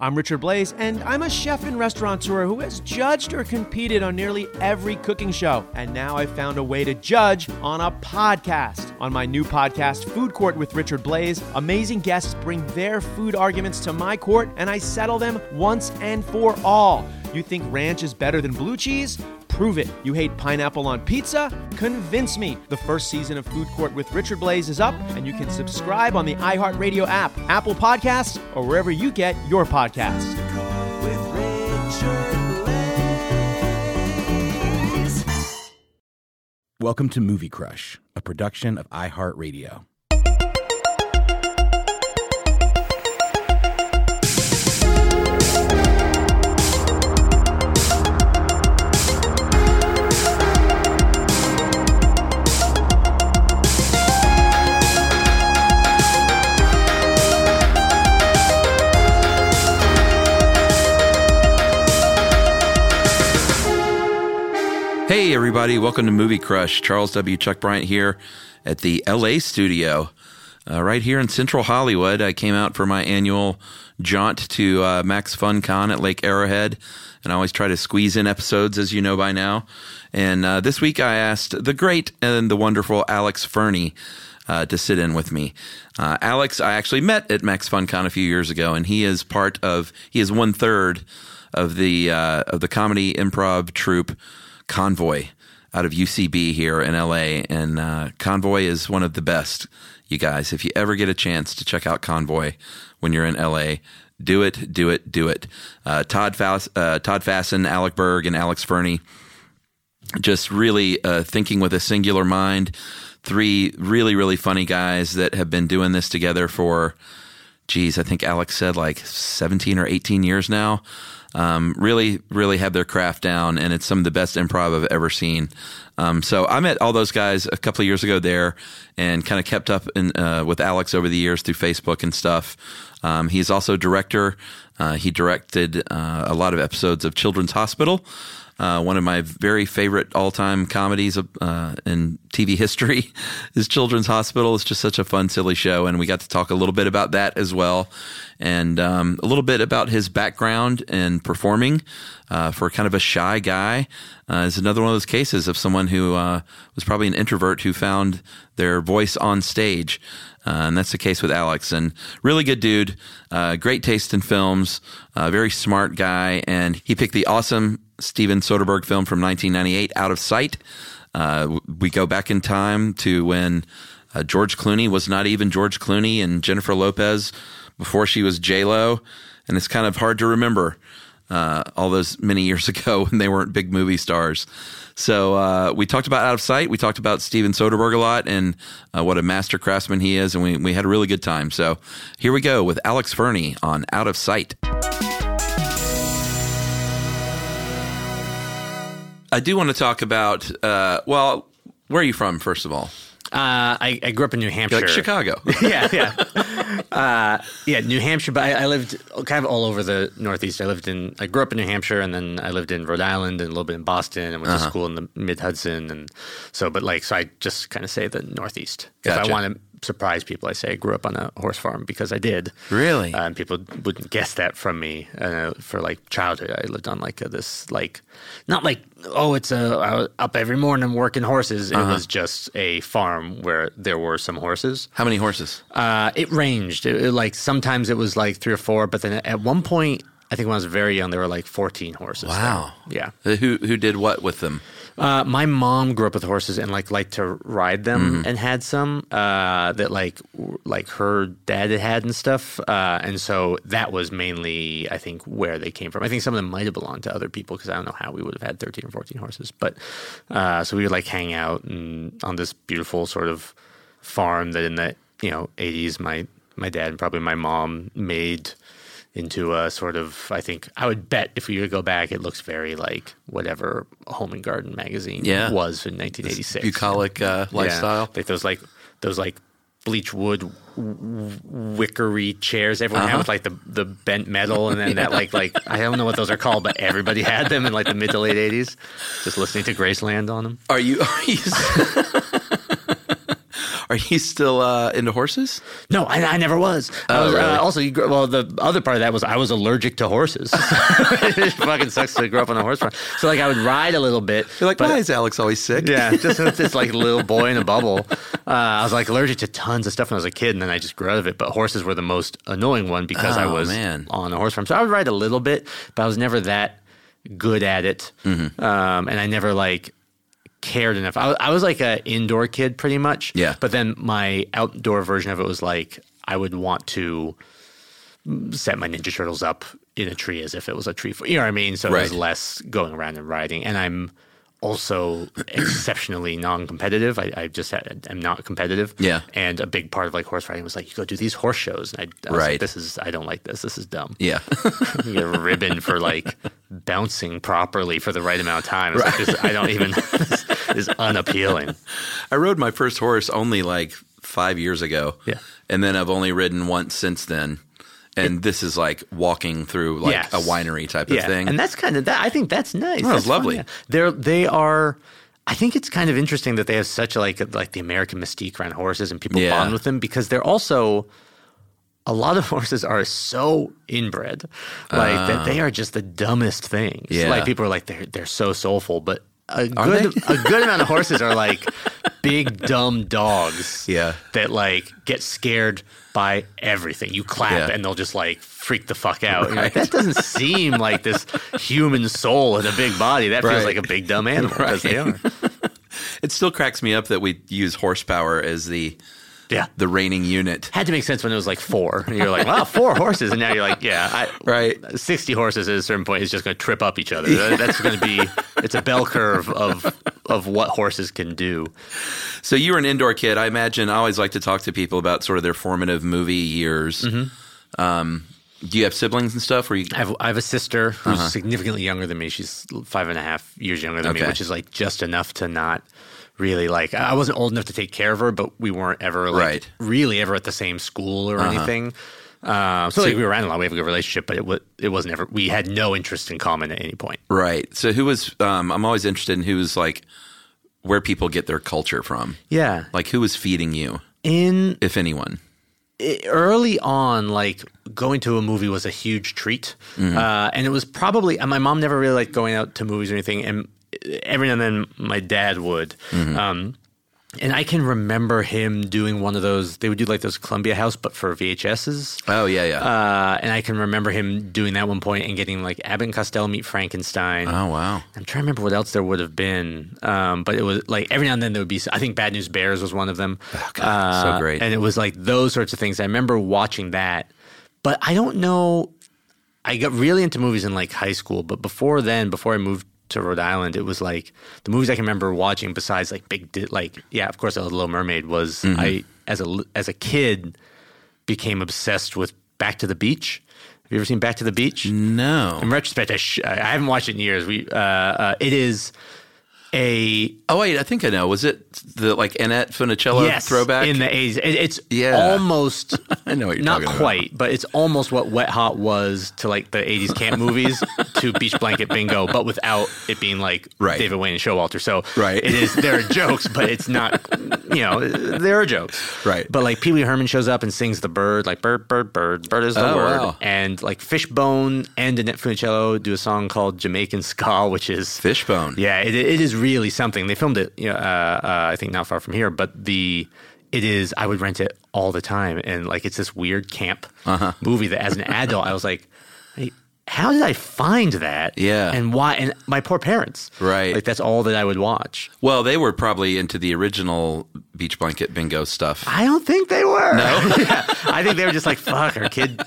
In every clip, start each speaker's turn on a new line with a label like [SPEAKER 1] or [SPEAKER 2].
[SPEAKER 1] I'm Richard Blaze, and I'm a chef and restaurateur who has judged or competed on nearly every cooking show. And now I've found a way to judge on a podcast. On my new podcast, Food Court with Richard Blaze, amazing guests bring their food arguments to my court, and I settle them once and for all. You think ranch is better than blue cheese? Prove it. You hate pineapple on pizza? Convince me. The first season of Food Court with Richard Blaze is up, and you can subscribe on the iHeartRadio app, Apple Podcasts, or wherever you get your podcasts.
[SPEAKER 2] Welcome to Movie Crush, a production of iHeartRadio.
[SPEAKER 3] Hey, everybody, welcome to Movie Crush. Charles W. Chuck Bryant here at the LA studio, uh, right here in Central Hollywood. I came out for my annual jaunt to uh, Max Fun Con at Lake Arrowhead, and I always try to squeeze in episodes, as you know by now. And uh, this week I asked the great and the wonderful Alex Fernie uh, to sit in with me. Uh, Alex, I actually met at Max FunCon a few years ago, and he is part of he is one third of the uh, of the comedy improv troupe Convoy out of UCB here in LA, and uh, Convoy is one of the best. You guys, if you ever get a chance to check out Convoy when you're in LA, do it, do it, do it. Uh, Todd Fass, uh, Todd Fasson, Alec Berg, and Alex Fernie just really uh, thinking with a singular mind. Three really, really funny guys that have been doing this together for, geez, I think Alex said like 17 or 18 years now. Um, really, really have their craft down, and it's some of the best improv I've ever seen. Um, so I met all those guys a couple of years ago there, and kind of kept up in, uh, with Alex over the years through Facebook and stuff. Um, he's also director. Uh, he directed uh, a lot of episodes of Children's Hospital, uh, one of my very favorite all-time comedies uh, in TV history is Children's Hospital. It's just such a fun, silly show, and we got to talk a little bit about that as well, and um, a little bit about his background in performing uh, for kind of a shy guy. Uh, is another one of those cases of someone who uh, was probably an introvert who found their voice on stage. Uh, and that's the case with Alex. And really good dude, uh, great taste in films, uh, very smart guy. And he picked the awesome Steven Soderbergh film from 1998, Out of Sight. Uh, w- we go back in time to when uh, George Clooney was not even George Clooney and Jennifer Lopez before she was J Lo. And it's kind of hard to remember uh, all those many years ago when they weren't big movie stars. So uh, we talked about Out of Sight. We talked about Steven Soderbergh a lot and uh, what a master craftsman he is. And we, we had a really good time. So here we go with Alex Fernie on Out of Sight. I do want to talk about, uh, well, where are you from, first of all?
[SPEAKER 4] Uh, I, I grew up in New Hampshire.
[SPEAKER 3] You're like Chicago.
[SPEAKER 4] yeah, yeah, uh, yeah. New Hampshire, but I, I lived kind of all over the Northeast. I lived in, I grew up in New Hampshire, and then I lived in Rhode Island and a little bit in Boston, and went
[SPEAKER 3] Uh-huh.
[SPEAKER 4] to school in the Mid Hudson, and so. But like, so I just kind of say the Northeast. If
[SPEAKER 3] Gotcha.
[SPEAKER 4] I want to surprise people, I say I grew up on a horse farm because I did.
[SPEAKER 3] Really?
[SPEAKER 4] Uh, and people wouldn't guess that from me uh, for like childhood. I lived on like a, this like not like oh it's a I was up every morning working horses. It
[SPEAKER 3] Uh-huh.
[SPEAKER 4] was just a farm where there were some horses.
[SPEAKER 3] How many horses?
[SPEAKER 4] Uh, it ranged. It, it, like sometimes it was like three or four, but then at one point, I think when I was very young, there were like fourteen horses.
[SPEAKER 3] Wow.
[SPEAKER 4] there. Yeah.
[SPEAKER 3] Uh, Who who did what with them?
[SPEAKER 4] Uh, my mom grew up with horses and like liked to ride them and had some uh, that like w- like her dad had had and stuff. Uh, and so that was mainly I think where they came from. I think some of them might have belonged to other people because I don't know how we would have had thirteen or fourteen horses. But uh, so we would like hang out and on this beautiful sort of farm that in the you know eighties my my dad and probably my mom made into a sort of I think I would bet if we were to go back, it looks very like whatever Home and Garden magazine
[SPEAKER 3] Yeah.
[SPEAKER 4] was in 1986.
[SPEAKER 3] Bucolic uh,
[SPEAKER 4] Yeah.
[SPEAKER 3] lifestyle.
[SPEAKER 4] like those like those like bleach wood w- w- wickery chairs everyone
[SPEAKER 3] Uh-huh.
[SPEAKER 4] had with like the the bent metal and then that like like I don't know what those are called, but everybody had them in like the mid to late 80s. Just listening to Graceland on them.
[SPEAKER 3] Are you are you are you still uh, into horses?
[SPEAKER 4] No, I, I never was. I
[SPEAKER 3] Oh,
[SPEAKER 4] was uh, also, you, grow- well, the other part of that was I was allergic to horses. it fucking sucks to grow up on a horse farm. So like I would ride a little bit.
[SPEAKER 3] You're like,
[SPEAKER 4] but-
[SPEAKER 3] why is Alex always sick?
[SPEAKER 4] yeah, just this like little boy in a bubble. Uh, I was like allergic to tons of stuff when I was a kid, and then I just grew out of it. But horses were the most annoying one because I
[SPEAKER 3] Oh,
[SPEAKER 4] was
[SPEAKER 3] man.
[SPEAKER 4] on a horse farm, so I would ride a little bit, but I was never that good at it,
[SPEAKER 3] Mm-hmm.
[SPEAKER 4] um, and I never like cared enough. I, wa- I was like an indoor kid pretty much.
[SPEAKER 3] Yeah.
[SPEAKER 4] but then my outdoor version of it was like I would want to set my Ninja Turtles up in a tree as if it was a tree. For, you know what I mean? So it was
[SPEAKER 3] Right.
[SPEAKER 4] less going around and riding. And I'm also exceptionally non-competitive. I, I just ha- am not competitive.
[SPEAKER 3] Yeah.
[SPEAKER 4] And a big part of like horse riding was like you go do these horse shows, and I, I was
[SPEAKER 3] Right.
[SPEAKER 4] like, this is I don't like this. This is dumb.
[SPEAKER 3] Yeah.
[SPEAKER 4] You get a ribbon for like bouncing properly for the right amount of time. It's like, this, I don't even. this is unappealing.
[SPEAKER 3] I rode my first horse only like five years ago.
[SPEAKER 4] Yeah.
[SPEAKER 3] And then I've only ridden once since then. And this is like walking through like
[SPEAKER 4] Yes.
[SPEAKER 3] a winery type of thing.
[SPEAKER 4] And that's kind of that. I think that's nice.
[SPEAKER 3] That was
[SPEAKER 4] That's fun,
[SPEAKER 3] lovely.
[SPEAKER 4] yeah. They're they are. I think it's kind of interesting that they have such like like the American mystique around horses and people
[SPEAKER 3] Yeah.
[SPEAKER 4] bond with them because they're also a lot of horses are so inbred, like that they are just the dumbest things.
[SPEAKER 3] Ah. Yeah.
[SPEAKER 4] Like people are like they're they're so soulful, but a good a good amount of horses are like big dumb dogs.
[SPEAKER 3] Yeah.
[SPEAKER 4] that like get scared by everything. You clap
[SPEAKER 3] Yeah.
[SPEAKER 4] and they'll just like freak the fuck out. You're like, that doesn't seem like this human soul in a big body. That
[SPEAKER 3] Right.
[SPEAKER 4] feels like a big dumb animal because they are.
[SPEAKER 3] it still cracks me up that we use horsepower as the
[SPEAKER 4] Yeah.
[SPEAKER 3] the reigning unit.
[SPEAKER 4] Had to make sense when it was like four. And you're like, wow, four horses. And now you're like, yeah, I,
[SPEAKER 3] Right.
[SPEAKER 4] 60 horses at a certain point is just going to trip up each other. That- That's going to be, it's a bell curve of, of what horses can do.
[SPEAKER 3] So you were an indoor kid. I imagine I always like to talk to people about sort of their formative movie years. Um,
[SPEAKER 4] Mm-hmm.
[SPEAKER 3] do you have siblings and stuff? Were you
[SPEAKER 4] I have, I have a sister who's significantly younger than me. She's five and a half years younger than
[SPEAKER 3] Okay.
[SPEAKER 4] me, which is like just enough to not really like. I wasn't old enough to take care of her, but we weren't ever like
[SPEAKER 3] Right.
[SPEAKER 4] really ever at the same school or anything. Uh, so, like we were around a lot. We have a good relationship, but it was it was never. We had no interest in common at any point.
[SPEAKER 3] Right. So who was um I'm always interested in who's like where people get their culture from.
[SPEAKER 4] Yeah,
[SPEAKER 3] Like who was feeding you,
[SPEAKER 4] in
[SPEAKER 3] if anyone.
[SPEAKER 4] i early on, like going to a movie was a huge treat, uh, and it was probably and my mom never really liked going out to movies or anything, and every now and then my dad would. Um, and I can remember him doing one of those. They would do like those Columbia House, but for VHSs.
[SPEAKER 3] Oh yeah, yeah.
[SPEAKER 4] Uh, and I can remember him doing that one point and getting like Abbott and Costello meet Frankenstein.
[SPEAKER 3] oh wow.
[SPEAKER 4] I'm trying to remember what else there would have been, um, but it was like every now and then there would be. I think Bad News Bears was one of them.
[SPEAKER 3] Oh,
[SPEAKER 4] Uh,
[SPEAKER 3] God, so great.
[SPEAKER 4] and it was like those sorts of things. I remember watching that, but I don't know. I got really into movies in like high school, but before then, before I moved to Rhode Island, it was like the movies I can remember watching. Besides like big, di- like yeah, of course, The Little Mermaid was
[SPEAKER 3] Mm-hmm.
[SPEAKER 4] I as a li- as a kid became obsessed with Back to the Beach. Have you ever seen Back to the Beach?
[SPEAKER 3] No.
[SPEAKER 4] In retrospect, I, sh- I haven't watched it in years. We uh, uh, it is a
[SPEAKER 3] Oh wait, I think I know. Was it the like Annette Funicello
[SPEAKER 4] yes
[SPEAKER 3] throwback?
[SPEAKER 4] in the eighties. It, it's
[SPEAKER 3] Yeah.
[SPEAKER 4] almost
[SPEAKER 3] I know what you're
[SPEAKER 4] not
[SPEAKER 3] talking about.
[SPEAKER 4] quite, but it's almost what Wet Hot was to like the eighties camp movies to Beach Blanket Bingo, but without it being like
[SPEAKER 3] Right.
[SPEAKER 4] David Wayne and Showalter. So
[SPEAKER 3] Right.
[SPEAKER 4] it is there are jokes, but it's not you know there are jokes
[SPEAKER 3] Right.
[SPEAKER 4] But like Pee Wee Herman shows up and sings the bird like bird bird bird bird is the
[SPEAKER 3] Oh,
[SPEAKER 4] word
[SPEAKER 3] wow.
[SPEAKER 4] and like Fishbone and Annette Funicello do a song called Jamaican Ska, which is
[SPEAKER 3] Fishbone.
[SPEAKER 4] yeah, it, it is really something. They filmed it, you know, uh, uh, I think, not far from here. But the it is. I would rent it all the time, and like it's this weird camp
[SPEAKER 3] Uh-huh.
[SPEAKER 4] movie that, as an adult, I was like, "Hey, how did I find that?
[SPEAKER 3] Yeah.
[SPEAKER 4] and why? And my poor parents,
[SPEAKER 3] Right.
[SPEAKER 4] Like that's all that I would watch.
[SPEAKER 3] Well, they were probably into the original beach blanket bingo stuff.
[SPEAKER 4] I don't think they were. No, yeah. I think they were just like, "Fuck, our kid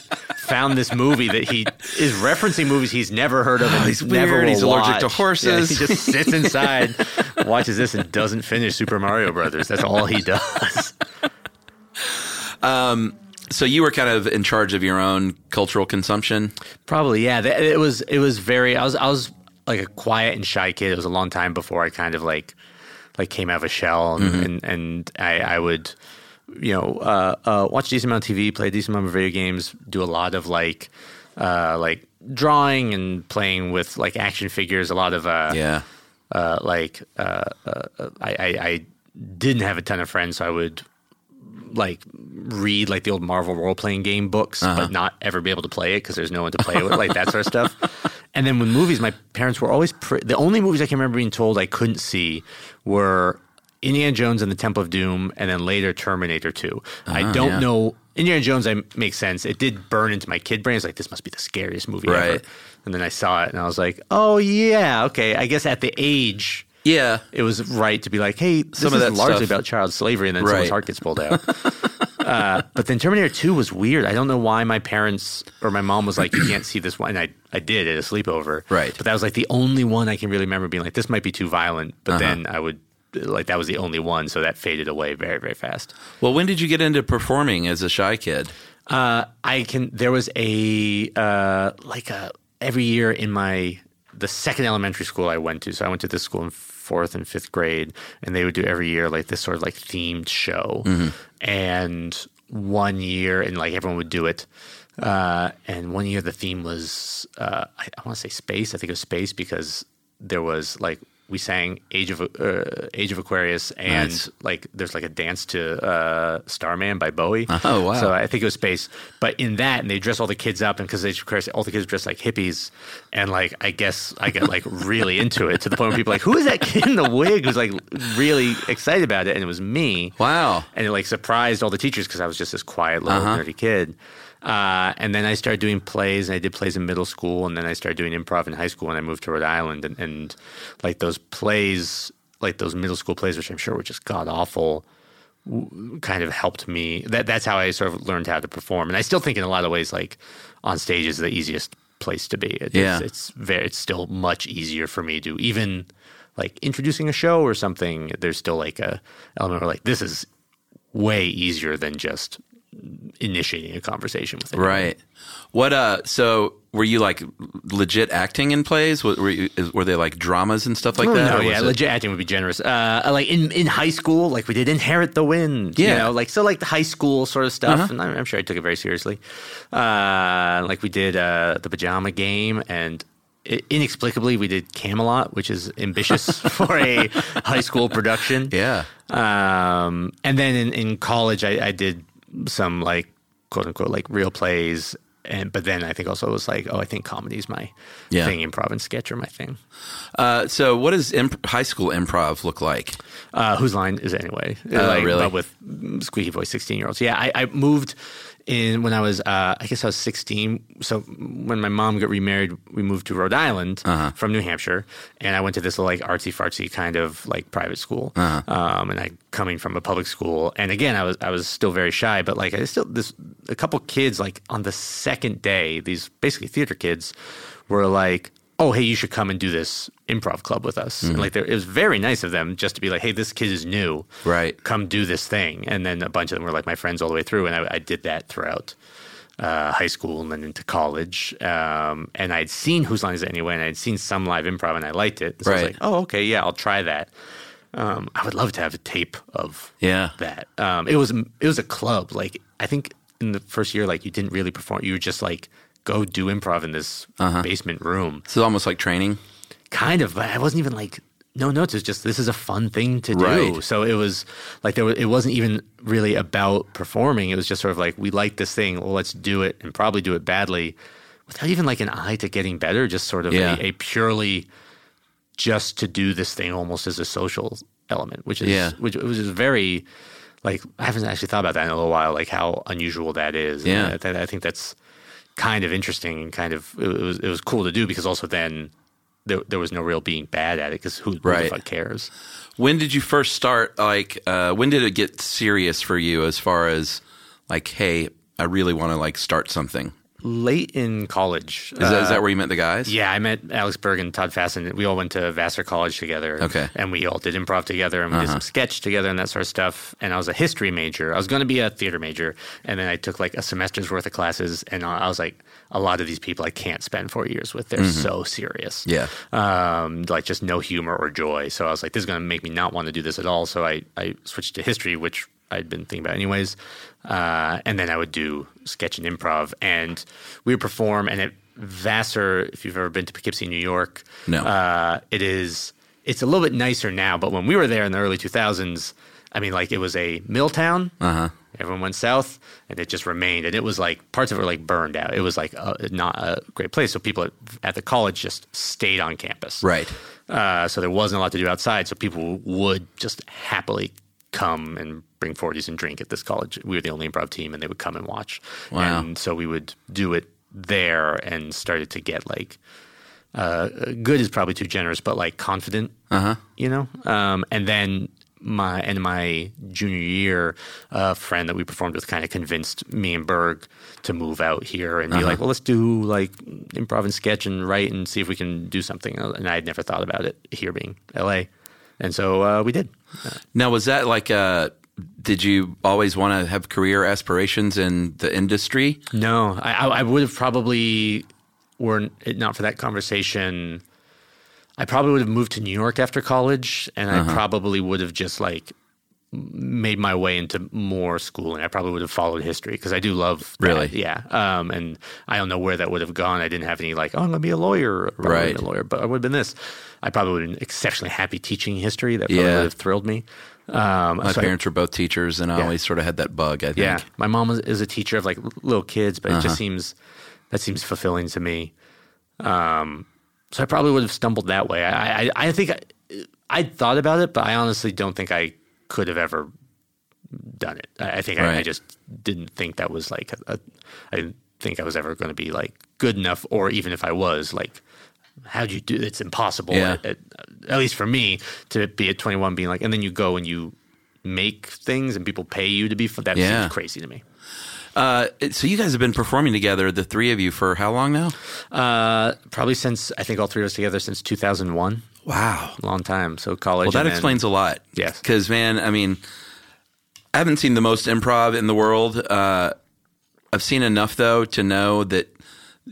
[SPEAKER 4] found this movie that he is referencing movies he's never heard of and Oh, he's never
[SPEAKER 3] weird.
[SPEAKER 4] will
[SPEAKER 3] He's allergic to
[SPEAKER 4] watch."
[SPEAKER 3] horses.
[SPEAKER 4] Yeah, he just sits inside, watches this, and doesn't finish Super Mario Brothers. That's all he does.
[SPEAKER 3] So you were kind of in charge of your own cultural consumption.
[SPEAKER 4] Probably, yeah. Th- It was it was very. I was I was like a quiet and shy kid. It was a long time before I kind of like like came out of a shell, and and, and I, I would you know uh, uh, watch a decent amount of TV, play a decent amount of video games, do a lot of like uh, like drawing and playing with like action figures. A lot of uh,
[SPEAKER 3] Yeah.
[SPEAKER 4] uh, like uh, uh, uh, I, I, I didn't have a ton of friends, so I would like read like the old Marvel role playing game books, but not ever be able to play it because there's no one to play it with, like that sort of stuff. And then with movies, my parents were always pr- the only movies I can remember being told I couldn't see were Indiana Jones and the Temple of Doom, and then later Terminator 2. I don't know. Indiana Jones, I makes sense. It did burn into my kid brain. It's like this must be the scariest movie ever.
[SPEAKER 3] Right.
[SPEAKER 4] And then I saw it, and I was like, "Oh yeah, okay." I guess at the age,
[SPEAKER 3] Yeah.
[SPEAKER 4] it was right to be like, "Hey, this
[SPEAKER 3] Some of
[SPEAKER 4] is
[SPEAKER 3] that
[SPEAKER 4] largely
[SPEAKER 3] stuff-
[SPEAKER 4] about child slavery," and then
[SPEAKER 3] Right.
[SPEAKER 4] someone's heart gets pulled out. uh, but then Terminator Two was weird. I don't know why my parents or my mom was like, "You can't see this one." And I, I did at a sleepover,
[SPEAKER 3] Right.
[SPEAKER 4] But that was like the only one I can really remember being like, "This might be too violent." But then I would like that was the only one, so that faded away very, very fast.
[SPEAKER 3] Well, when did you get into performing as a shy kid?
[SPEAKER 4] Uh, I can. There was a uh, like a every year in my the second elementary school I went to. So I went to this school in fourth and fifth grade, and they would do every year like this sort of like themed show. And one year, and like everyone would do it. Uh, and one year the theme was uh, I, I want to say space. I think it was space because there was like we sang Age of uh, Age of Aquarius, and like there's like a dance to uh, Starman by Bowie.
[SPEAKER 3] Oh, wow.
[SPEAKER 4] So I think it was space, but in that, and they dress all the kids up, and because they of course all the kids dress like hippies, and like I guess I got like really into it to the point where people were like, who is that kid in the wig who's like really excited about it, and it was me.
[SPEAKER 3] Wow. Uh-huh.
[SPEAKER 4] And it like surprised all the teachers because I was just this quiet little nerdy kid. Uh, and then I started doing plays, and I did plays in middle school, and then I started doing improv in high school, and I moved to Rhode Island, and, and like those plays, like those middle school plays, which I'm sure were just god awful kind of helped me. That that's how I sort of learned how to perform, and I still think in a lot of ways, like on stage is the easiest place to be. It-
[SPEAKER 3] Yeah.
[SPEAKER 4] It's, it's very, it's still much easier for me to even like introducing a show or something. There's still like a element where like this is way easier than just initiating a conversation with anyone.
[SPEAKER 3] Right. What? Uh. So were you like legit acting in plays? Were, were, you, is- were they like dramas and stuff like that?
[SPEAKER 4] Oh, No,
[SPEAKER 3] or
[SPEAKER 4] yeah,
[SPEAKER 3] was it-
[SPEAKER 4] legit acting would be generous. Uh, like in, in high school, like we did inherit the wind.
[SPEAKER 3] Yeah. Uh-huh.
[SPEAKER 4] you know, like so, like the high school sort of stuff. And I'm, I'm sure I took it very seriously. Uh, like we did uh, the pajama game, and i- inexplicably we did Camelot, which is ambitious for a high school production.
[SPEAKER 3] Yeah.
[SPEAKER 4] Um, and then in, in college, I, I did some like quote unquote like real plays. And, but then I think also it was like, oh, I think comedy is my
[SPEAKER 3] Yeah.
[SPEAKER 4] thing. Improv and sketch are my thing.
[SPEAKER 3] Uh, so what does imp- high school improv look like?
[SPEAKER 4] uh, whose line is it anyway?
[SPEAKER 3] Oh,
[SPEAKER 4] Like,
[SPEAKER 3] really?
[SPEAKER 4] But with mm, squeaky voice, sixteen year olds. Yeah, I, I moved in when I was, uh, I guess I was sixteen. So when my mom got remarried, we moved to Rhode Island from New Hampshire, and I went to this little like artsy fartsy kind of like private school. Um, and I coming from a public school, and again, I was I was still very shy, but like I still this a couple kids like on the second day, these basically theater kids were like oh hey you should come and do this improv club with us and like there, it was very nice of them just to be like hey this kid is new
[SPEAKER 3] Right.
[SPEAKER 4] come do this thing and then a bunch of them were like my friends all the way through and i, I did that throughout uh, high school and then into college um, and i'd seen whose line is it anyway and i'd seen some live improv and i liked it so i was
[SPEAKER 3] Right.
[SPEAKER 4] like oh okay yeah i'll try that um, i would love to have a tape of
[SPEAKER 3] Yeah.
[SPEAKER 4] that um, it was it was a club like i think in the first year like you didn't really perform you were just like go do improv in this
[SPEAKER 3] Uh-huh.
[SPEAKER 4] basement room
[SPEAKER 3] This is almost like training.
[SPEAKER 4] kind of but i wasn't even like no notes it was just this is a fun thing to do
[SPEAKER 3] Right.
[SPEAKER 4] so it was like there was, it wasn't even really about performing it was just sort of like we like this thing well let's do it and probably do it badly without even like an eye to getting better just sort of a-
[SPEAKER 3] Yeah.
[SPEAKER 4] a, purely just to do this thing almost as a social element which is
[SPEAKER 3] Yeah.
[SPEAKER 4] which which is very like i haven't actually thought about that in a little while like how unusual that is And
[SPEAKER 3] Yeah.
[SPEAKER 4] I- that, I think that's kind of interesting and kind of it was it was cool to do because also then there there was no real being bad at it because who, who
[SPEAKER 3] Right.
[SPEAKER 4] the fuck cares?
[SPEAKER 3] When did you first start? Like, uh, when did it get serious for you as far as like, hey, I really want to like start something?
[SPEAKER 4] late in college. uh,
[SPEAKER 3] Is, that, is that where you met the guys?
[SPEAKER 4] Yeah, I met Alex Berg and Todd Fasson. We all went to Vassar College together.
[SPEAKER 3] Okay. Uh-huh.
[SPEAKER 4] And we all did improv together and we did some sketch together and that sort of stuff. And I was a history major. I was going to be a theater major. And then I took like a semester's worth of classes. And I was like, a lot of these people I can't spend four years with. They're so serious.
[SPEAKER 3] Mm-hmm. Yeah.
[SPEAKER 4] Um, like just no humor or joy. So I was like, this is going to make me not want to do this at all. So I, I switched to history, which I'd been thinking about anyways. Uh, and then I would do sketch and improv, and we would perform. And at Vassar, if you've ever been to Poughkeepsie, New York,
[SPEAKER 3] No.
[SPEAKER 4] uh, it is it's a little bit nicer now. But when we were there in the early two thousands, I mean, like it was a mill town.
[SPEAKER 3] Uh-huh.
[SPEAKER 4] Everyone went south, and it just remained. And it was like parts of it were like burned out. It was like uh not a great place. So people at, at the college just stayed on campus,
[SPEAKER 3] Right.
[SPEAKER 4] uh, so there wasn't a lot to do outside. So people would just happily come and bring 40s and drink at this college. We were the only improv team, and they would come and watch.
[SPEAKER 3] Wow.
[SPEAKER 4] And so we would do it there and started to get like uh, good is probably too generous, but like confident, you know. Um, and then my in my junior year, a friend that we performed with kind of convinced me and Berg to move out here and be like, well, let's do like improv and sketch and write and see if we can do something. And I had never thought about it here being LA, and so uh, we did.
[SPEAKER 3] Now, was that like uh Did you always want to have career aspirations in the industry?
[SPEAKER 4] No, I, I- I would have probably were it not for that conversation. I probably would have moved to New York after college, and
[SPEAKER 3] Uh-huh.
[SPEAKER 4] I probably would have just like made my way into more schooling. I probably would have followed history because I do love that.
[SPEAKER 3] Really?
[SPEAKER 4] yeah. Um, and I don't know where that would have gone. I didn't have any like, oh, I'm gonna be a lawyer, I would've
[SPEAKER 3] Right.
[SPEAKER 4] been A lawyer, but I would have been this. I probably would have been exceptionally happy teaching history. That probably
[SPEAKER 3] Yeah.
[SPEAKER 4] would have thrilled me. Um,
[SPEAKER 3] My
[SPEAKER 4] so I-
[SPEAKER 3] parents were both teachers, and I always sort of had that bug. I think.
[SPEAKER 4] yeah, my mom is, is a teacher of like l- little kids, but it
[SPEAKER 3] Uh-huh.
[SPEAKER 4] just seems that seems fulfilling to me. Um, so I probably would have stumbled that way. I I, I think I, I thought about it, but I honestly don't think I could have ever done it. I, I think I, I
[SPEAKER 3] Right.
[SPEAKER 4] just didn't think that was like a, I didn't think I was ever going to be like good enough, or even if I was like. How'd you do? It's impossible,
[SPEAKER 3] Yeah.
[SPEAKER 4] at, at, at least for me, to be at 21, being like, and then you go and you make things, and people pay you to be. f- That
[SPEAKER 3] Yeah.
[SPEAKER 4] seems crazy to me.
[SPEAKER 3] Uh, so you guys have been performing together, the three of you, for how long now?
[SPEAKER 4] Uh, probably since I think all three of us together since 2001.
[SPEAKER 3] Wow.
[SPEAKER 4] Long time. So college.
[SPEAKER 3] Well, that
[SPEAKER 4] and then-
[SPEAKER 3] explains a lot.
[SPEAKER 4] Yes.
[SPEAKER 3] Because, man, I mean, I haven't seen the most improv in the world. Uh, I've seen enough, though, to know that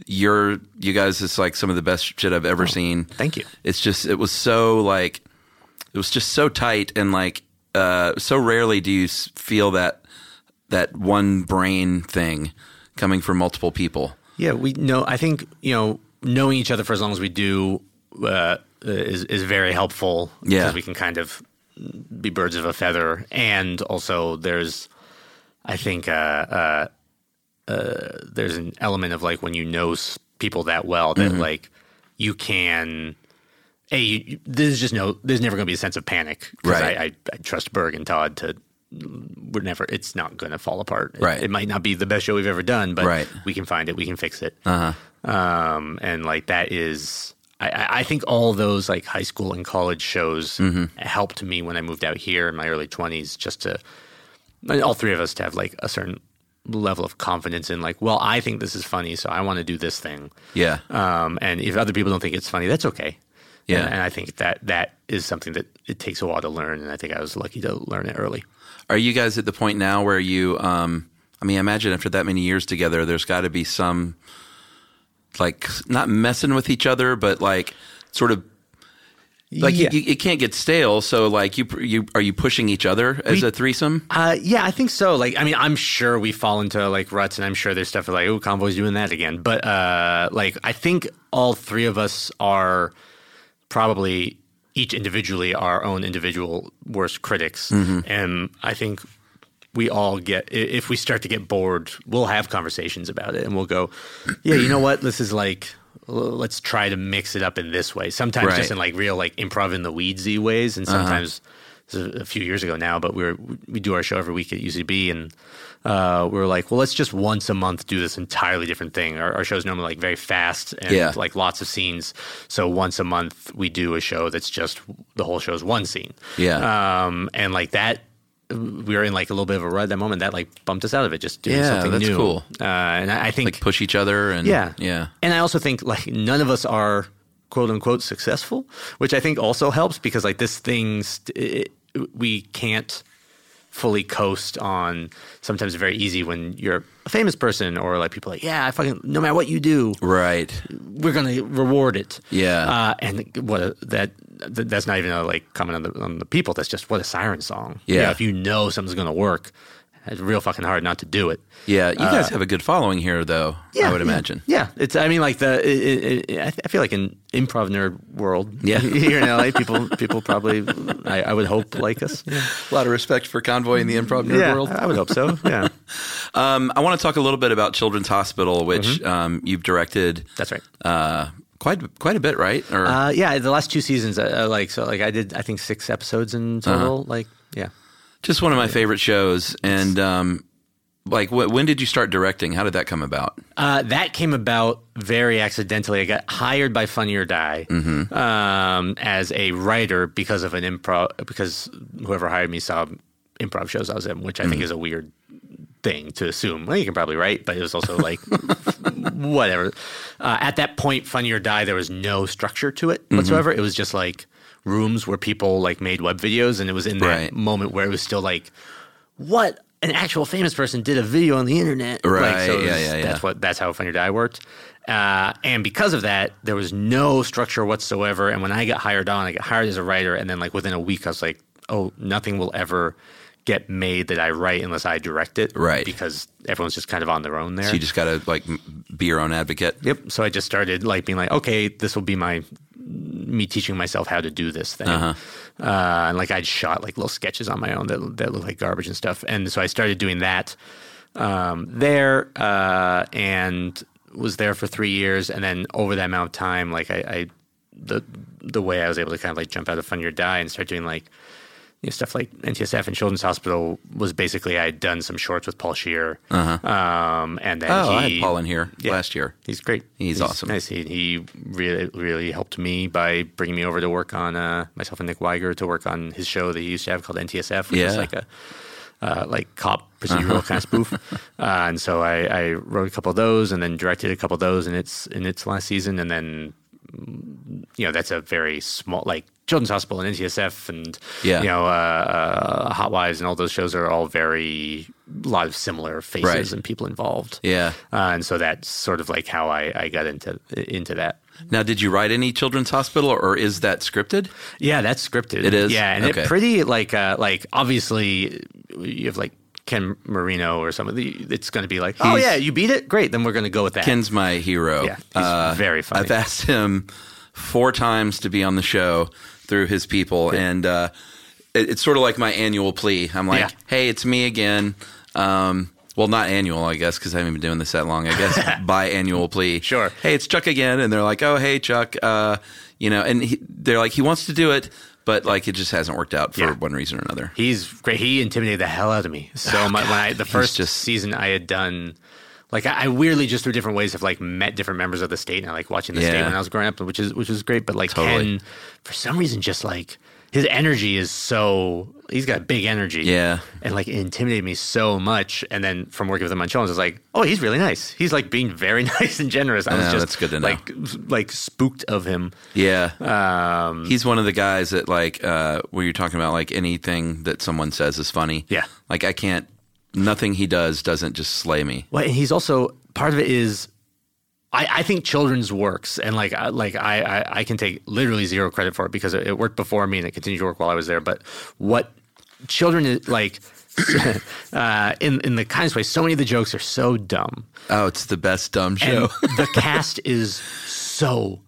[SPEAKER 3] you're, you guys is like some of the best shit I've ever seen.
[SPEAKER 4] Oh, thank you.
[SPEAKER 3] It's just, it was so like, it was just so tight and like, uh, so rarely do you s- feel that, that one brain thing coming from multiple people.
[SPEAKER 4] Yeah, we know. I think you know knowing each other for as long as we do uh, is is very helpful.
[SPEAKER 3] Yeah.
[SPEAKER 4] because we can kind of be birds of a feather, and also there's, I think, uh, uh, uh, there's an element of like when you know s- people that well
[SPEAKER 3] Mm-hmm.
[SPEAKER 4] that like you can. Hey, you, you- there's just no, there's never going to be a sense of panic. 'cause
[SPEAKER 3] Right.
[SPEAKER 4] I, I, I trust Berg and Todd to, we're never, it's not going to fall apart. It-
[SPEAKER 3] Right.
[SPEAKER 4] It, might not be the best show we've ever done, but
[SPEAKER 3] Right. Uh-huh.
[SPEAKER 4] we can find it, we can fix it. Um, and like that is, I- I, I think all those like high school and college shows
[SPEAKER 3] Mm-hmm.
[SPEAKER 4] helped me when I moved out here in my early twenties, just to and all three of us to have like a certain level of confidence in like, well, I think this is funny, so I want to do this thing.
[SPEAKER 3] Yeah.
[SPEAKER 4] Um, and if other people don't think it's funny, that's okay.
[SPEAKER 3] Yeah.
[SPEAKER 4] And, and I think that that is something that it takes a while to learn, and I think I was lucky to learn it early.
[SPEAKER 3] Are you guys at the point now where you? Um, I mean, I imagine after that many years together, there's got to be some, like, not messing with each other, but like, sort of, like
[SPEAKER 4] Yeah.
[SPEAKER 3] you, it can't get stale. So, like, you you are you pushing each other as a threesome?
[SPEAKER 4] Uh, yeah, I think so. Like, I mean, I'm sure we fall into like ruts, and I'm sure there's stuff like, oh, convoy's doing that again. But uh, like, I think all three of us are probably each individually our own individual worst critics, and I think we all get i- if we start to get bored, we'll have conversations about it, and we'll go, yeah, you know what, this is like. l- Let's try to mix it up in this way. Sometimes
[SPEAKER 3] Right.
[SPEAKER 4] just in like real like improv in the weedsy ways, and sometimes this is a few years ago now, but we were we do our show every week at UCB, and uh, we were like, well, let's just once a month do this entirely different thing. Our, our show's normally like very fast and
[SPEAKER 3] Yeah.
[SPEAKER 4] like lots of scenes, so once a month we do a show that's just the whole show's one scene.
[SPEAKER 3] Yeah.
[SPEAKER 4] um, and like that we were in like a little bit of a rut at that moment. That like bumped us out of it, just doing
[SPEAKER 3] Yeah,
[SPEAKER 4] something
[SPEAKER 3] that's
[SPEAKER 4] new.
[SPEAKER 3] cool.
[SPEAKER 4] Uh, and I, I think
[SPEAKER 3] like push each other and
[SPEAKER 4] yeah.
[SPEAKER 3] yeah.
[SPEAKER 4] And I also think like none of us are quote unquote successful, which I think also helps because like this thing's it, we can't fully coast on sometimes very easy when you're a famous person or like people are like yeah I fucking no matter what you do
[SPEAKER 3] Right.
[SPEAKER 4] we're going to reward it.
[SPEAKER 3] Yeah.
[SPEAKER 4] Uh, and what a, that th- that's not even a, like comment on the on the people. That's just what a siren song. You
[SPEAKER 3] Yeah.
[SPEAKER 4] know, if you know something's going to work, it's real fucking hard not to do it.
[SPEAKER 3] Yeah. You guys have a good following here, though, I would imagine.
[SPEAKER 4] Uh, Yeah, it's. I mean, like the. It, it, it, I th- I feel like in improv nerd world,
[SPEAKER 3] Yeah.
[SPEAKER 4] here in LA, people people probably, I, I would hope like us. Yeah,
[SPEAKER 3] A lot of respect for Convoy in the improv nerd
[SPEAKER 4] Yeah,
[SPEAKER 3] world.
[SPEAKER 4] I would hope so. Yeah,
[SPEAKER 3] Um, I want to talk a little bit about Children's Hospital, which um, you've directed
[SPEAKER 4] that's right.
[SPEAKER 3] uh, quite quite a bit, right? Or
[SPEAKER 4] Uh, yeah, the last two seasons, uh, uh, like so, like I did, I think six episodes in
[SPEAKER 3] Uh-huh.
[SPEAKER 4] total. Like, yeah.
[SPEAKER 3] just one of my favorite shows. And um, like, wh- when did you start directing? How did that come about?
[SPEAKER 4] Uh, that came about very accidentally. I got hired by Funny or Die
[SPEAKER 3] Mm-hmm.
[SPEAKER 4] um, as a writer because of an improv because whoever hired me saw improv shows I was in, which I
[SPEAKER 3] Mm.
[SPEAKER 4] think is a weird thing to assume. Well, you can probably write, but it was also like whatever. Uh, at that point, Funny or Die, there was no structure to it
[SPEAKER 3] Mm-hmm.
[SPEAKER 4] whatsoever. It was just like rooms where people like made web videos, and it was in that
[SPEAKER 3] Right.
[SPEAKER 4] moment where it was still like what an actual famous person did a video on the internet.
[SPEAKER 3] Right,
[SPEAKER 4] it was-
[SPEAKER 3] yeah, yeah, yeah.
[SPEAKER 4] That's what. That's how Funny or Die worked. Uh, and because of that, there was no structure whatsoever. And when I got hired on, I got hired as a writer, and then like within a week, I was like, oh, nothing will ever get made that I write unless I direct it,
[SPEAKER 3] Right.
[SPEAKER 4] Because everyone's just kind of on their own there.
[SPEAKER 3] So you just got to like m- be your own advocate.
[SPEAKER 4] Yep. So I just started like being like, okay, this will be my me teaching myself how to do this thing.
[SPEAKER 3] Uh-huh.
[SPEAKER 4] uh and like I'd shot like little sketches on my own that that looked like garbage and stuff. And so I started doing that um, there uh, and was there for three years. And then over that amount of time, like I, I the the way I was able to kind of like jump out of Funny or Die and start doing like you know, stuff like NTSF and Children's Hospital was basically I had done some shorts with Paul Shear. Um, and then
[SPEAKER 3] Uh-huh. Oh,
[SPEAKER 4] he,
[SPEAKER 3] I had Paul in here
[SPEAKER 4] Yeah.
[SPEAKER 3] last year.
[SPEAKER 4] He's great.
[SPEAKER 3] He's awesome.
[SPEAKER 4] Nice. He, he really, really helped me by bringing me over to work on uh, myself and Nick Weiger to work on his show that he used to have called NTSF, which is
[SPEAKER 3] Yeah. Uh-huh.
[SPEAKER 4] like a uh, like cop procedural kind of spoof. Uh, and so I, I wrote a couple of those and then directed a couple of those in its in its last season. And then mm, you know that's a very small like Children's Hospital and NTSF and
[SPEAKER 3] Yeah.
[SPEAKER 4] you know uh, uh, Hot Wives and all those shows are all very a lot of similar faces
[SPEAKER 3] Right.
[SPEAKER 4] and people involved.
[SPEAKER 3] Yeah.
[SPEAKER 4] Uh, and so that's sort of like how I, I got into into that.
[SPEAKER 3] Now, did you write any Children's Hospital, or is that scripted?
[SPEAKER 4] Yeah, that's scripted.
[SPEAKER 3] It is?
[SPEAKER 4] Yeah, and
[SPEAKER 3] Okay.
[SPEAKER 4] it pretty like uh, like obviously you have like Ken Marino or some of the. It's going to be like, oh
[SPEAKER 3] He's-
[SPEAKER 4] yeah, you beat it, great. Then we're going to go with that.
[SPEAKER 3] Ken's my hero. Uh,
[SPEAKER 4] Yeah, he's very funny.
[SPEAKER 3] I've asked him four times to be on the show through his people, and uh, it, it's sort of like my annual plea. I'm like,
[SPEAKER 4] Yeah.
[SPEAKER 3] hey, it's me again. Um, well, not annual, I guess, because I haven't been doing this that long. I guess biannual plea.
[SPEAKER 4] Sure.
[SPEAKER 3] Hey, it's Chuck again, and they're like, oh, hey, Chuck. Uh, you know, and he, they're like, he wants to do it, but like it just hasn't worked out for
[SPEAKER 4] Yeah.
[SPEAKER 3] one reason or another.
[SPEAKER 4] He's great. He intimidated the hell out of me so much. When I, the first
[SPEAKER 3] Oh, just-
[SPEAKER 4] season I had done, like I, I weirdly just through different ways have like met different members of the state and I like watching the state
[SPEAKER 3] Yeah.
[SPEAKER 4] when I was growing up, which is which was great. But like
[SPEAKER 3] Totally.
[SPEAKER 4] Ken, for some reason, just like his energy is so he's got big energy,
[SPEAKER 3] Yeah.
[SPEAKER 4] and like it intimidated me so much. And then from working with him on Challenge, I was like, oh, he's really nice. He's like being very nice and generous. I was
[SPEAKER 3] Yeah,
[SPEAKER 4] just
[SPEAKER 3] that's good to know.
[SPEAKER 4] like like spooked of him.
[SPEAKER 3] Yeah.
[SPEAKER 4] Um,
[SPEAKER 3] He's one of the guys that like uh where you're talking about like anything that someone says is funny.
[SPEAKER 4] Yeah.
[SPEAKER 3] Like I can't nothing he does doesn't just slay me.
[SPEAKER 4] Well, and he's also part of it is. I, I think children's works and like I, like I, I I can take literally zero credit for it because it, it worked before me and it continued to work while I was there. But what children is like uh, in in the kindest way, so many of the jokes are so dumb,
[SPEAKER 3] Oh, it's the best dumb show.
[SPEAKER 4] and the cast is so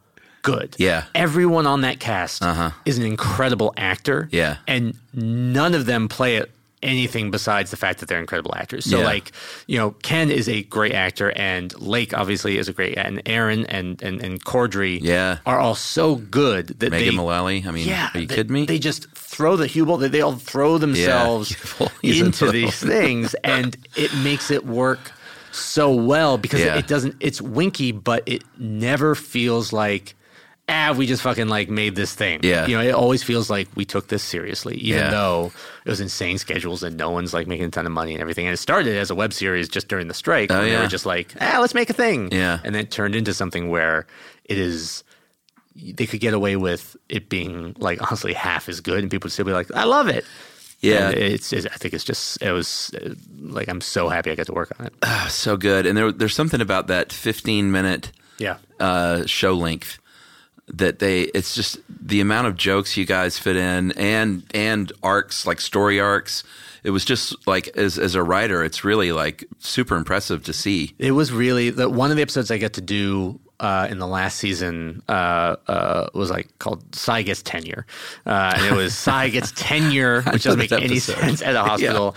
[SPEAKER 4] good.
[SPEAKER 3] Yeah. Uh-huh.
[SPEAKER 4] everyone on that cast is an incredible actor.
[SPEAKER 3] Yeah.
[SPEAKER 4] and none of them play it anything besides the fact that they're incredible actors. So
[SPEAKER 3] Yeah.
[SPEAKER 4] like, you know, Ken is a great actor, and Lake obviously is a great, and Aaron and and and Cordry,
[SPEAKER 3] Yeah.
[SPEAKER 4] are all so good that
[SPEAKER 3] Megan
[SPEAKER 4] they.
[SPEAKER 3] Mullally. I mean,
[SPEAKER 4] yeah,
[SPEAKER 3] are you
[SPEAKER 4] they,
[SPEAKER 3] kidding me?
[SPEAKER 4] They just throw the Hubel. They, they all throw themselves
[SPEAKER 3] Hubel, he's in
[SPEAKER 4] into
[SPEAKER 3] trouble.
[SPEAKER 4] these things, and it makes it work so well because
[SPEAKER 3] Yeah.
[SPEAKER 4] it doesn't. It's winky, but it never feels like ah, we just fucking like made this thing.
[SPEAKER 3] Yeah.
[SPEAKER 4] You know, it always feels like we took this seriously, even
[SPEAKER 3] Yeah.
[SPEAKER 4] though it was insane schedules and no one's like making a ton of money and everything. And it started as a web series just during the strike.
[SPEAKER 3] Oh,
[SPEAKER 4] when They
[SPEAKER 3] yeah.
[SPEAKER 4] were just like, ah, let's make a thing.
[SPEAKER 3] Yeah.
[SPEAKER 4] And then it turned into something where it is. They could get away with it being like honestly half as good, and people would still be like, "I love it."
[SPEAKER 3] Yeah.
[SPEAKER 4] And it's, it's. I think it's just. It was uh, like I'm so happy I got to work on it.
[SPEAKER 3] Ah, so good. And there, there's something about that 15 minute
[SPEAKER 4] Yeah.
[SPEAKER 3] uh, show length that they it's just the amount of jokes you guys fit in and and arcs like story arcs it was just like as as a writer it's really like super impressive to see
[SPEAKER 4] It was really the one of the episodes I got to do uh, in the last season uh, uh, was like called Cy gets tenure, uh, and it was Cy gets tenure, which doesn't
[SPEAKER 3] know
[SPEAKER 4] make
[SPEAKER 3] that
[SPEAKER 4] any
[SPEAKER 3] episode.
[SPEAKER 4] sense at a hospital.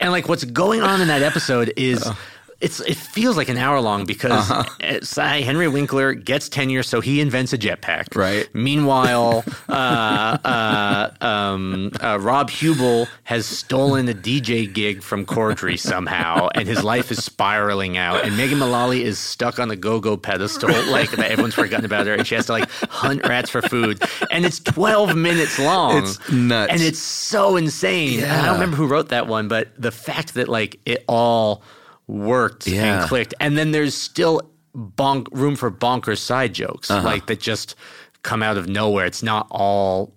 [SPEAKER 4] and like what's going on in that episode is.
[SPEAKER 3] Uh-huh.
[SPEAKER 4] It's, it feels like an hour long because uh Cy Henry Winkler gets tenure, so he invents a jetpack.
[SPEAKER 3] Right.
[SPEAKER 4] Meanwhile, uh, uh, um, uh, Rob Hubel has stolen a DJ gig from Cordry somehow, and his life is spiraling out. And Megan Mullally is stuck on the go-go pedestal, like that everyone's forgotten about her, and she has to like hunt rats for food. And it's twelve minutes long.
[SPEAKER 3] It's nuts.
[SPEAKER 4] and it's so insane. And I
[SPEAKER 3] Yeah.
[SPEAKER 4] don't remember who wrote that one, but the fact that like it all worked
[SPEAKER 3] Yeah.
[SPEAKER 4] and clicked, and then there's still bonk room for bonkers side jokes
[SPEAKER 3] Uh-huh.
[SPEAKER 4] like that just come out of nowhere. It's not all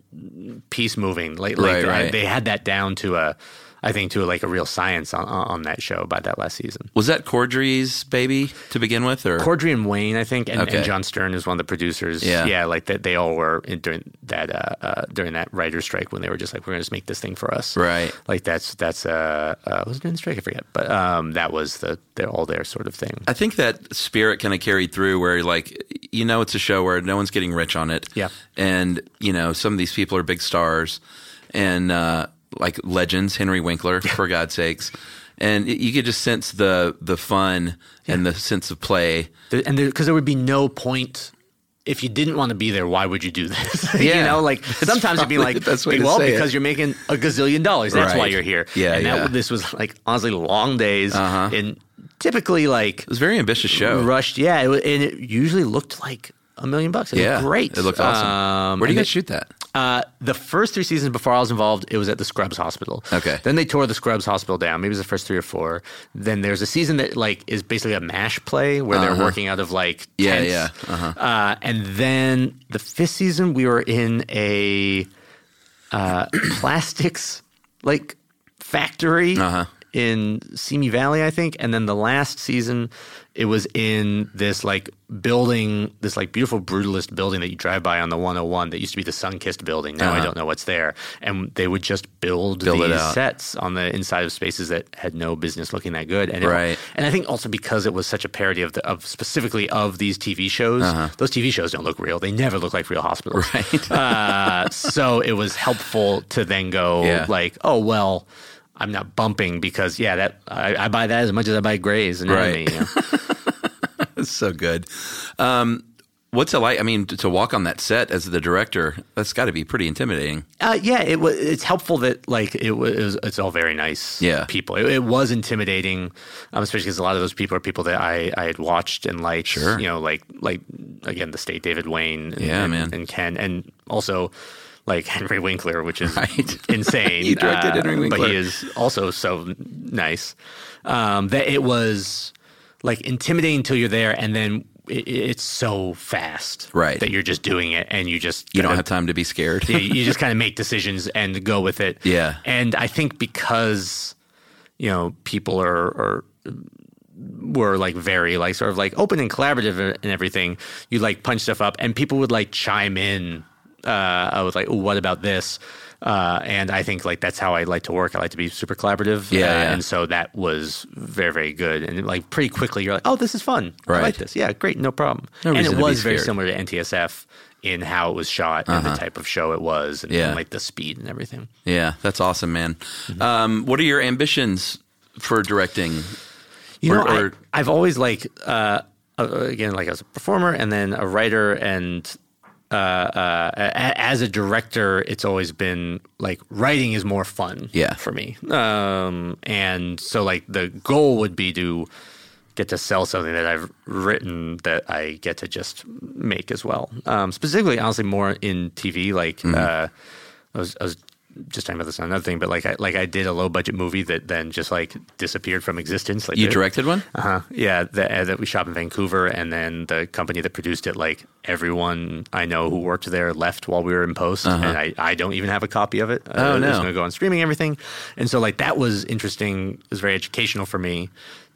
[SPEAKER 4] piece moving. Like, like
[SPEAKER 3] Right,
[SPEAKER 4] I-
[SPEAKER 3] right.
[SPEAKER 4] they had that down to a, I think to like a real science on, on on that show by that last season.
[SPEAKER 3] was that cordry's baby to begin with or
[SPEAKER 4] Cordry and Wayne, I think, and,
[SPEAKER 3] Okay.
[SPEAKER 4] and John Stern is one of the producers.
[SPEAKER 3] Yeah.
[SPEAKER 4] like that. They all were in, during that uh, uh, during that writer's strike when they were just like, we're gonna just make this thing for us.
[SPEAKER 3] Right.
[SPEAKER 4] Like that's that's uh, uh was it during the strike? I forget, but um, that was the they're all there sort of thing.
[SPEAKER 3] I think that spirit kind of carried through where like you know it's a show where no one's getting rich on it.
[SPEAKER 4] Yeah.
[SPEAKER 3] And you know, some of these people are big stars and uh like legends, Henry Winkler, for God's sakes. And it- you could just sense the the fun and the sense of play.
[SPEAKER 4] There- and because there, would be no point if you didn't want to be there. Why would you do this? you
[SPEAKER 3] Yeah.
[SPEAKER 4] know, like sometimes it'd be
[SPEAKER 3] probably
[SPEAKER 4] like,
[SPEAKER 3] the best way to
[SPEAKER 4] well,
[SPEAKER 3] say it.
[SPEAKER 4] because you're making a gazillion dollars. That's why
[SPEAKER 3] Right.
[SPEAKER 4] you're here.
[SPEAKER 3] Yeah,
[SPEAKER 4] and
[SPEAKER 3] yeah. Uh-huh.
[SPEAKER 4] That, this was like honestly long days and typically like
[SPEAKER 3] It was a very ambitious show.
[SPEAKER 4] rushed. Yeah, it, wa- and it usually looked like a million bucks. It
[SPEAKER 3] Yeah.
[SPEAKER 4] looked great.
[SPEAKER 3] It looked awesome.
[SPEAKER 4] Um,
[SPEAKER 3] where do you guys
[SPEAKER 4] and it-
[SPEAKER 3] shoot that?
[SPEAKER 4] uh, the first three seasons before I was involved, it was at the Scrubs Hospital.
[SPEAKER 3] Okay.
[SPEAKER 4] Then they tore the Scrubs Hospital down. Maybe it was the first three or four. Then there's a season that like is basically a mash play where they're working out of like
[SPEAKER 3] Uh-huh. Yeah,
[SPEAKER 4] tents.
[SPEAKER 3] yeah. Uh-huh.
[SPEAKER 4] Uh, and then the fifth season we were in a uh, plastics like factory
[SPEAKER 3] Uh-huh.
[SPEAKER 4] in Simi Valley, I think. And then the last season, it was in this like building, this like beautiful brutalist building that you drive by on the 101 that used to be the sun kissed building. Now I don't know what's there. And they would just build,
[SPEAKER 3] Uh-huh. Build it
[SPEAKER 4] these
[SPEAKER 3] out.
[SPEAKER 4] sets on the inside of spaces that had no business looking that good. And it-
[SPEAKER 3] Right.
[SPEAKER 4] and I think also because it was such a parody of the of specifically of these TV shows,
[SPEAKER 3] Uh-huh.
[SPEAKER 4] those TV shows don't look real. They never look like real hospitals. Right. uh, so it was helpful to then go
[SPEAKER 3] Yeah.
[SPEAKER 4] like, oh well, I'm not bumping because yeah, that I, I buy that as much as I buy Grey's Anatomy.
[SPEAKER 3] Right.
[SPEAKER 4] you know?
[SPEAKER 3] It's so good. Um What's it like? I mean, to to walk on that set as the director, that's got to be pretty intimidating.
[SPEAKER 4] Uh, yeah, it was. It's helpful that like it was. It was it's all very nice.
[SPEAKER 3] Yeah.
[SPEAKER 4] people. It, it was intimidating, um, especially because a lot of those people are people that I, I had watched and liked.
[SPEAKER 3] Sure.
[SPEAKER 4] you know, like like again the state David Wayne. And,
[SPEAKER 3] Yeah,
[SPEAKER 4] and,
[SPEAKER 3] man.
[SPEAKER 4] and Ken, and also like Henry Winkler, which is
[SPEAKER 3] Right.
[SPEAKER 4] insane. Uh,
[SPEAKER 3] You directed Henry
[SPEAKER 4] but
[SPEAKER 3] Winkler.
[SPEAKER 4] he is also so nice um, that it was like intimidating until you're there, and then. it- It's so fast,
[SPEAKER 3] Right.
[SPEAKER 4] That you're just doing it, and you just
[SPEAKER 3] You don't
[SPEAKER 4] gotta
[SPEAKER 3] have time to be scared.
[SPEAKER 4] yeah, you just kind of make decisions and go with it.
[SPEAKER 3] Yeah.
[SPEAKER 4] And I think because you know people are are were like very like sort of like open and collaborative and everything, you like punch stuff up and people would like chime in uh with like, oh, what about this? Uh, and I think like that's how I like to work. I like to be super collaborative.
[SPEAKER 3] Yeah,
[SPEAKER 4] Uh,
[SPEAKER 3] yeah.
[SPEAKER 4] And so that was very, very good. And like pretty quickly you're like, oh, this is fun. I
[SPEAKER 3] Right.
[SPEAKER 4] like this. Yeah, great, no problem.
[SPEAKER 3] No
[SPEAKER 4] and
[SPEAKER 3] reason
[SPEAKER 4] it
[SPEAKER 3] to be
[SPEAKER 4] was very
[SPEAKER 3] scared.
[SPEAKER 4] similar to NTSF in how it was shot and the type of show it was and,
[SPEAKER 3] Yeah.
[SPEAKER 4] and, like the speed and everything.
[SPEAKER 3] Yeah, that's awesome, man. Um, what are your ambitions for directing?
[SPEAKER 4] You
[SPEAKER 3] Or-
[SPEAKER 4] know,
[SPEAKER 3] or-
[SPEAKER 4] I, have always like uh, uh, again like as a performer and then a writer and uh, uh, a- as a director, it's always been like writing is more fun
[SPEAKER 3] Yeah.
[SPEAKER 4] for me. Um, and so like the goal would be to get to sell something that I've written that I get to just make as well. Um, specifically, honestly, more in TV. Like
[SPEAKER 3] Mm-hmm.
[SPEAKER 4] uh, I was, I was just talking about this on another thing, but like I like I did a low budget movie that then just like disappeared from existence. Like
[SPEAKER 3] You
[SPEAKER 4] there-
[SPEAKER 3] directed one?
[SPEAKER 4] uh-huh. Yeah, that, uh, that we shot in Vancouver, and then the company that produced it, like everyone I know who worked there, left while we were in post, and I, I don't even have a copy of it.
[SPEAKER 3] Uh-huh. Oh, no.
[SPEAKER 4] It's going to go on streaming and everything, and so like that was interesting. It was very educational for me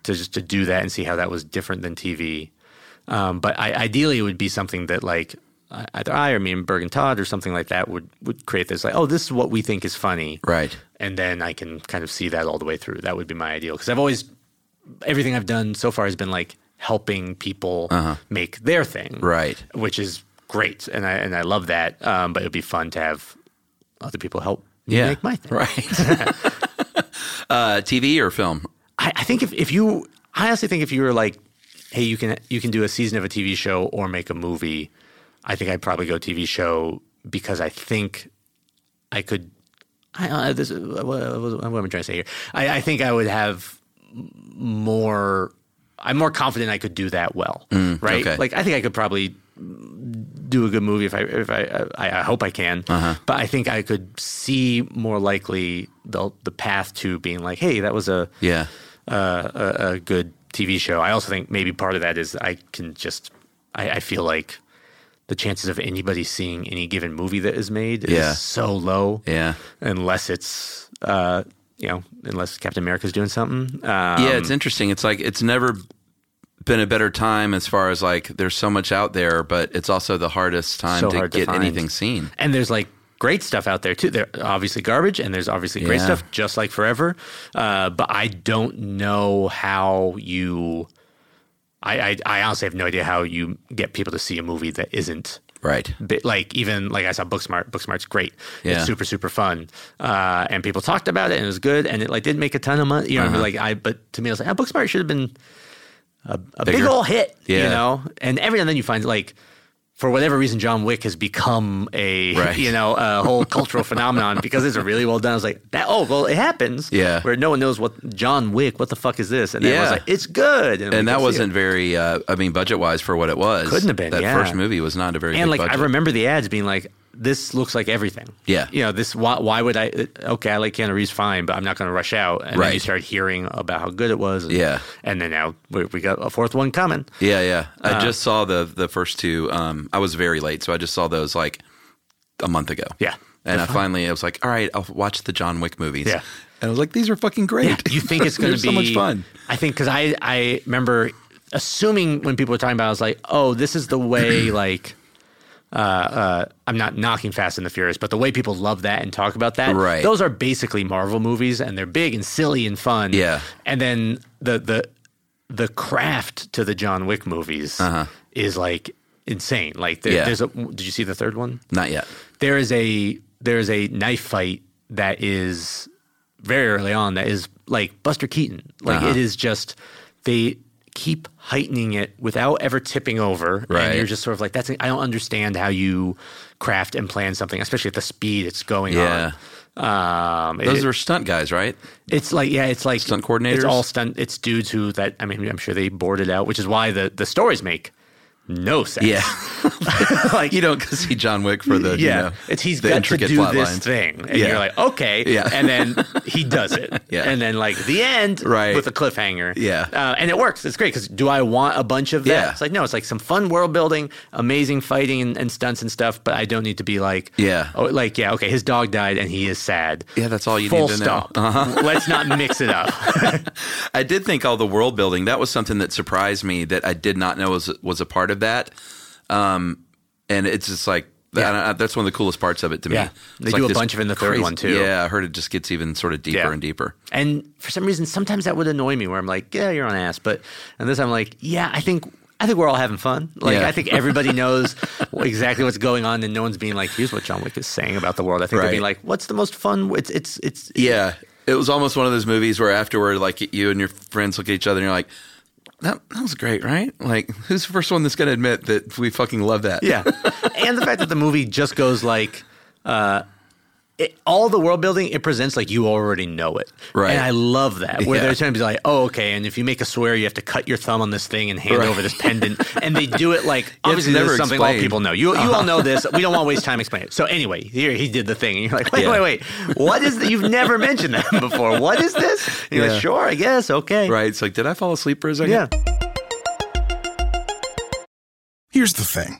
[SPEAKER 4] to just to do that and see how that was different than TV. Um, but I, ideally, it would be something that like I- either I or me and Berg and Todd or something like that would would create this like, oh, this is what we think is funny,
[SPEAKER 3] Right.
[SPEAKER 4] and then I can kind of see that all the way through. That would be my ideal because I've always everything I've done so far has been like helping people make their thing,
[SPEAKER 3] Uh-huh. Right.
[SPEAKER 4] Which is great, and I and I love that. Um, but it'd be fun to have other people help me
[SPEAKER 3] Yeah.
[SPEAKER 4] make my thing.
[SPEAKER 3] Right. uh, TV or film?
[SPEAKER 4] I, I think if if you, I honestly think if you were like, hey, you can you can do a season of a TV show or make a movie, I think I'd probably go TV show because I think I could. I, uh, this, is- what, what am I trying to say here? I, I think I would have more. I'm more confident I could do that well, right?
[SPEAKER 3] okay.
[SPEAKER 4] Like I think I could probably do a good movie if I if I I, I hope I can. But I think I could see more likely the the path to being like, hey, that was a
[SPEAKER 3] Yeah.
[SPEAKER 4] uh, a, a good TV show. I also think maybe part of that is I can just I, I feel like the chances of anybody seeing any given movie that is made is
[SPEAKER 3] Yeah.
[SPEAKER 4] so low.
[SPEAKER 3] Yeah.
[SPEAKER 4] Unless it's uh, you know, unless Captain America's doing something. Um,
[SPEAKER 3] yeah, it's interesting. It's like it's never been a better time as far as like there's so much out there, but it's also the hardest time
[SPEAKER 4] So
[SPEAKER 3] to
[SPEAKER 4] hard to
[SPEAKER 3] get
[SPEAKER 4] find.
[SPEAKER 3] anything seen.
[SPEAKER 4] And there's like great stuff out there too. There obviously garbage, and there's obviously great
[SPEAKER 3] Yeah.
[SPEAKER 4] stuff, just like forever. Uh, but I don't know how you. I, I I honestly have no idea how you get people to see a movie that isn't
[SPEAKER 3] Right.
[SPEAKER 4] bit like even like I saw Booksmart. Booksmart's great.
[SPEAKER 3] Yeah.
[SPEAKER 4] It's super super fun, uh, and people talked about it and it was good, and it like didn't make a ton of money.
[SPEAKER 3] Uh-huh.
[SPEAKER 4] You know, what I mean? like I but to me, I was like, oh, Booksmart should have been a, a big
[SPEAKER 3] Bigger.
[SPEAKER 4] old hit.
[SPEAKER 3] Yeah.
[SPEAKER 4] You know, and every now and then you find like. For whatever reason, John Wick has become a
[SPEAKER 3] Right.
[SPEAKER 4] you know a whole cultural phenomenon because it's really well done. I was like, that, oh well, it happens.
[SPEAKER 3] Yeah.
[SPEAKER 4] where no one knows what John Wick. What the fuck is this? And then I was
[SPEAKER 3] Yeah.
[SPEAKER 4] like, it's good. I'm
[SPEAKER 3] And that
[SPEAKER 4] like, "Go see it."
[SPEAKER 3] wasn't very, uh, I mean, budget wise for what it was.
[SPEAKER 4] Couldn't have been,
[SPEAKER 3] That
[SPEAKER 4] yeah.
[SPEAKER 3] first movie was not a very big
[SPEAKER 4] and like
[SPEAKER 3] budget.
[SPEAKER 4] I remember the ads being like, "This looks like everything."
[SPEAKER 3] Yeah.
[SPEAKER 4] you know this. Why, why would I? Okay, I like Keanu Reeves fine, but I'm not going to rush out. And
[SPEAKER 3] Right.
[SPEAKER 4] then you started hearing about how good it was. And,
[SPEAKER 3] Yeah.
[SPEAKER 4] and then now we, we got a fourth one coming.
[SPEAKER 3] Yeah, yeah. I
[SPEAKER 4] Uh,
[SPEAKER 3] just saw the the first two. Um, I was very late, so I just saw those like a month ago.
[SPEAKER 4] Yeah.
[SPEAKER 3] and I finally I was like, all right, I'll watch the John Wick movies.
[SPEAKER 4] Yeah.
[SPEAKER 3] and I was like, these are fucking great.
[SPEAKER 4] You think it's going
[SPEAKER 3] They're
[SPEAKER 4] to be
[SPEAKER 3] so much fun?
[SPEAKER 4] I think because I I remember assuming when people were talking about, it, I was like, "Oh, this is the way." like, uh, uh, I'm not knocking Fast and the Furious, but the way people love that and talk about that,
[SPEAKER 3] Right.
[SPEAKER 4] Those are basically Marvel movies, and they're big and silly and fun.
[SPEAKER 3] Yeah.
[SPEAKER 4] and then the the the craft to the John Wick movies is like insane. Like, there,
[SPEAKER 3] Uh-huh. Yeah.
[SPEAKER 4] there's a. Did you see the third one?
[SPEAKER 3] Not yet.
[SPEAKER 4] there is a there is a knife fight that is very early on that is like Buster Keaton. Like
[SPEAKER 3] Uh-huh.
[SPEAKER 4] it is just they keep heightening it without ever tipping over.
[SPEAKER 3] Right.
[SPEAKER 4] And you're just sort of like, that's I don't understand how you craft and plan something, especially at the speed it's going
[SPEAKER 3] Yeah.
[SPEAKER 4] on. Um
[SPEAKER 3] Those
[SPEAKER 4] it-
[SPEAKER 3] are stunt guys, right?
[SPEAKER 4] it's like yeah, it's like
[SPEAKER 3] Stunt coordinators?
[SPEAKER 4] It's all stunt. It's dudes who that I mean, I'm sure they boarded out, which is why the the stories make no sense.
[SPEAKER 3] Yeah,
[SPEAKER 4] like
[SPEAKER 3] you don't see John Wick for the
[SPEAKER 4] yeah,
[SPEAKER 3] uh, You know,
[SPEAKER 4] it's he's
[SPEAKER 3] the
[SPEAKER 4] got to
[SPEAKER 3] intricate
[SPEAKER 4] do
[SPEAKER 3] plot
[SPEAKER 4] this
[SPEAKER 3] lines.
[SPEAKER 4] thing, and
[SPEAKER 3] Yeah.
[SPEAKER 4] you're like, okay,
[SPEAKER 3] Yeah.
[SPEAKER 4] and then he does it,
[SPEAKER 3] Yeah.
[SPEAKER 4] and then like the end,
[SPEAKER 3] Right.
[SPEAKER 4] with a cliffhanger,
[SPEAKER 3] Yeah.
[SPEAKER 4] uh, and it works. It's great because do I want a bunch of that?
[SPEAKER 3] Yeah.
[SPEAKER 4] It's like no, it's like some fun world building, amazing fighting and, and stunts and stuff, but I don't need to be like,
[SPEAKER 3] Yeah.
[SPEAKER 4] oh, like yeah, okay, his dog died and he is sad.
[SPEAKER 3] Yeah, that's all you
[SPEAKER 4] Full
[SPEAKER 3] need to know. Uh-huh.
[SPEAKER 4] stop. Let's not mix it up.
[SPEAKER 3] I did think all the world building that was something that surprised me that I did not know was was a part of that. Um, and it's just like
[SPEAKER 4] Yeah.
[SPEAKER 3] and I- that's one of the coolest parts of it to
[SPEAKER 4] Yeah.
[SPEAKER 3] me. It's
[SPEAKER 4] They
[SPEAKER 3] like
[SPEAKER 4] do a
[SPEAKER 3] this
[SPEAKER 4] bunch of it in the third
[SPEAKER 3] crazy-
[SPEAKER 4] one, too.
[SPEAKER 3] Yeah, I heard it just gets even sort of deeper
[SPEAKER 4] Yeah.
[SPEAKER 3] and deeper.
[SPEAKER 4] And for some reason, sometimes that would annoy me, where I'm like, "Yeah, you're on ass," but and this I'm like, "Yeah, I think I think we're all having fun. Like
[SPEAKER 3] Yeah.
[SPEAKER 4] I think everybody knows exactly what's going on, and no one's being like, here's what John Wick is saying about the world.' I think
[SPEAKER 3] Right.
[SPEAKER 4] they're being like, what's the most fun? It's it's it's
[SPEAKER 3] Yeah, it was almost one of those movies where afterward, like you and your friends look at each other and you're like, "That that was great, right?" Like, who's the first one that's going to admit that we fucking love that?
[SPEAKER 4] yeah. and the fact that the movie just goes like. Uh, it, all the world building it presents like you already know it,
[SPEAKER 3] Right.
[SPEAKER 4] And I love that where
[SPEAKER 3] Yeah.
[SPEAKER 4] they're trying to be like, oh, okay, and if you make a swear, you have to cut your thumb on this thing and hand
[SPEAKER 3] Right.
[SPEAKER 4] over this pendant, and they do it like obviously
[SPEAKER 3] never Uh-huh.
[SPEAKER 4] this is something all
[SPEAKER 3] explained.
[SPEAKER 4] people know. You you all know this. We don't want to waste time explaining it. So anyway, here he did the thing, and you're like, wait,
[SPEAKER 3] Yeah.
[SPEAKER 4] wait, wait, what is the, you've never mentioned that before? What is this? And you're
[SPEAKER 3] Yeah.
[SPEAKER 4] like, sure, I guess, okay,
[SPEAKER 3] Right. It's like, did I fall asleep for a second?
[SPEAKER 4] yeah.
[SPEAKER 5] Here's the thing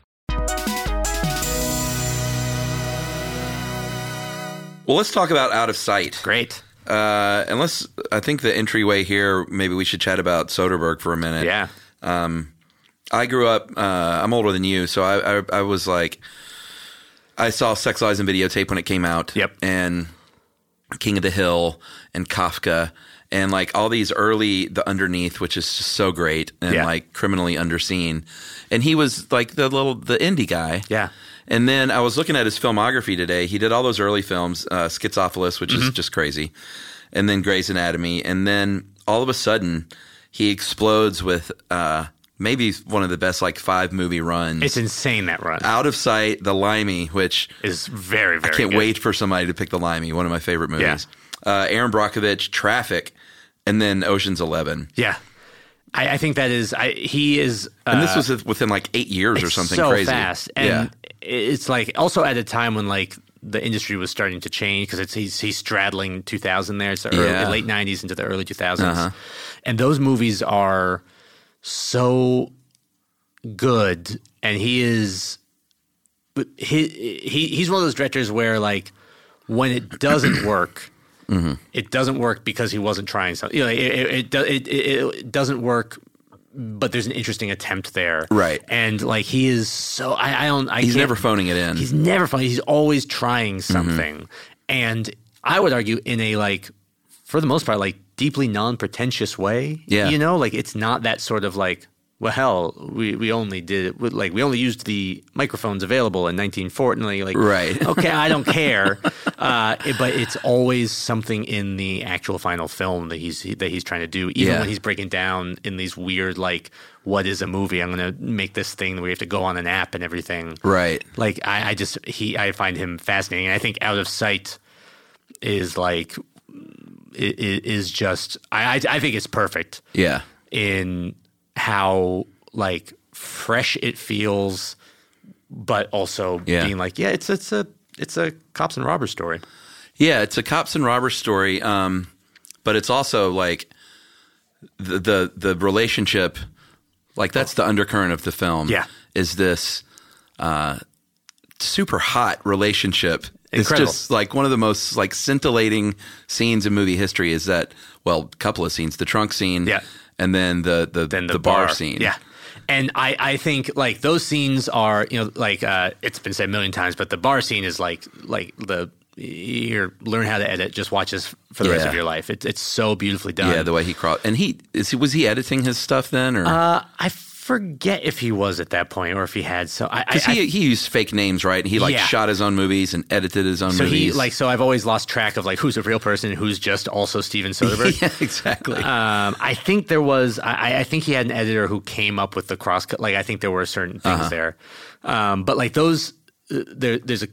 [SPEAKER 3] Well, let's talk about out of sight.
[SPEAKER 4] Great.
[SPEAKER 3] Uh, and let's, I think the entryway here, maybe we should chat about Soderbergh for a minute.
[SPEAKER 4] Yeah.
[SPEAKER 3] I grew up. Uh, I'm older than you, so I, I I was like, I saw Sex Lies and Videotape when it came out.
[SPEAKER 4] Yep.
[SPEAKER 3] And King of the Hill and Kafka and like all these early The Underneath, which is just so great and
[SPEAKER 4] Yeah.
[SPEAKER 3] like criminally underseen. And he was like the little the indie guy.
[SPEAKER 4] Yeah.
[SPEAKER 3] And then I was looking at his filmography today. He did all those early films, uh, Schizophilus, which
[SPEAKER 4] Mm-hmm.
[SPEAKER 3] is just crazy, and then Grey's Anatomy. And then all of a sudden, he explodes with uh, maybe one of the best like five movie runs.
[SPEAKER 4] It's insane that run.
[SPEAKER 3] Out of Sight, The Limey, which
[SPEAKER 4] is very, very
[SPEAKER 3] I can't
[SPEAKER 4] good.
[SPEAKER 3] wait for somebody to pick The Limey, one of my favorite movies. Uh, Aaron Brockovich, Traffic, and then Ocean's Eleven.
[SPEAKER 4] Yeah. I, I think that is I he is uh,
[SPEAKER 3] And this was within like eight years or something
[SPEAKER 4] so
[SPEAKER 3] crazy.
[SPEAKER 4] fast. And it's like also at a time when like the industry was starting to change because it's he's, he's straddling 2000 there. It's the early-
[SPEAKER 3] Yeah. Uh-huh.
[SPEAKER 4] late 90s into the early 2000s. And those movies are so good and he is he, he he's one of those directors where like when it doesn't work
[SPEAKER 3] Mm-hmm.
[SPEAKER 4] it doesn't work because he wasn't trying something you know it it, it, do- it, it it doesn't work but there's an interesting attempt there
[SPEAKER 3] Right.
[SPEAKER 4] and like he is so i, I don't i
[SPEAKER 3] He's
[SPEAKER 4] can't-
[SPEAKER 3] never phoning it in. Mm-hmm.
[SPEAKER 4] he's never funny he's always trying something and i would argue in a like for the most part like deeply non-pretentious way
[SPEAKER 3] Yeah.
[SPEAKER 4] you know like it's not that sort of like well hell we, we only did it with- like we only used the microphones available in 1940 like
[SPEAKER 3] Right.
[SPEAKER 4] okay i don't care uh, it- but it's always something in the actual final film that he's that he's trying to do even
[SPEAKER 3] Yeah.
[SPEAKER 4] when he's breaking down in these weird like what is a movie i'm gonna make this thing where you have to go on an app and everything
[SPEAKER 3] right.
[SPEAKER 4] like I, I just he I find him fascinating. And I think out of sight is like i- i- is just I I, I think it's perfect
[SPEAKER 3] Yeah.
[SPEAKER 4] in how like fresh it feels, but also
[SPEAKER 3] Yeah.
[SPEAKER 4] being like yeah it's it's a it's a cops and robbers story.
[SPEAKER 3] Yeah, it's a cops and robbers story, um, but it's also like the the, the relationship, like that's the undercurrent of the film.
[SPEAKER 4] Yeah.
[SPEAKER 3] is this uh, super hot relationship?
[SPEAKER 4] Incredible.
[SPEAKER 3] It's just like one of the most like scintillating scenes in movie history. Is that well, a couple of scenes, the trunk scene,
[SPEAKER 4] Yeah.
[SPEAKER 3] and then the the,
[SPEAKER 4] than the,
[SPEAKER 3] bar. scene,
[SPEAKER 4] Yeah. And I, I think like those scenes are, you know, like uh, it's been said a million times, but the bar scene is like like the you learn how to edit, just watch this for the rest
[SPEAKER 3] Yeah.
[SPEAKER 4] of your life. It's it's so beautifully done.
[SPEAKER 3] yeah. The way he crawled, and he is he was he editing his stuff then, or
[SPEAKER 4] uh, I forget if he was at that point or if he had so I, I,
[SPEAKER 3] because he he used fake names, right? And he like
[SPEAKER 4] Yeah.
[SPEAKER 3] shot his own movies and edited his own
[SPEAKER 4] so
[SPEAKER 3] movies.
[SPEAKER 4] he like so I've always lost track of like who's a real person and who's just also Steven Soderbergh.
[SPEAKER 3] yeah, exactly.
[SPEAKER 4] Um, I think there was. I, I think he had an editor who came up with the cross. cut. Like I think there were certain things there, um, but like those, uh, there, there's a,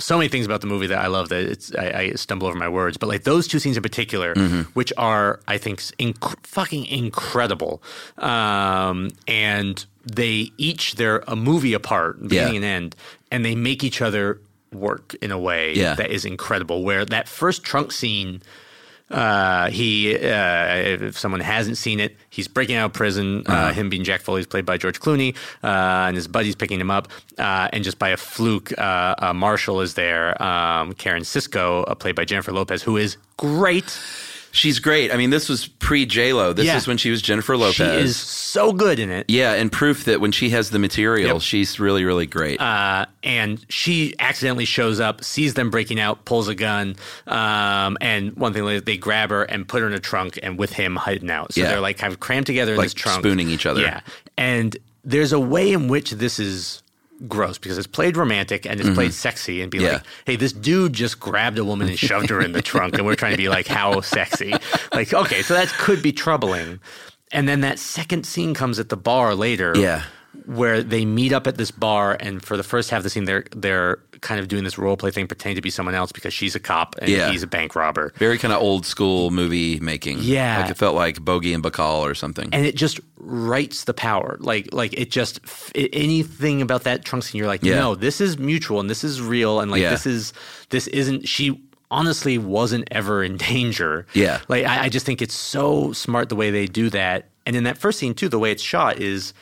[SPEAKER 4] so many things about the movie that I love that it's I, I stumble over my words. But like those two scenes in particular, which are I think s- inc- fucking incredible, um, and they each they're a movie apart, beginning and end, and they make each other work in a way
[SPEAKER 3] Yeah.
[SPEAKER 4] that is incredible. Where that first trunk scene Uh, he, uh, if someone hasn't seen it, he's breaking out of prison. uh
[SPEAKER 3] Uh-huh.
[SPEAKER 4] him being Jack Foley's played by George Clooney, uh, and his buddies picking him up. Uh, and just by a fluke, uh, uh, Marshall is there. Um, Karen Cisco, uh, played by Jennifer Lopez, who is great.
[SPEAKER 3] She's great. I mean, this was pre J Lo. This
[SPEAKER 4] Yeah.
[SPEAKER 3] is when she was Jennifer Lopez.
[SPEAKER 4] She is so good in it.
[SPEAKER 3] Yeah, and proof that when she has the material, she's really, really great.
[SPEAKER 4] uh, and she accidentally shows up, sees them breaking out, pulls a gun, um, and one thing later, they grab her and put her in a trunk, and with him hiding out. So
[SPEAKER 3] Yeah.
[SPEAKER 4] they're like kind of crammed together in
[SPEAKER 3] Like
[SPEAKER 4] this trunk,
[SPEAKER 3] spooning each other.
[SPEAKER 4] Yeah, and there's a way in which this is gross because it's played romantic and it's played sexy and be
[SPEAKER 3] Mm-hmm. Yeah.
[SPEAKER 4] like hey this dude just grabbed a woman and shoved her in the trunk and we're trying to be like how sexy like okay so that could be troubling and then that second scene comes at the bar later
[SPEAKER 3] Yeah.
[SPEAKER 4] where they meet up at this bar, and for the first half of the scene, they're they're kind of doing this role play thing, pretending to be someone else because she's a cop and
[SPEAKER 3] Yeah.
[SPEAKER 4] he's a bank robber,
[SPEAKER 3] Very kind of old school movie making.
[SPEAKER 4] Yeah.
[SPEAKER 3] Like it felt like Bogey and Bacall or something.
[SPEAKER 4] and it just writes the power. Like like it just f- i- anything about that trunk scene, you're like,
[SPEAKER 3] Yeah.
[SPEAKER 4] no, this is mutual and this is real, and like
[SPEAKER 3] Yeah.
[SPEAKER 4] this is this isn't she. Honestly, wasn't ever in danger.
[SPEAKER 3] Yeah.
[SPEAKER 4] like I, I just think it's so smart the way they do that. And in that first scene too, the way it's shot is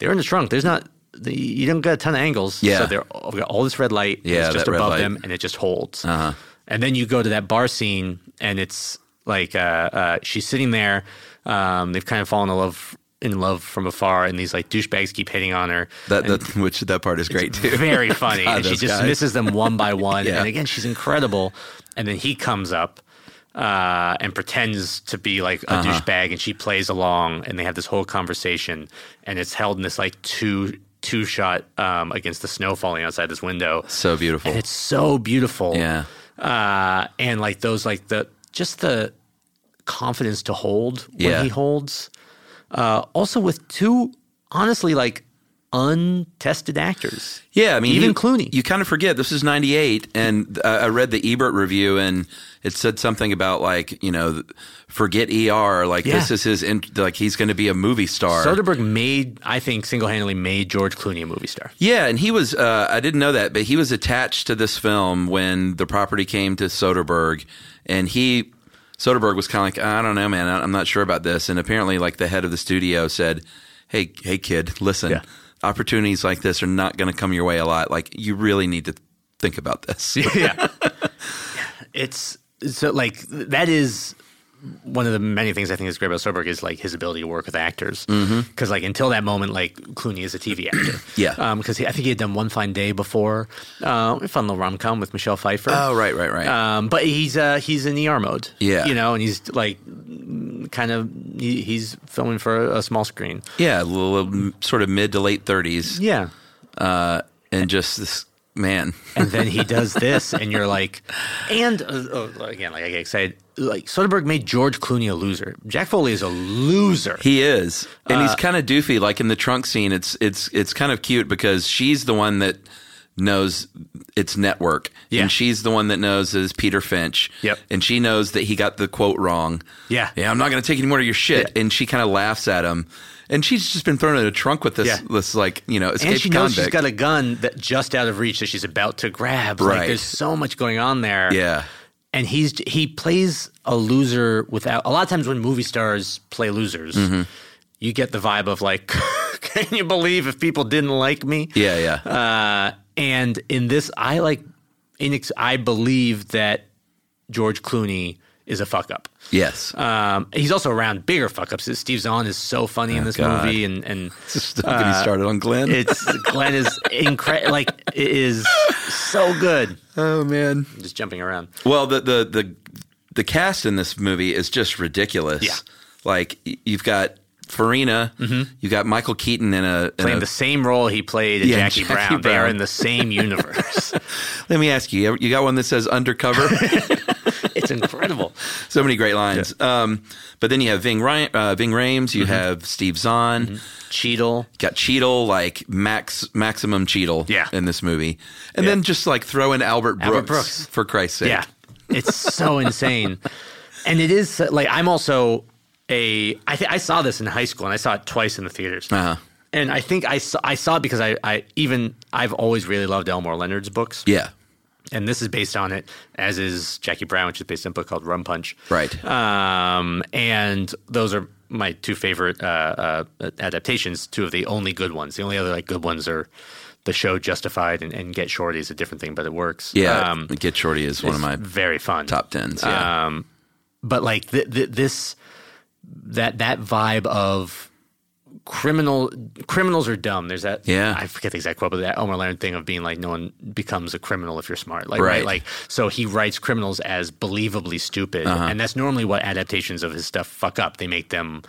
[SPEAKER 4] they're in the trunk. There's not the, you don't get a ton of angles.
[SPEAKER 3] Yeah.
[SPEAKER 4] so they're all, we got all this red light. and
[SPEAKER 3] Yeah,
[SPEAKER 4] it's just
[SPEAKER 3] that red
[SPEAKER 4] above
[SPEAKER 3] light.
[SPEAKER 4] them, and it just holds.
[SPEAKER 3] Uh-huh.
[SPEAKER 4] And then you go to that bar scene, and it's like uh, uh, she's sitting there. Um, they've kind of fallen in love in love from afar, and these like douchebags keep hitting on her.
[SPEAKER 3] that, that which that part is great too.
[SPEAKER 4] Very funny,
[SPEAKER 3] God,
[SPEAKER 4] and she
[SPEAKER 3] those
[SPEAKER 4] just
[SPEAKER 3] guys.
[SPEAKER 4] misses them one by one.
[SPEAKER 3] Yeah.
[SPEAKER 4] And again, she's incredible. And then he comes up uh, and pretends to be like
[SPEAKER 3] Uh-huh.
[SPEAKER 4] a douchebag, and she plays along, and they have this whole conversation, and it's held in this like two two shot um, against the snow falling outside this window.
[SPEAKER 3] So beautiful.
[SPEAKER 4] And it's so beautiful.
[SPEAKER 3] Yeah.
[SPEAKER 4] Uh, and like those, like the just the confidence to hold when
[SPEAKER 3] Yeah.
[SPEAKER 4] he holds. Uh, also with two, honestly, like untested actors.
[SPEAKER 3] Yeah, I mean,
[SPEAKER 4] Even
[SPEAKER 3] you-
[SPEAKER 4] Clooney.
[SPEAKER 3] You kind of forget this is '98, and uh, I read the Ebert review, and it said something about like you know, forget ER, like
[SPEAKER 4] Yeah.
[SPEAKER 3] this is his, in, like he's going to be a movie star.
[SPEAKER 4] Soderbergh made, I think, single handedly made George Clooney a movie star.
[SPEAKER 3] Yeah, and he was, uh, I didn't know that, but he was attached to this film when the property came to Soderbergh. And he, Soderbergh was kind of like, I don't know, man, I- I'm not sure about this. And apparently, like, the head of the studio said, Hey, hey, kid, listen,
[SPEAKER 4] Yeah.
[SPEAKER 3] opportunities like this are not going to come your way a lot. Like, you really need to think about this.
[SPEAKER 4] yeah. It's so like that is one of the many things I think is great about Soderbergh is like his ability to work with actors. Because like until that moment, like Clooney is a TV actor.
[SPEAKER 3] Mm-hmm. Yeah.
[SPEAKER 4] Because he I think he had done One Fine Day before, uh, a fun little rom com with Michelle Pfeiffer.
[SPEAKER 3] oh, right, right, right.
[SPEAKER 4] Um, but he's uh, he's in ER mode.
[SPEAKER 3] Yeah.
[SPEAKER 4] You know, and he's like kind of he, he's filming for a, a small screen.
[SPEAKER 3] yeah, a little, m- sort of mid to late 30s.
[SPEAKER 4] Yeah.
[SPEAKER 3] And just this man.
[SPEAKER 4] and then he does this, and you're like, and uh, oh, again, like I get excited. Like Soderbergh made George Clooney a loser. Jack Foley is a loser.
[SPEAKER 3] He is, and
[SPEAKER 4] Uh,
[SPEAKER 3] he's kind of doofy. Like in the trunk scene, it's it's it's kind of cute because she's the one that knows it's network,
[SPEAKER 4] Yeah.
[SPEAKER 3] and she's the one that knows is Peter Finch.
[SPEAKER 4] Yep.
[SPEAKER 3] and she knows that he got the quote wrong.
[SPEAKER 4] Yeah.
[SPEAKER 3] yeah, I'm not going to take any more of your shit. And she kind of laughs at him, and she's just been thrown in a trunk with this
[SPEAKER 4] Yeah.
[SPEAKER 3] this like you know escaped
[SPEAKER 4] and she knows
[SPEAKER 3] convict.
[SPEAKER 4] she's got a gun that just out of reach that she's about to grab.
[SPEAKER 3] Right.
[SPEAKER 4] Like there's so much going on there.
[SPEAKER 3] yeah,
[SPEAKER 4] And he's he plays a loser without. A lot of times when movie stars play losers,
[SPEAKER 3] Mm-hmm.
[SPEAKER 4] you get the vibe of like, can you believe if people didn't like me?
[SPEAKER 3] yeah, yeah.
[SPEAKER 4] Uh, and in this, I like, inex- I believe that George Clooney is a fuck up.
[SPEAKER 3] yes,
[SPEAKER 4] Um, he's also around bigger fuck ups. Steve Zahn is so funny in this
[SPEAKER 3] Oh, God.
[SPEAKER 4] movie, and and
[SPEAKER 3] Don't get me
[SPEAKER 4] uh,
[SPEAKER 3] started on Glenn.
[SPEAKER 4] it's Glenn is incredible. Like it is so good.
[SPEAKER 3] oh man.
[SPEAKER 4] I'm just jumping around.
[SPEAKER 3] Well, the the the the cast in this movie is just ridiculous.
[SPEAKER 4] Yeah. Mm-hmm.
[SPEAKER 3] Like y- you've got Farina, you've got Michael Keaton in a. in
[SPEAKER 4] Playing
[SPEAKER 3] a-
[SPEAKER 4] the same role he played as
[SPEAKER 3] Yeah,
[SPEAKER 4] Jackie,
[SPEAKER 3] Jackie
[SPEAKER 4] Brown. They are
[SPEAKER 3] Brown.
[SPEAKER 4] in the same universe.
[SPEAKER 3] let me ask you, you, ever- you got one that says undercover.
[SPEAKER 4] it's incredible.
[SPEAKER 3] so many great lines. Um, but then you have Ving Ryan, uh, Ving Rhames,
[SPEAKER 4] Mm-hmm.
[SPEAKER 3] you have Steve Zahn, you
[SPEAKER 4] Cheadle.
[SPEAKER 3] got Cheadle, like max maximum Cheadle.
[SPEAKER 4] Yeah.
[SPEAKER 3] in this movie, and then just like throw in Albert Brooks,
[SPEAKER 4] Albert Brooks.
[SPEAKER 3] for Christ's sake.
[SPEAKER 4] Yeah. It's so insane. And it is so- like I'm also a I think I saw this in high school and I saw it twice in the theaters.
[SPEAKER 3] Uh-huh.
[SPEAKER 4] And I think I saw I saw it because I, I even I've always really loved Elmore Leonard's books.
[SPEAKER 3] yeah.
[SPEAKER 4] and this is based on it, as is Jackie Brown, which is based on a book called Rum Punch.
[SPEAKER 3] Right.
[SPEAKER 4] Um, and those are my two favorite uh, uh, adaptations. Two of the only good ones. The only other like good ones are the show Justified and, and Get Shorty is a different thing, but it works.
[SPEAKER 3] Yeah,
[SPEAKER 4] Um,
[SPEAKER 3] Get Shorty is one of
[SPEAKER 4] it's
[SPEAKER 3] my
[SPEAKER 4] very fun
[SPEAKER 3] top tens. Yeah,
[SPEAKER 4] um, but like th- th- this, that that vibe of criminal criminals are dumb. There's that.
[SPEAKER 3] Yeah.
[SPEAKER 4] I forget the exact quote, but that Omar Leonard thing of being like, no one becomes a criminal if you're smart. Like,
[SPEAKER 3] Right.
[SPEAKER 4] Like, so he writes criminals as believably stupid,
[SPEAKER 3] Uh-huh.
[SPEAKER 4] and that's normally what adaptations of his stuff fuck up. They make them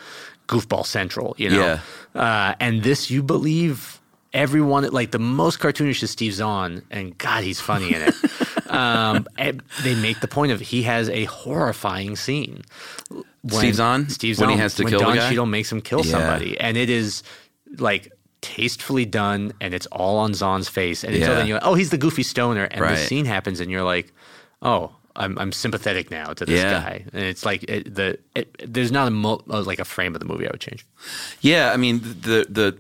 [SPEAKER 4] goofball central. You know. Uh, and this, you believe. Everyone like the most cartoonish is Steve Zahn, and God, he's funny in it. um, and they make the point of he has a horrifying scene. When,
[SPEAKER 3] Steve Zahn?
[SPEAKER 4] Steve
[SPEAKER 3] When he
[SPEAKER 4] Zahn-
[SPEAKER 3] has to
[SPEAKER 4] when
[SPEAKER 3] kill the
[SPEAKER 4] Don
[SPEAKER 3] guy?
[SPEAKER 4] Cheadle makes him kill
[SPEAKER 3] Yeah.
[SPEAKER 4] somebody, and it is like tastefully done, and it's all on Zahn's face. And until
[SPEAKER 3] Yeah.
[SPEAKER 4] then, you go, oh, he's the goofy stoner, and
[SPEAKER 3] Right.
[SPEAKER 4] the scene happens, and you're like, oh. I'm, I'm sympathetic now to this
[SPEAKER 3] Yeah.
[SPEAKER 4] guy, and it's like it, the it, there's not a mo- uh, like a frame of the movie I would change.
[SPEAKER 3] yeah. I mean, the the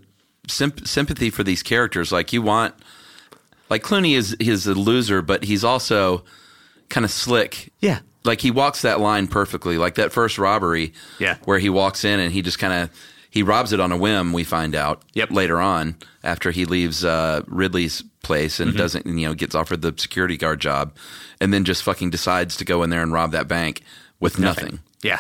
[SPEAKER 3] symp- sympathy for these characters, like you want, like Clooney is he's a loser, but he's also kind of slick.
[SPEAKER 4] Yeah,
[SPEAKER 3] Like he walks that line perfectly, like that first robbery,
[SPEAKER 4] Yeah.
[SPEAKER 3] where he walks in and he just kind of he robs it on a whim. We find out
[SPEAKER 4] Yep.
[SPEAKER 3] later on after he leaves uh, Ridley's place
[SPEAKER 4] Mm-hmm.
[SPEAKER 3] and doesn't you know gets offered the security guard job, and then just fucking decides to go in there and rob that bank with nothing.
[SPEAKER 4] Yeah.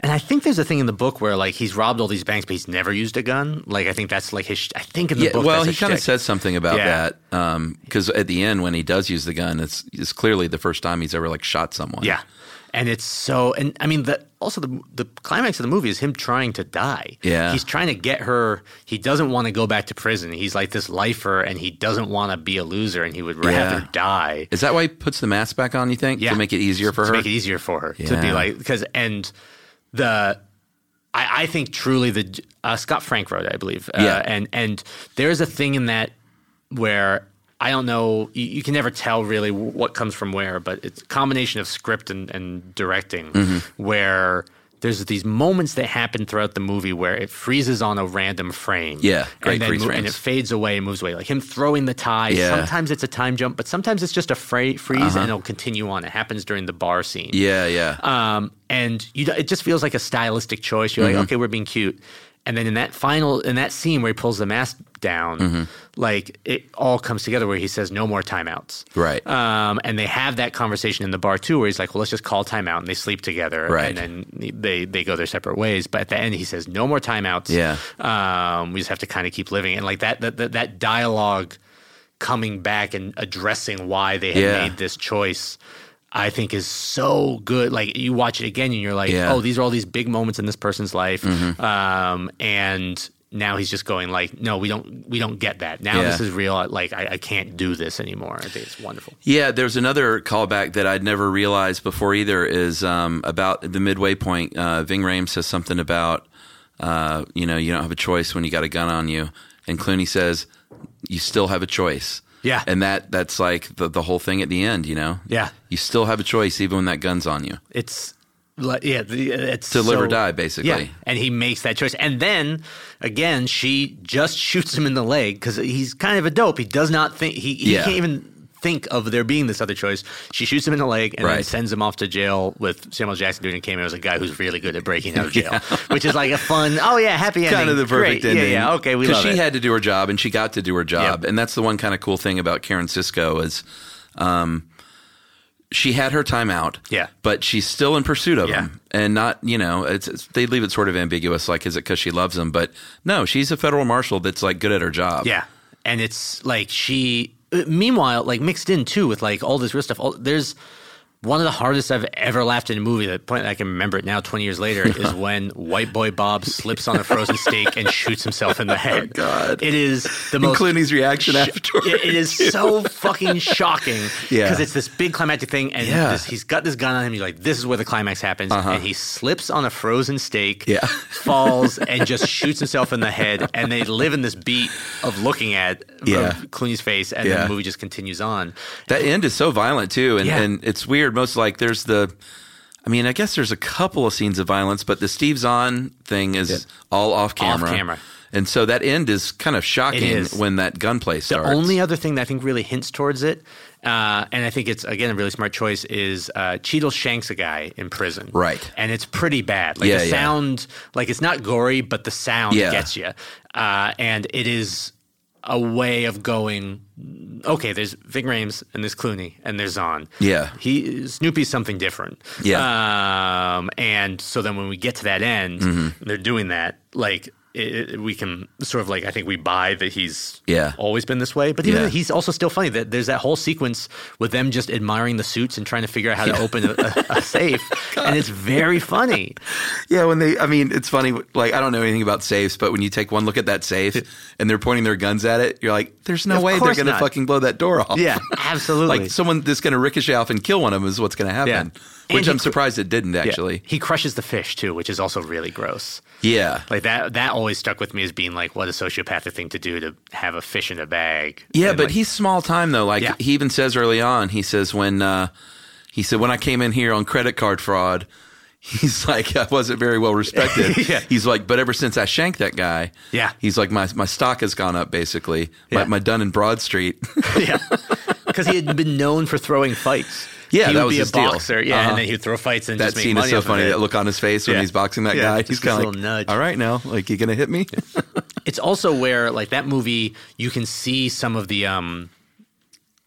[SPEAKER 4] and I think there's a thing in the book where like he's robbed all these banks, but he's never used a gun. Like I think that's like his. Sh- I think in the book.
[SPEAKER 3] well,
[SPEAKER 4] that's a
[SPEAKER 3] he kind of
[SPEAKER 4] shtick.
[SPEAKER 3] said something about
[SPEAKER 4] Yeah.
[SPEAKER 3] that because at the end, when he does use the gun, it's, it's clearly the first time he's ever like shot someone.
[SPEAKER 4] Yeah. And it's so, and I mean, the also the the climax of the movie is him trying to die.
[SPEAKER 3] Yeah.
[SPEAKER 4] he's trying to get her. He doesn't want to go back to prison. He's like this lifer, and he doesn't want to be a loser, and he would rather
[SPEAKER 3] Yeah.
[SPEAKER 4] die.
[SPEAKER 3] is that why he puts the mask back on? You think
[SPEAKER 4] Yeah.
[SPEAKER 3] to make it easier for
[SPEAKER 4] to
[SPEAKER 3] her?
[SPEAKER 4] make it e easier for her to be
[SPEAKER 3] Yeah.
[SPEAKER 4] like because and the I, I think truly the uh, Scott Frank wrote it, I believe uh,
[SPEAKER 3] Yeah.
[SPEAKER 4] and and there's a thing in that where I don't know you, you can never tell really what comes from where but it's a combination of script and, and directing
[SPEAKER 3] Mm-hmm.
[SPEAKER 4] where there's these moments that happen throughout the movie where it freezes on a random frame
[SPEAKER 3] Yeah, great
[SPEAKER 4] and then
[SPEAKER 3] freeze
[SPEAKER 4] mo- and
[SPEAKER 3] frames.
[SPEAKER 4] it fades away and moves away like him throwing the tie
[SPEAKER 3] Yeah.
[SPEAKER 4] sometimes it's a time jump but sometimes it's just a fra- freeze and it'll continue on it happens during the bar scene
[SPEAKER 3] Uh-huh. yeah, yeah.
[SPEAKER 4] um, and you, it just feels like a stylistic choice. You're
[SPEAKER 3] Mm-hmm.
[SPEAKER 4] like, okay, we're being cute, and then in that final, in that scene where he pulls the mask down,
[SPEAKER 3] Mm-hmm.
[SPEAKER 4] like it all comes together where he says, "No more timeouts."
[SPEAKER 3] Right.
[SPEAKER 4] Um, and they have that conversation in the bar too, where he's like, "Well, let's just call timeout," and they sleep together,
[SPEAKER 3] Right.
[SPEAKER 4] And then they they go their separate ways. But at the end, he says, "No more timeouts."
[SPEAKER 3] Yeah.
[SPEAKER 4] Um, we just have to kind of keep living, and like that that that, that dialogue coming back and addressing why they had
[SPEAKER 3] Yeah.
[SPEAKER 4] made this choice i think is so good like you watch it again and you're like
[SPEAKER 3] Yeah. Mm-hmm.
[SPEAKER 4] oh these are all these big moments in this person's life um, and now he's just going like no we don't we don't get that now
[SPEAKER 3] Yeah.
[SPEAKER 4] this is real like I, I can't do this anymore i think it's wonderful
[SPEAKER 3] Yeah, there's another callback that I'd never realized before either. Is um, about the midway point. Uh, Ving Rhames says something about uh, you know you don't have a choice when you got a gun on you, and Clooney says you still have a choice.
[SPEAKER 4] Yeah.
[SPEAKER 3] and that that's like the the whole thing at the end. You know.
[SPEAKER 4] Yeah.
[SPEAKER 3] you still have a choice even when that gun's on you.
[SPEAKER 4] it's like yeah the- it's
[SPEAKER 3] To live or
[SPEAKER 4] so-
[SPEAKER 3] die, basically.
[SPEAKER 4] yeah and he makes that choice and then again she just shoots him in the leg because he's kind of a dope he does not think he, he
[SPEAKER 3] Yeah.
[SPEAKER 4] can't even think of there being this other choice she shoots him in the leg and then
[SPEAKER 3] Right.
[SPEAKER 4] sends him off to jail with samuel jackson doing a cameo as a guy who's really good at breaking out of jail which is like a fun oh yeah happy ending
[SPEAKER 3] Kind of the perfect
[SPEAKER 4] Great.
[SPEAKER 3] ending.
[SPEAKER 4] yeah yeah okay we
[SPEAKER 3] Because
[SPEAKER 4] love
[SPEAKER 3] she
[SPEAKER 4] it
[SPEAKER 3] had to do her job and she got to do her job,
[SPEAKER 4] Yep.
[SPEAKER 3] and that's the one kind of cool thing about Karen Cisco is, um, she had her time out.
[SPEAKER 4] Yeah.
[SPEAKER 3] but she's still in pursuit of
[SPEAKER 4] Yeah.
[SPEAKER 3] him, and not you know it's, it's they leave it sort of ambiguous, like is it because she loves him? But no, she's a federal marshal that's like good at her job.
[SPEAKER 4] Yeah, and it's like she. uh, Meanwhile, like mixed in too with like all this real stuff. All, there's one of the hardest I've ever laughed in a movie. The point I can remember it now, twenty years later, is when White Boy Bob slips on a frozen steak and shoots himself
[SPEAKER 3] Oh,
[SPEAKER 4] in the head. God, it is the most.
[SPEAKER 3] Clooney's reaction afterwards.
[SPEAKER 4] It- it is so fucking shocking
[SPEAKER 3] Yeah.
[SPEAKER 4] because it's this big climactic thing, and
[SPEAKER 3] Yeah.
[SPEAKER 4] this, he's got this gun on him. You're like, this is where the climax happens, and he slips on a frozen steak,
[SPEAKER 3] Uh-huh. Yeah.
[SPEAKER 4] falls, and just shoots himself in the head. And they live in this beat of looking at of
[SPEAKER 3] Yeah.
[SPEAKER 4] Clooney's face, and
[SPEAKER 3] Yeah.
[SPEAKER 4] the movie just continues on.
[SPEAKER 3] That end is so violent too, and
[SPEAKER 4] Yeah.
[SPEAKER 3] and it's weird. Most like there's the, I mean, I guess there's a couple of scenes of violence, but the Steve Zahn thing is all off camera.
[SPEAKER 4] camera.
[SPEAKER 3] and so that end is kind of shocking
[SPEAKER 4] is.
[SPEAKER 3] when that gunplay starts.
[SPEAKER 4] The only other thing that I think really hints towards it, Uh, and I think it's again a really smart choice. Is uh, Cheadle shanks a guy in prison,
[SPEAKER 3] Right.
[SPEAKER 4] And it's pretty bad. Like
[SPEAKER 3] Yeah,
[SPEAKER 4] the
[SPEAKER 3] yeah.
[SPEAKER 4] sound, like it's not gory, but the sound
[SPEAKER 3] Yeah.
[SPEAKER 4] gets you. Uh, and it is a way of going. Okay, there's Ving Rhames and there's Clooney and there's Zahn.
[SPEAKER 3] Yeah.
[SPEAKER 4] he Snoopy's something different.
[SPEAKER 3] Yeah.
[SPEAKER 4] um, and so then when we get to that end,
[SPEAKER 3] Mm-hmm.
[SPEAKER 4] they're doing that like. It, it- we can sort of like I think we buy that he's
[SPEAKER 3] Yeah.
[SPEAKER 4] always been this way, but even
[SPEAKER 3] Yeah.
[SPEAKER 4] though he's also still funny. That there's that whole sequence with them just admiring the suits and trying to figure out how to open a, a, a safe, and it's very funny.
[SPEAKER 3] Yeah, when they, I mean, it's funny. Like, I don't know anything about safes, but when you take one look at that safe and they're pointing their guns at it, you're like, there's no
[SPEAKER 4] Of
[SPEAKER 3] way they're
[SPEAKER 4] course
[SPEAKER 3] going to
[SPEAKER 4] not.
[SPEAKER 3] fucking blow that door off.
[SPEAKER 4] Yeah, absolutely.
[SPEAKER 3] Like, someone that's going to ricochet off and kill one of them is what's going to happen,
[SPEAKER 4] And
[SPEAKER 3] which
[SPEAKER 4] he
[SPEAKER 3] I'm
[SPEAKER 4] cr-
[SPEAKER 3] surprised it didn't
[SPEAKER 4] Yeah.
[SPEAKER 3] actually.
[SPEAKER 4] he crushes the fish too, which is also really gross.
[SPEAKER 3] Yeah.
[SPEAKER 4] Like that that always stuck with me as being like what a sociopathic thing to do to have a fish in a bag.
[SPEAKER 3] Yeah,
[SPEAKER 4] And,
[SPEAKER 3] but
[SPEAKER 4] like,
[SPEAKER 3] he's small time though. Like
[SPEAKER 4] Yeah.
[SPEAKER 3] he even says early on, he says when uh, he said when I came in here on credit card fraud, he's like I wasn't very well respected.
[SPEAKER 4] Yeah.
[SPEAKER 3] He's like, but ever since I shanked that guy,
[SPEAKER 4] Yeah.
[SPEAKER 3] he's like my my stock has gone up basically.
[SPEAKER 4] Yeah.
[SPEAKER 3] My, my Dun and Broad Street.
[SPEAKER 4] yeah. Because he had been known for throwing fights.
[SPEAKER 3] Yeah,
[SPEAKER 4] he
[SPEAKER 3] that
[SPEAKER 4] would
[SPEAKER 3] was
[SPEAKER 4] be
[SPEAKER 3] his
[SPEAKER 4] a
[SPEAKER 3] deal.
[SPEAKER 4] boxer. Yeah,
[SPEAKER 3] Uh-huh.
[SPEAKER 4] and then he'd throw fights and
[SPEAKER 3] that
[SPEAKER 4] just make
[SPEAKER 3] scene
[SPEAKER 4] money
[SPEAKER 3] is so
[SPEAKER 4] off of
[SPEAKER 3] funny.
[SPEAKER 4] it.
[SPEAKER 3] That look on his face when
[SPEAKER 4] Yeah.
[SPEAKER 3] he's boxing that
[SPEAKER 4] Yeah,
[SPEAKER 3] guy.
[SPEAKER 4] just
[SPEAKER 3] He's
[SPEAKER 4] this
[SPEAKER 3] kind of
[SPEAKER 4] little
[SPEAKER 3] like,
[SPEAKER 4] nudge.
[SPEAKER 3] all right now, like you gonna hit me?
[SPEAKER 4] It's also where like that movie, you can see some of the. um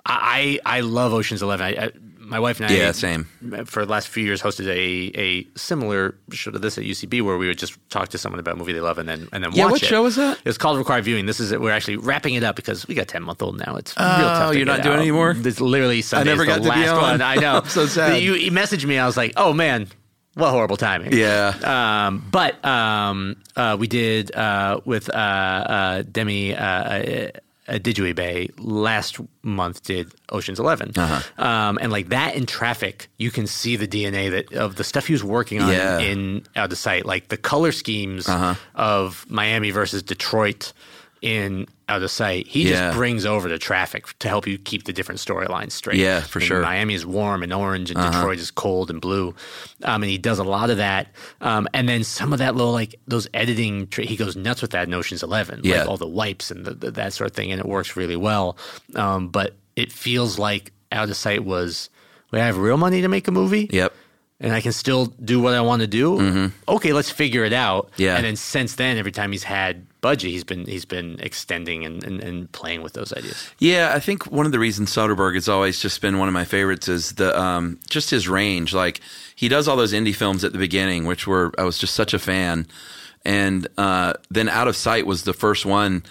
[SPEAKER 4] I I I love Ocean's Eleven. I, I, my wife and I,
[SPEAKER 3] Yeah, same.
[SPEAKER 4] For the last few years, hosted a a similar show to this at UCB, where we would just talk to someone about a movie they love and then and then
[SPEAKER 3] Yeah,
[SPEAKER 4] watch
[SPEAKER 3] what
[SPEAKER 4] it.
[SPEAKER 3] show was that?
[SPEAKER 4] It's called Required Viewing. This is we're actually wrapping it up because we got ten month old now. It's real tough. to
[SPEAKER 3] Oh, you're not
[SPEAKER 4] get
[SPEAKER 3] doing
[SPEAKER 4] out.
[SPEAKER 3] it anymore?
[SPEAKER 4] It's literally Sunday.
[SPEAKER 3] never
[SPEAKER 4] the
[SPEAKER 3] got to be
[SPEAKER 4] last
[SPEAKER 3] on.
[SPEAKER 4] one. I know.
[SPEAKER 3] I'm so sad.
[SPEAKER 4] You messaged me. I was like, oh man, what horrible timing.
[SPEAKER 3] yeah.
[SPEAKER 4] Um, but um, uh, we did uh, with uh, uh, Demi uh, uh, Digui Bay last month. Did Ocean's 11
[SPEAKER 3] Uh-huh.
[SPEAKER 4] um, and like that in traffic, you can see the DNA that of the stuff he was working on
[SPEAKER 3] Yeah. Uh-huh.
[SPEAKER 4] in out of sight, like the color schemes of Miami versus Detroit in out of sight. He
[SPEAKER 3] Yeah.
[SPEAKER 4] just brings over the traffic to help you keep the different storylines straight.
[SPEAKER 3] Yeah, for
[SPEAKER 4] I mean,
[SPEAKER 3] sure.
[SPEAKER 4] Miami is warm and orange,
[SPEAKER 3] Uh-huh.
[SPEAKER 4] and Detroit is cold and blue. Um, and he does a lot of that. Um, and then some of that little like those editing, tra- he goes nuts with that in Ocean's Eleven,
[SPEAKER 3] Yeah.
[SPEAKER 4] like all the wipes and the, the, that sort of thing, and it works really well. Um, but it feels like Out of Sight was, we have real money to make a movie.
[SPEAKER 3] Yep.
[SPEAKER 4] And I can still do what I want to do. Okay, let's figure it out.
[SPEAKER 3] Mm-hmm. Yeah.
[SPEAKER 4] And then since then, every time he's had budget, he's been he's been extending and, and, and playing with those ideas.
[SPEAKER 3] Yeah, I think one of the reasons Soderbergh has always just been one of my favorites is the um, just his range. Like he does all those indie films at the beginning, which were I was just such a fan, and uh, then Out of Sight was the first one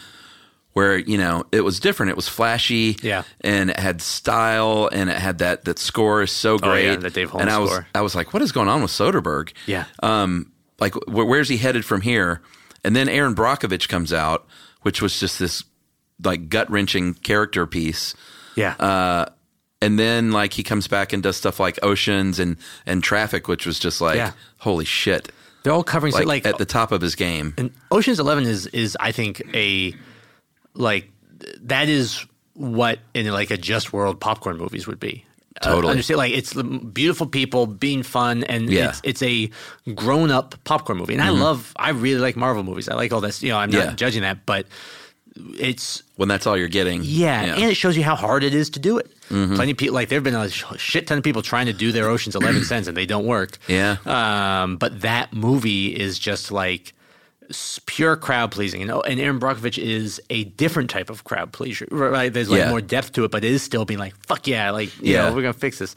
[SPEAKER 3] where you know it was different. It was flashy,
[SPEAKER 4] Yeah.
[SPEAKER 3] and it had style, and it had that that score is so
[SPEAKER 4] Oh,
[SPEAKER 3] great.
[SPEAKER 4] yeah, the Dave Holmes
[SPEAKER 3] and I was
[SPEAKER 4] score.
[SPEAKER 3] I was like, what is going on with Soderbergh?
[SPEAKER 4] Yeah.
[SPEAKER 3] um, like wh- where's he headed from here? And then Aaron Brockovich comes out, which was just this like gut wrenching character piece.
[SPEAKER 4] Yeah.
[SPEAKER 3] uh, And then like he comes back and does stuff like Oceans and and Traffic, which was just like
[SPEAKER 4] Yeah.
[SPEAKER 3] holy shit,
[SPEAKER 4] They're all covering
[SPEAKER 3] like,
[SPEAKER 4] so, like uh,
[SPEAKER 3] at the top of his game.
[SPEAKER 4] and Ocean's Eleven is is I think a like th- that is what in like a just world popcorn movies would be. Uh,
[SPEAKER 3] Totally.
[SPEAKER 4] understand? Like it's the beautiful people being fun, and
[SPEAKER 3] Yeah. Mm-hmm.
[SPEAKER 4] it's it's a grown up popcorn movie. And I love, I really like Marvel movies. I like all this. You know, I'm not
[SPEAKER 3] Yeah.
[SPEAKER 4] judging that, but it's
[SPEAKER 3] when that's all you're getting,
[SPEAKER 4] yeah, and it shows you how hard it is to do it.
[SPEAKER 3] Mm-hmm.
[SPEAKER 4] Plenty of people, like there've been a sh- shit ton of people trying to do their Ocean's Eleven cents, and they don't work.
[SPEAKER 3] Yeah.
[SPEAKER 4] um, but that movie is just like s- pure crowd pleasing, and, oh, and Aaron Brockovich is a different type of crowd pleaser. Right? There's like
[SPEAKER 3] Yeah.
[SPEAKER 4] more depth to it, but it is still being like, fuck yeah, like you
[SPEAKER 3] Yeah.
[SPEAKER 4] know, we're gonna fix this.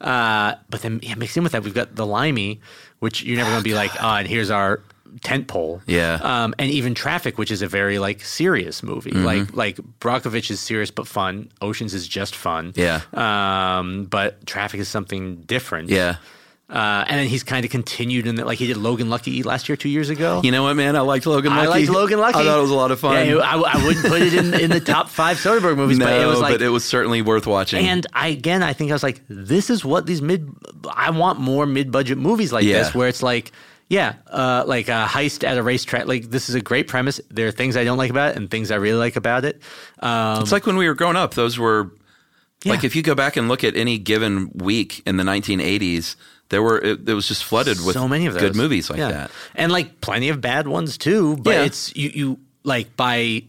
[SPEAKER 4] Uh, but then yeah, mixed in with that, we've got the limey, which you're never gonna be like, oh, and here's our tent pole.
[SPEAKER 3] Yeah.
[SPEAKER 4] Um, and even Traffic, which is a very like serious movie.
[SPEAKER 3] Mm-hmm.
[SPEAKER 4] Like like Brockovich is serious but fun. Oceans is just fun.
[SPEAKER 3] Yeah.
[SPEAKER 4] Um, but Traffic is something different.
[SPEAKER 3] yeah.
[SPEAKER 4] Uh, and then he's kind of continued in that, like he did Logan Lucky last year, two years ago.
[SPEAKER 3] You know what, man? I liked Logan. Lucky.
[SPEAKER 4] I liked Logan Lucky.
[SPEAKER 3] I thought it was a lot of fun.
[SPEAKER 4] Yeah, I, I wouldn't put it in, in the top five Soderbergh movies,
[SPEAKER 3] no,
[SPEAKER 4] but it was like
[SPEAKER 3] but it was certainly worth watching.
[SPEAKER 4] and I again, I think I was like, this is what these mid. I want more mid-budget movies like
[SPEAKER 3] Yeah.
[SPEAKER 4] this, where it's like, yeah, uh, like a heist at a racetrack. Like this is a great premise. There are things I don't like about it, and things I really like about it. Um,
[SPEAKER 3] It's like when we were growing up, those were like
[SPEAKER 4] Yeah.
[SPEAKER 3] if you go back and look at any given week in the 1980s, there were it, it was just flooded with
[SPEAKER 4] so many of those.
[SPEAKER 3] good movies like
[SPEAKER 4] Yeah.
[SPEAKER 3] that.
[SPEAKER 4] and like plenty of bad ones too. But
[SPEAKER 3] Yeah.
[SPEAKER 4] it's you you like by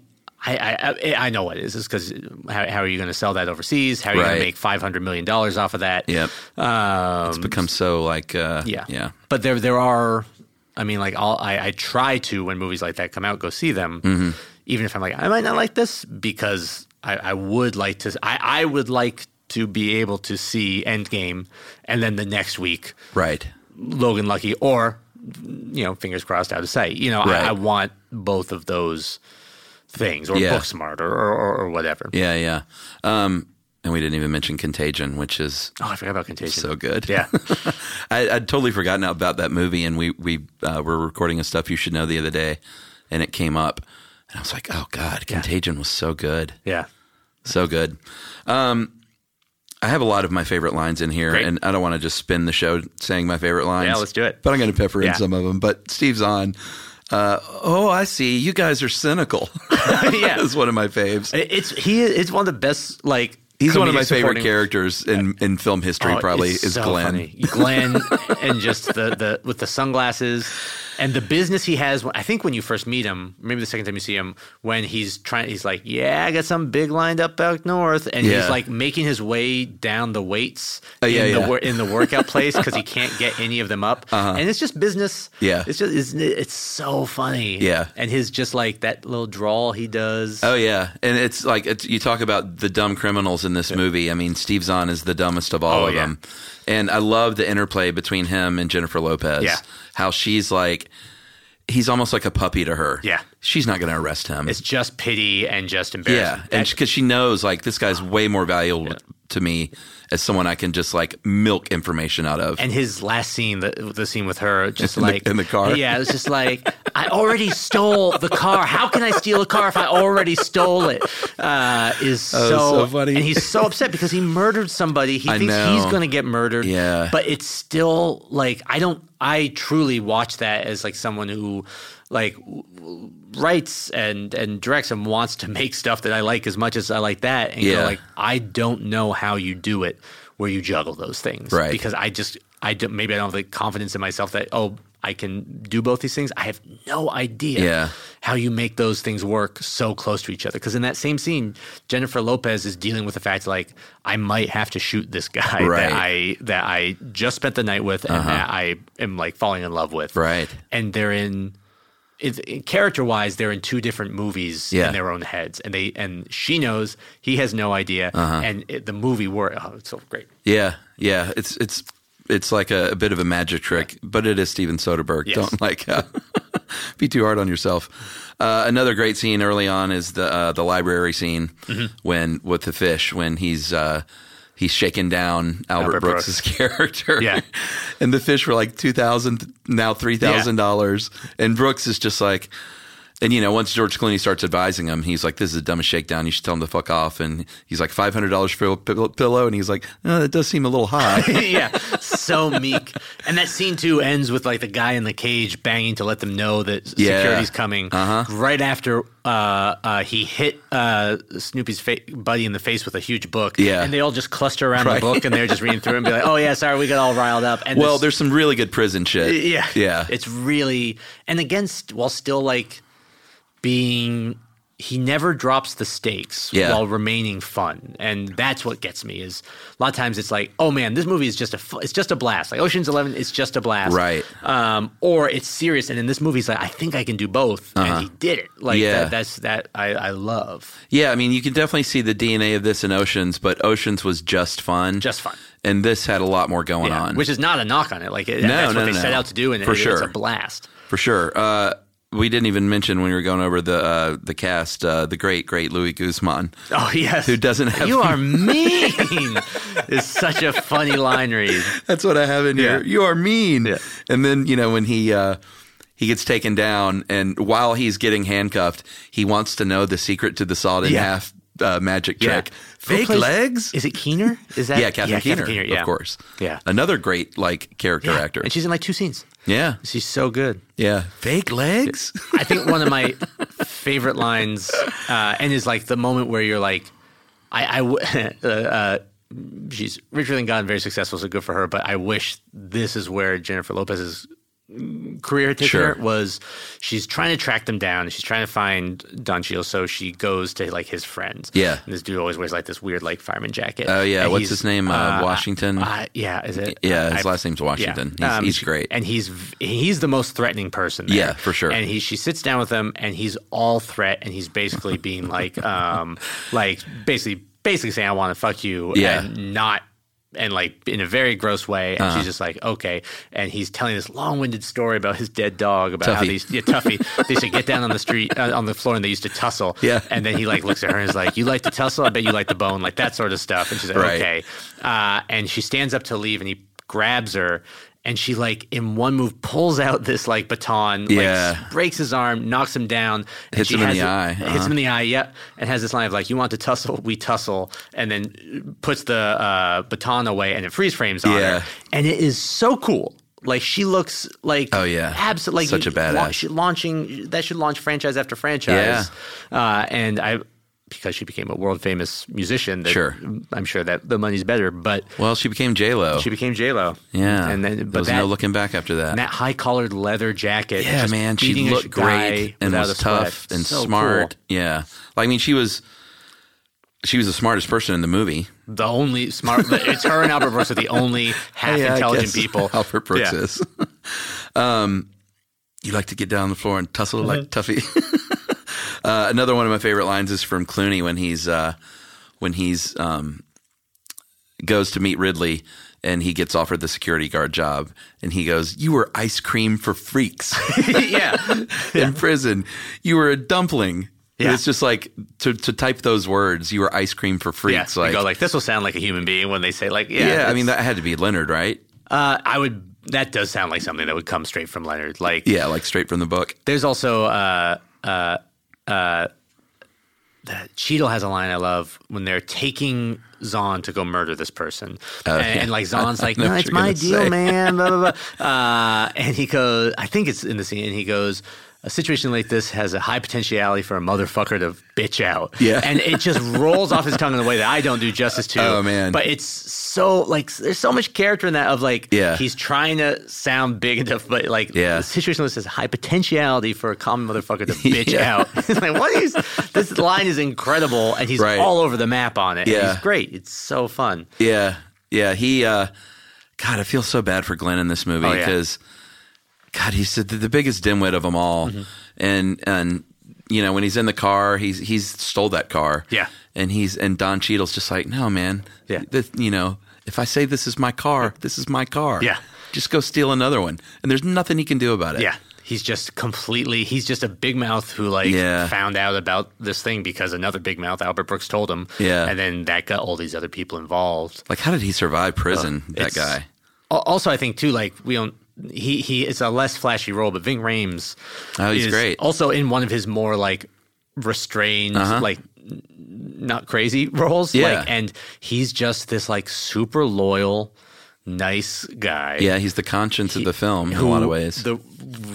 [SPEAKER 4] I I, I- I know what it is. It's because how, how are you going to sell that overseas? How are you going
[SPEAKER 3] Right.
[SPEAKER 4] to make five hundred million dollars off of that?
[SPEAKER 3] Yep.
[SPEAKER 4] Um,
[SPEAKER 3] It's become so like uh,
[SPEAKER 4] yeah.
[SPEAKER 3] yeah.
[SPEAKER 4] But there there are I mean like I'll, I I try to when movies like that come out go see them
[SPEAKER 3] Mm-hmm.
[SPEAKER 4] even if I'm like I might not like this because I, I would like to I, I would like to be able to see Endgame and then the next week
[SPEAKER 3] Right.
[SPEAKER 4] Logan Lucky or you know fingers crossed out of sight. You know
[SPEAKER 3] Right.
[SPEAKER 4] I, I want both of those things or
[SPEAKER 3] Yeah.
[SPEAKER 4] book smart or, or, or, or whatever.
[SPEAKER 3] Yeah, yeah. Um, and we didn't even mention Contagion, which is
[SPEAKER 4] Oh, I forgot about Contagion.
[SPEAKER 3] so good.
[SPEAKER 4] Yeah.
[SPEAKER 3] I, I'd totally forgotten about that movie, and we we uh, were recording a stuff you should know the other day, and it came up, and I was like, oh god, Contagion was so good,
[SPEAKER 4] yeah.
[SPEAKER 3] so good. Um, I have a lot of my favorite lines in here,
[SPEAKER 4] Great.
[SPEAKER 3] and I don't want to just spin the show saying my favorite lines.
[SPEAKER 4] Yeah, let's do it.
[SPEAKER 3] But I'm going to pepper in
[SPEAKER 4] Yeah.
[SPEAKER 3] some of them. But Steve's on. Uh, oh, I see. You guys are cynical.
[SPEAKER 4] Yeah.
[SPEAKER 3] is one of my faves.
[SPEAKER 4] It- It's he it's one of the best like
[SPEAKER 3] He's one of my
[SPEAKER 4] comedic
[SPEAKER 3] favorite
[SPEAKER 4] supporting-
[SPEAKER 3] characters in, in film history.
[SPEAKER 4] Oh,
[SPEAKER 3] probably
[SPEAKER 4] it's
[SPEAKER 3] is
[SPEAKER 4] so
[SPEAKER 3] Glenn.
[SPEAKER 4] funny. Glenn and just the, the with the sunglasses and the business he has. I think when you first meet him, maybe the second time you see him, when he's trying, he's like, "Yeah, I got some big lined up back north," and
[SPEAKER 3] Yeah. Oh,
[SPEAKER 4] he's like making his way down the weights
[SPEAKER 3] yeah,
[SPEAKER 4] in the
[SPEAKER 3] yeah. Uh-huh.
[SPEAKER 4] wor- in the workout place because he can't get any of them up, and it's just business.
[SPEAKER 3] Yeah.
[SPEAKER 4] it's just it's, it's so funny.
[SPEAKER 3] Yeah.
[SPEAKER 4] and his just like that little drawl he does.
[SPEAKER 3] Oh yeah, and it's like it's, you talk about the dumb criminals in this movie. I mean, Steve Zahn is the dumbest of all
[SPEAKER 4] Oh,
[SPEAKER 3] of
[SPEAKER 4] yeah.
[SPEAKER 3] them, and I love the interplay between him and Jennifer Lopez.
[SPEAKER 4] Yeah.
[SPEAKER 3] how she's like, he's almost like a puppy to her.
[SPEAKER 4] Yeah.
[SPEAKER 3] she's not going to arrest him.
[SPEAKER 4] It's just pity and just
[SPEAKER 3] yeah,
[SPEAKER 4] embarrassment.
[SPEAKER 3] and because she knows like this guy's way more valuable to me as someone I can just like milk information out of.
[SPEAKER 4] and his last scene, the, the scene with her, just
[SPEAKER 3] In the-
[SPEAKER 4] like
[SPEAKER 3] in the car?
[SPEAKER 4] Yeah, it was just like I already stole the car. How can I steal a car if I already stole it? Uh, is so,
[SPEAKER 3] Oh, so funny.
[SPEAKER 4] and he's so upset because he murdered somebody. He
[SPEAKER 3] I
[SPEAKER 4] thinks
[SPEAKER 3] know.
[SPEAKER 4] he's going to get murdered.
[SPEAKER 3] Yeah.
[SPEAKER 4] but it's still like I don't. I truly watch that as like someone who like w- w- writes and and directs and wants to make stuff that I like as much as I like that and
[SPEAKER 3] Yeah.
[SPEAKER 4] go like I don't know how you do it where you juggle those things
[SPEAKER 3] Right.
[SPEAKER 4] because I just I don't, maybe I don't have the confidence in myself that oh I can do both these things. I have no idea
[SPEAKER 3] Yeah.
[SPEAKER 4] how you make those things work so close to each other. Because in that same scene, Jennifer Lopez is dealing with the fact like I might have to shoot this guy
[SPEAKER 3] Right. Uh-huh.
[SPEAKER 4] that I that I just spent the night with and that I am like falling in love with.
[SPEAKER 3] Right.
[SPEAKER 4] and they're in. It's, character wise, they're in two different movies
[SPEAKER 3] Yeah.
[SPEAKER 4] in their own heads, and they and she knows he has no idea,
[SPEAKER 3] Uh-huh.
[SPEAKER 4] and it, the movie wor Oh, it's so great.
[SPEAKER 3] Yeah, yeah. It's it's it's like a, a bit of a magic trick, but it is Steven Soderbergh.
[SPEAKER 4] Yes.
[SPEAKER 3] Don't like uh, be too hard on yourself. Uh, another great scene early on is the uh, the library scene
[SPEAKER 4] Mm-hmm.
[SPEAKER 3] when with the fish when he's. Uh, He's shaking down Albert,
[SPEAKER 4] Albert
[SPEAKER 3] Brooks's character.
[SPEAKER 4] Yeah.
[SPEAKER 3] and the fish were like two thousand, now three thousand dollars. And Brooks is just like, and you know, once George Clooney starts advising him, he's like, "This is the dumbest shakedown. You should tell him to fuck off." And he's like, 500 dollars for a pill- pillow," and he's like, "No, that does seem a little high."
[SPEAKER 4] yeah, so meek. And that scene too ends with like the guy in the cage banging to let them know that
[SPEAKER 3] Yeah.
[SPEAKER 4] security's coming.
[SPEAKER 3] Uh-huh.
[SPEAKER 4] Right after uh, uh, he hit uh, Snoopy's fa- buddy in the face with a huge book.
[SPEAKER 3] Yeah.
[SPEAKER 4] and they all just cluster around
[SPEAKER 3] Right.
[SPEAKER 4] the book and they're just reading through it and be like, "Oh yeah, sorry, we got all riled up." And
[SPEAKER 3] well,
[SPEAKER 4] this-
[SPEAKER 3] there's some really good prison shit.
[SPEAKER 4] yeah,
[SPEAKER 3] yeah,
[SPEAKER 4] It's really and again, st- while still like being. He never drops the stakes
[SPEAKER 3] Yeah.
[SPEAKER 4] while remaining fun, and that's what gets me. Is a lot of times it's like, oh man, this movie is just a fu- it's just a blast. Like Ocean's Eleven is just a blast,
[SPEAKER 3] Right.
[SPEAKER 4] Um, or it's serious, and in this movie, he's like, I think I can do both, and he did it. Like
[SPEAKER 3] Uh-huh. Yeah.
[SPEAKER 4] that, that's that I, I love.
[SPEAKER 3] yeah. I mean, you can definitely see the DNA of this in Oceans, but Oceans was just fun,
[SPEAKER 4] Just fun.
[SPEAKER 3] and this had a lot more going
[SPEAKER 4] Yeah.
[SPEAKER 3] on,
[SPEAKER 4] Which is not a knock on it. Like it,
[SPEAKER 3] No,
[SPEAKER 4] that's
[SPEAKER 3] no,
[SPEAKER 4] what they
[SPEAKER 3] no,
[SPEAKER 4] set
[SPEAKER 3] no.
[SPEAKER 4] out to do, and
[SPEAKER 3] For
[SPEAKER 4] it, it's
[SPEAKER 3] sure.
[SPEAKER 4] a blast.
[SPEAKER 3] for sure. Uh, we didn't even mention when we were going over the uh, the cast, uh, the great great Louis Guzman.
[SPEAKER 4] Oh yes,
[SPEAKER 3] Who doesn't have-
[SPEAKER 4] You are mean. is such a funny line read.
[SPEAKER 3] That's what I have in here. You are mean. And then you know when he uh, he gets taken down, and while he's getting handcuffed, he wants to know the secret to the sawed in
[SPEAKER 4] Yeah.
[SPEAKER 3] half uh, magic
[SPEAKER 4] Yeah.
[SPEAKER 3] trick.
[SPEAKER 4] Who
[SPEAKER 3] Fake
[SPEAKER 4] plays-
[SPEAKER 3] legs.
[SPEAKER 4] Is it Keener? Is that
[SPEAKER 3] yeah, Catherine Keener,
[SPEAKER 4] yeah.
[SPEAKER 3] of course.
[SPEAKER 4] Yeah.
[SPEAKER 3] another great like character
[SPEAKER 4] Yeah.
[SPEAKER 3] actor.
[SPEAKER 4] and she's in like two scenes.
[SPEAKER 3] yeah,
[SPEAKER 4] She's so good.
[SPEAKER 3] yeah. Fake legs.
[SPEAKER 4] I think one of my favorite lines, uh, and is like the moment where you're like, I, I w- uh, uh, she's richer than God and very successful, so good for her. But I wish this is where Jennifer Lopez's career had taken
[SPEAKER 3] Sure.
[SPEAKER 4] her was she's trying to track them down. She's trying to find Don Cheadle, so she goes to like his friends.
[SPEAKER 3] Yeah.
[SPEAKER 4] and this dude always wears like this weird like fireman jacket.
[SPEAKER 3] Oh, yeah.
[SPEAKER 4] And
[SPEAKER 3] What's
[SPEAKER 4] he's,
[SPEAKER 3] his name? Uh, Washington?
[SPEAKER 4] Uh, yeah, is it?
[SPEAKER 3] Yeah,
[SPEAKER 4] I-
[SPEAKER 3] his last name's Washington. He's,
[SPEAKER 4] Um,
[SPEAKER 3] he's
[SPEAKER 4] she-
[SPEAKER 3] great.
[SPEAKER 4] and he's v- he's the most threatening person. there.
[SPEAKER 3] Yeah, for sure.
[SPEAKER 4] And he she sits down with him, and he's all threat, and he's basically being like, um, like basically basically saying, "I want to fuck you,"
[SPEAKER 3] Yeah. Uh-huh.
[SPEAKER 4] and not. And like in a very gross way, and she's just like, okay. And he's telling this long-winded story about his dead dog, about how
[SPEAKER 3] Tuffy.
[SPEAKER 4] these yeah, Tuffy, they should get down on the street uh, on the floor, and they used to tussle.
[SPEAKER 3] Yeah.
[SPEAKER 4] And then he like looks at her and is like, "You like to tussle? I bet you like the bone, like that sort of stuff." And she's like,
[SPEAKER 3] Right.
[SPEAKER 4] "Okay." Uh, and she stands up to leave, and he grabs her, and she like in one move pulls out this like baton,
[SPEAKER 3] Yeah.
[SPEAKER 4] like, s- breaks his arm, knocks him down, and
[SPEAKER 3] Hits
[SPEAKER 4] she
[SPEAKER 3] him in
[SPEAKER 4] has
[SPEAKER 3] the
[SPEAKER 4] it-
[SPEAKER 3] eye. Uh-huh.
[SPEAKER 4] hits him in the eye, yep, and has this line of like, "You want to tussle? We tussle," and then puts the uh, baton away, and it freeze frames on
[SPEAKER 3] Yeah.
[SPEAKER 4] her, and it is so cool. Like she looks like
[SPEAKER 3] Oh, yeah.
[SPEAKER 4] absolutely like
[SPEAKER 3] Such a
[SPEAKER 4] you- la-
[SPEAKER 3] badass.
[SPEAKER 4] she- launching that should launch franchise after franchise. Yeah. Uh, and I because she became a world famous musician, that
[SPEAKER 3] Sure.
[SPEAKER 4] I'm sure that the money's better, but
[SPEAKER 3] well, she became J Lo.
[SPEAKER 4] she became J Lo.
[SPEAKER 3] Yeah,
[SPEAKER 4] and then
[SPEAKER 3] there
[SPEAKER 4] but
[SPEAKER 3] was
[SPEAKER 4] that,
[SPEAKER 3] no looking back after that.
[SPEAKER 4] and that high collared leather jacket.
[SPEAKER 3] yeah,
[SPEAKER 4] just
[SPEAKER 3] man, she
[SPEAKER 4] beating a
[SPEAKER 3] looked
[SPEAKER 4] guy
[SPEAKER 3] great and
[SPEAKER 4] without
[SPEAKER 3] was
[SPEAKER 4] a sweat.
[SPEAKER 3] tough and
[SPEAKER 4] So
[SPEAKER 3] smart.
[SPEAKER 4] cool.
[SPEAKER 3] Yeah, like I mean, she was she was the smartest person in the movie.
[SPEAKER 4] The only smart. it's her and Albert Brooks are the only half
[SPEAKER 3] Yeah, I
[SPEAKER 4] intelligent
[SPEAKER 3] guess
[SPEAKER 4] people.
[SPEAKER 3] Albert Brooks
[SPEAKER 4] Yeah.
[SPEAKER 3] is. um, you like to get down on the floor and tussle like
[SPEAKER 4] Mm-hmm.
[SPEAKER 3] Tuffy. uh, another one of my favorite lines is from Clooney when he's uh, when he's um, goes to meet Ridley and he gets offered the security guard job and he goes, "You were ice cream for freaks."
[SPEAKER 4] yeah,
[SPEAKER 3] in prison. You were a dumpling.
[SPEAKER 4] Yeah.
[SPEAKER 3] It's just like to, to type those words, you were ice cream for
[SPEAKER 4] yeah.
[SPEAKER 3] freaks.
[SPEAKER 4] You
[SPEAKER 3] like,
[SPEAKER 4] go like this will sound like a human being when they say like yeah.
[SPEAKER 3] yeah, I mean,
[SPEAKER 4] that's-
[SPEAKER 3] that had to be Leonard, right?
[SPEAKER 4] Uh, I would. That does sound like something that would come straight from Leonard. Like,
[SPEAKER 3] Yeah, like straight from the book.
[SPEAKER 4] there's also uh, uh, uh, that Cheadle has a line I love when they're taking Zahn to go murder this person, and, and, like Zahn's like,
[SPEAKER 3] Oh, know
[SPEAKER 4] "No,
[SPEAKER 3] what
[SPEAKER 4] it's
[SPEAKER 3] you're
[SPEAKER 4] my
[SPEAKER 3] gonna
[SPEAKER 4] deal,
[SPEAKER 3] say."
[SPEAKER 4] man." Blah blah blah. Uh, and he goes, I think it's in the scene, and he goes. A situation like this has a high potentiality for a motherfucker to bitch out.
[SPEAKER 3] Yeah.
[SPEAKER 4] And it just rolls off his tongue in a way that I don't do justice to.
[SPEAKER 3] Oh, man.
[SPEAKER 4] But it's so, like, there's so much character in that of, like,
[SPEAKER 3] Yeah.
[SPEAKER 4] he's trying to sound big enough, but, like,
[SPEAKER 3] Yeah.
[SPEAKER 4] the situation list says high potentiality for a common motherfucker to bitch
[SPEAKER 3] Yeah.
[SPEAKER 4] out. It's like, what is this line is incredible and he's
[SPEAKER 3] Right.
[SPEAKER 4] all over the map on it. and
[SPEAKER 3] Yeah.
[SPEAKER 4] he's great. It's so fun.
[SPEAKER 3] Yeah. Yeah. He, uh, God, I feel so bad for Glenn in this movie
[SPEAKER 4] Oh, yeah.
[SPEAKER 3] because, God, he's the, the biggest dimwit of them all.
[SPEAKER 4] Mm-hmm.
[SPEAKER 3] And, and, you know, when he's in the car, he's, he's stole that car.
[SPEAKER 4] Yeah.
[SPEAKER 3] And he's, and Don Cheadle's just like, no, man.
[SPEAKER 4] Yeah.
[SPEAKER 3] This, you know, if I say this is my car, this is my car.
[SPEAKER 4] Yeah.
[SPEAKER 3] Just go steal another one. And there's nothing he can do about it.
[SPEAKER 4] Yeah. He's just completely he's just a big mouth who like
[SPEAKER 3] Yeah.
[SPEAKER 4] found out about this thing because another big mouth, Albert Brooks, told him.
[SPEAKER 3] Yeah.
[SPEAKER 4] And then that got all these other people involved.
[SPEAKER 3] Like, how did he survive prison, that
[SPEAKER 4] It's-
[SPEAKER 3] guy?
[SPEAKER 4] Al- Also, I think too, like we don't. He he is a less flashy role, but Ving Rhames.
[SPEAKER 3] Oh, he's
[SPEAKER 4] is
[SPEAKER 3] great. Uh-huh.
[SPEAKER 4] Also, in one of his more like restrained, like n- not crazy roles.
[SPEAKER 3] Yeah.
[SPEAKER 4] Like, and he's just this like super loyal, nice guy.
[SPEAKER 3] Yeah, he's the conscience of the film in a
[SPEAKER 4] who-
[SPEAKER 3] lot of ways.
[SPEAKER 4] The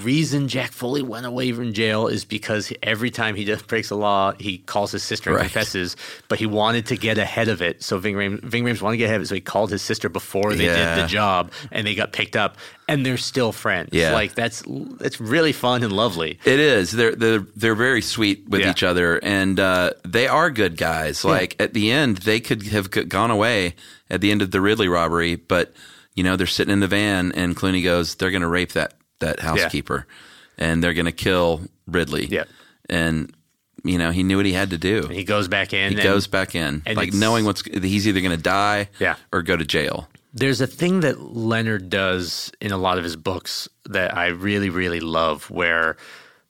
[SPEAKER 4] reason Jack Foley went away from jail is because every time he does, breaks a law, he calls his sister and
[SPEAKER 3] Right.
[SPEAKER 4] confesses. But he wanted to get ahead of it, so Ving Rhames, Ving Rhames wanted to get ahead of it, so he called his sister before they did
[SPEAKER 3] Yeah.
[SPEAKER 4] the job, and they got picked up, and they're still friends.
[SPEAKER 3] Yeah.
[SPEAKER 4] like that's it's really fun and lovely.
[SPEAKER 3] It is. They're they're they're very sweet with
[SPEAKER 4] Yeah.
[SPEAKER 3] each other, and uh, they are good guys. Like at the end, they could have g- gone away at the end of the Ridley robbery, but you know they're sitting in the van, and Clooney goes, "They're going to rape that that housekeeper, and they're going to kill Ridley."
[SPEAKER 4] Yeah.
[SPEAKER 3] and you know he knew what he had to do.
[SPEAKER 4] And he goes back in.
[SPEAKER 3] He
[SPEAKER 4] and-
[SPEAKER 3] goes back in,
[SPEAKER 4] and
[SPEAKER 3] like
[SPEAKER 4] it's-
[SPEAKER 3] knowing what's he's either going to die,
[SPEAKER 4] Yeah.
[SPEAKER 3] or go to jail.
[SPEAKER 4] There's a thing that Leonard does in a lot of his books that I really, really love, where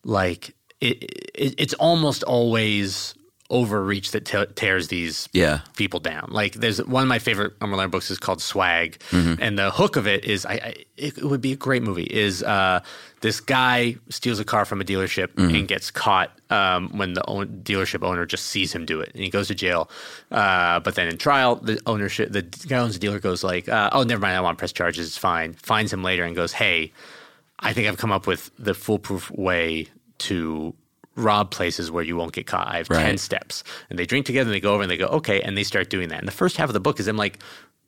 [SPEAKER 4] like it, it it's almost always overreach that te- tears these
[SPEAKER 3] Yeah.
[SPEAKER 4] people down. Like there's one of my favorite Umber Leonard books is called Swag, and the hook of it is I, I it, it would be a great movie is uh, this guy steals a car from a dealership and gets caught um, when the own, dealership owner just sees him do it and he goes to jail. Uh, but then in trial, the ownership the guy who owns the dealer goes like, uh, oh never mind, I want to press charges. It's fine. Finds him later and goes, hey. I think I've come up with the foolproof way to rob places where you won't get caught. I have 10
[SPEAKER 3] Right.
[SPEAKER 4] steps. And they drink together and they go over and they go, okay. And they start doing that. And the first half of the book is them like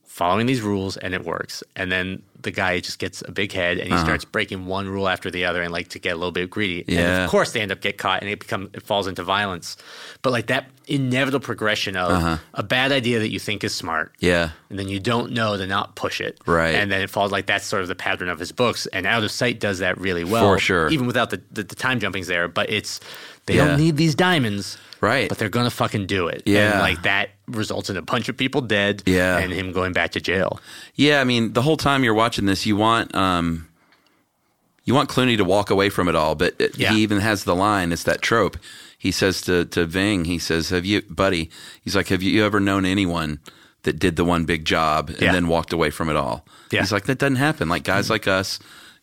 [SPEAKER 4] following these rules and it works. And then the guy just gets a big head
[SPEAKER 3] Uh-huh.
[SPEAKER 4] and he starts breaking one rule after the other and like to get a little bit greedy. And
[SPEAKER 3] Yeah.
[SPEAKER 4] of course they end up get caught and it become it falls into violence. But like that inevitable progression of a bad idea that you think is smart.
[SPEAKER 3] Uh-huh. Yeah.
[SPEAKER 4] And then you don't know to not push it.
[SPEAKER 3] Right.
[SPEAKER 4] And then it falls like that's sort of the pattern of his books. And Out of Sight does that really well.
[SPEAKER 3] For sure.
[SPEAKER 4] Even without the, the, the time jumpings there. But it's they
[SPEAKER 3] Yeah.
[SPEAKER 4] don't need these diamonds.
[SPEAKER 3] Right.
[SPEAKER 4] But they're gonna fucking do it.
[SPEAKER 3] Yeah.
[SPEAKER 4] And like that results in a bunch of people dead.
[SPEAKER 3] Yeah.
[SPEAKER 4] And him going back to jail.
[SPEAKER 3] Yeah, I mean, the whole time you're watching this, you want um, you want Clooney to walk away from it all, but it,
[SPEAKER 4] Yeah.
[SPEAKER 3] he even has the line. It's that trope. He says to to Ving, he says, "Have you, buddy?" He's like, "Have you ever known anyone that did the one big job and
[SPEAKER 4] Yeah.
[SPEAKER 3] then walked away from it all?"
[SPEAKER 4] Yeah.
[SPEAKER 3] He's like, "That doesn't happen. Like guys like us."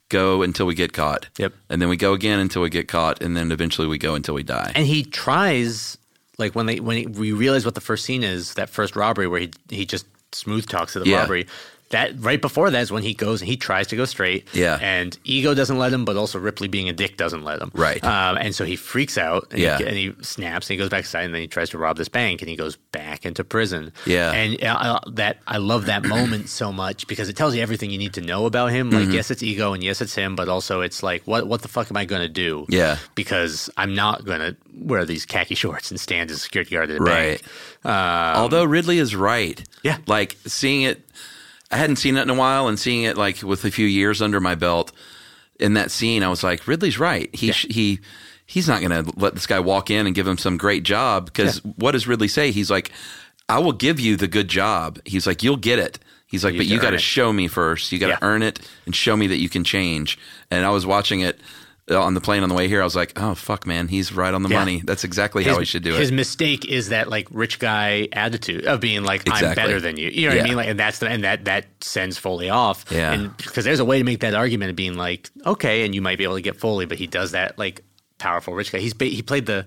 [SPEAKER 3] Go until we get caught.
[SPEAKER 4] Yep.
[SPEAKER 3] And then we go again until we get caught. And then eventually we go until we die.
[SPEAKER 4] and he tries like when they when he, we realize what the first scene is that first robbery where he he just smooth talks to the
[SPEAKER 3] Yeah.
[SPEAKER 4] robbery that right before that is when he goes and he tries to go straight
[SPEAKER 3] Yeah.
[SPEAKER 4] and ego doesn't let him but also ripley being a dick doesn't let him
[SPEAKER 3] Right.
[SPEAKER 4] um, and so he freaks out and,
[SPEAKER 3] Yeah.
[SPEAKER 4] he, and he snaps and he goes back inside and then he tries to rob this bank and he goes back into prison
[SPEAKER 3] Yeah.
[SPEAKER 4] and uh, that i love that moment so much because it tells you everything you need to know about him
[SPEAKER 3] Mm-hmm.
[SPEAKER 4] like yes it's ego and yes it's him but also it's like what what the fuck am i going to do
[SPEAKER 3] Yeah.
[SPEAKER 4] because I'm not going to wear these khaki shorts and stand as a security guard at the
[SPEAKER 3] Right.
[SPEAKER 4] bank. Um,
[SPEAKER 3] Although Ridley is right.
[SPEAKER 4] Yeah.
[SPEAKER 3] Like seeing it, I hadn't seen it in a while, and seeing it like with a few years under my belt in that scene, I was like, Ridley's right. He sh he he's not going to let this guy walk in and give him some great job because what does Ridley say? He's like, I will give you the good job. He's like, you'll get it. He's like, but
[SPEAKER 4] can
[SPEAKER 3] you got
[SPEAKER 4] earn
[SPEAKER 3] to
[SPEAKER 4] it."
[SPEAKER 3] show me first. You got to
[SPEAKER 4] Yeah.
[SPEAKER 3] earn it and show me that you can change. And I was watching it uh, on the plane on the way here. I was like, oh fuck, man, he's right on the
[SPEAKER 4] Yeah.
[SPEAKER 3] money. That's exactly how he should do it.
[SPEAKER 4] His mistake is that like rich guy attitude of being like
[SPEAKER 3] Exactly.
[SPEAKER 4] I'm better than you. You know what
[SPEAKER 3] Yeah.
[SPEAKER 4] I mean? Like, and that's the, and that that sends Foley off.
[SPEAKER 3] Yeah.
[SPEAKER 4] And because there's a way to make that argument of being like okay, and you might be able to get Foley, but he does that like powerful rich guy. He's ba- he played the.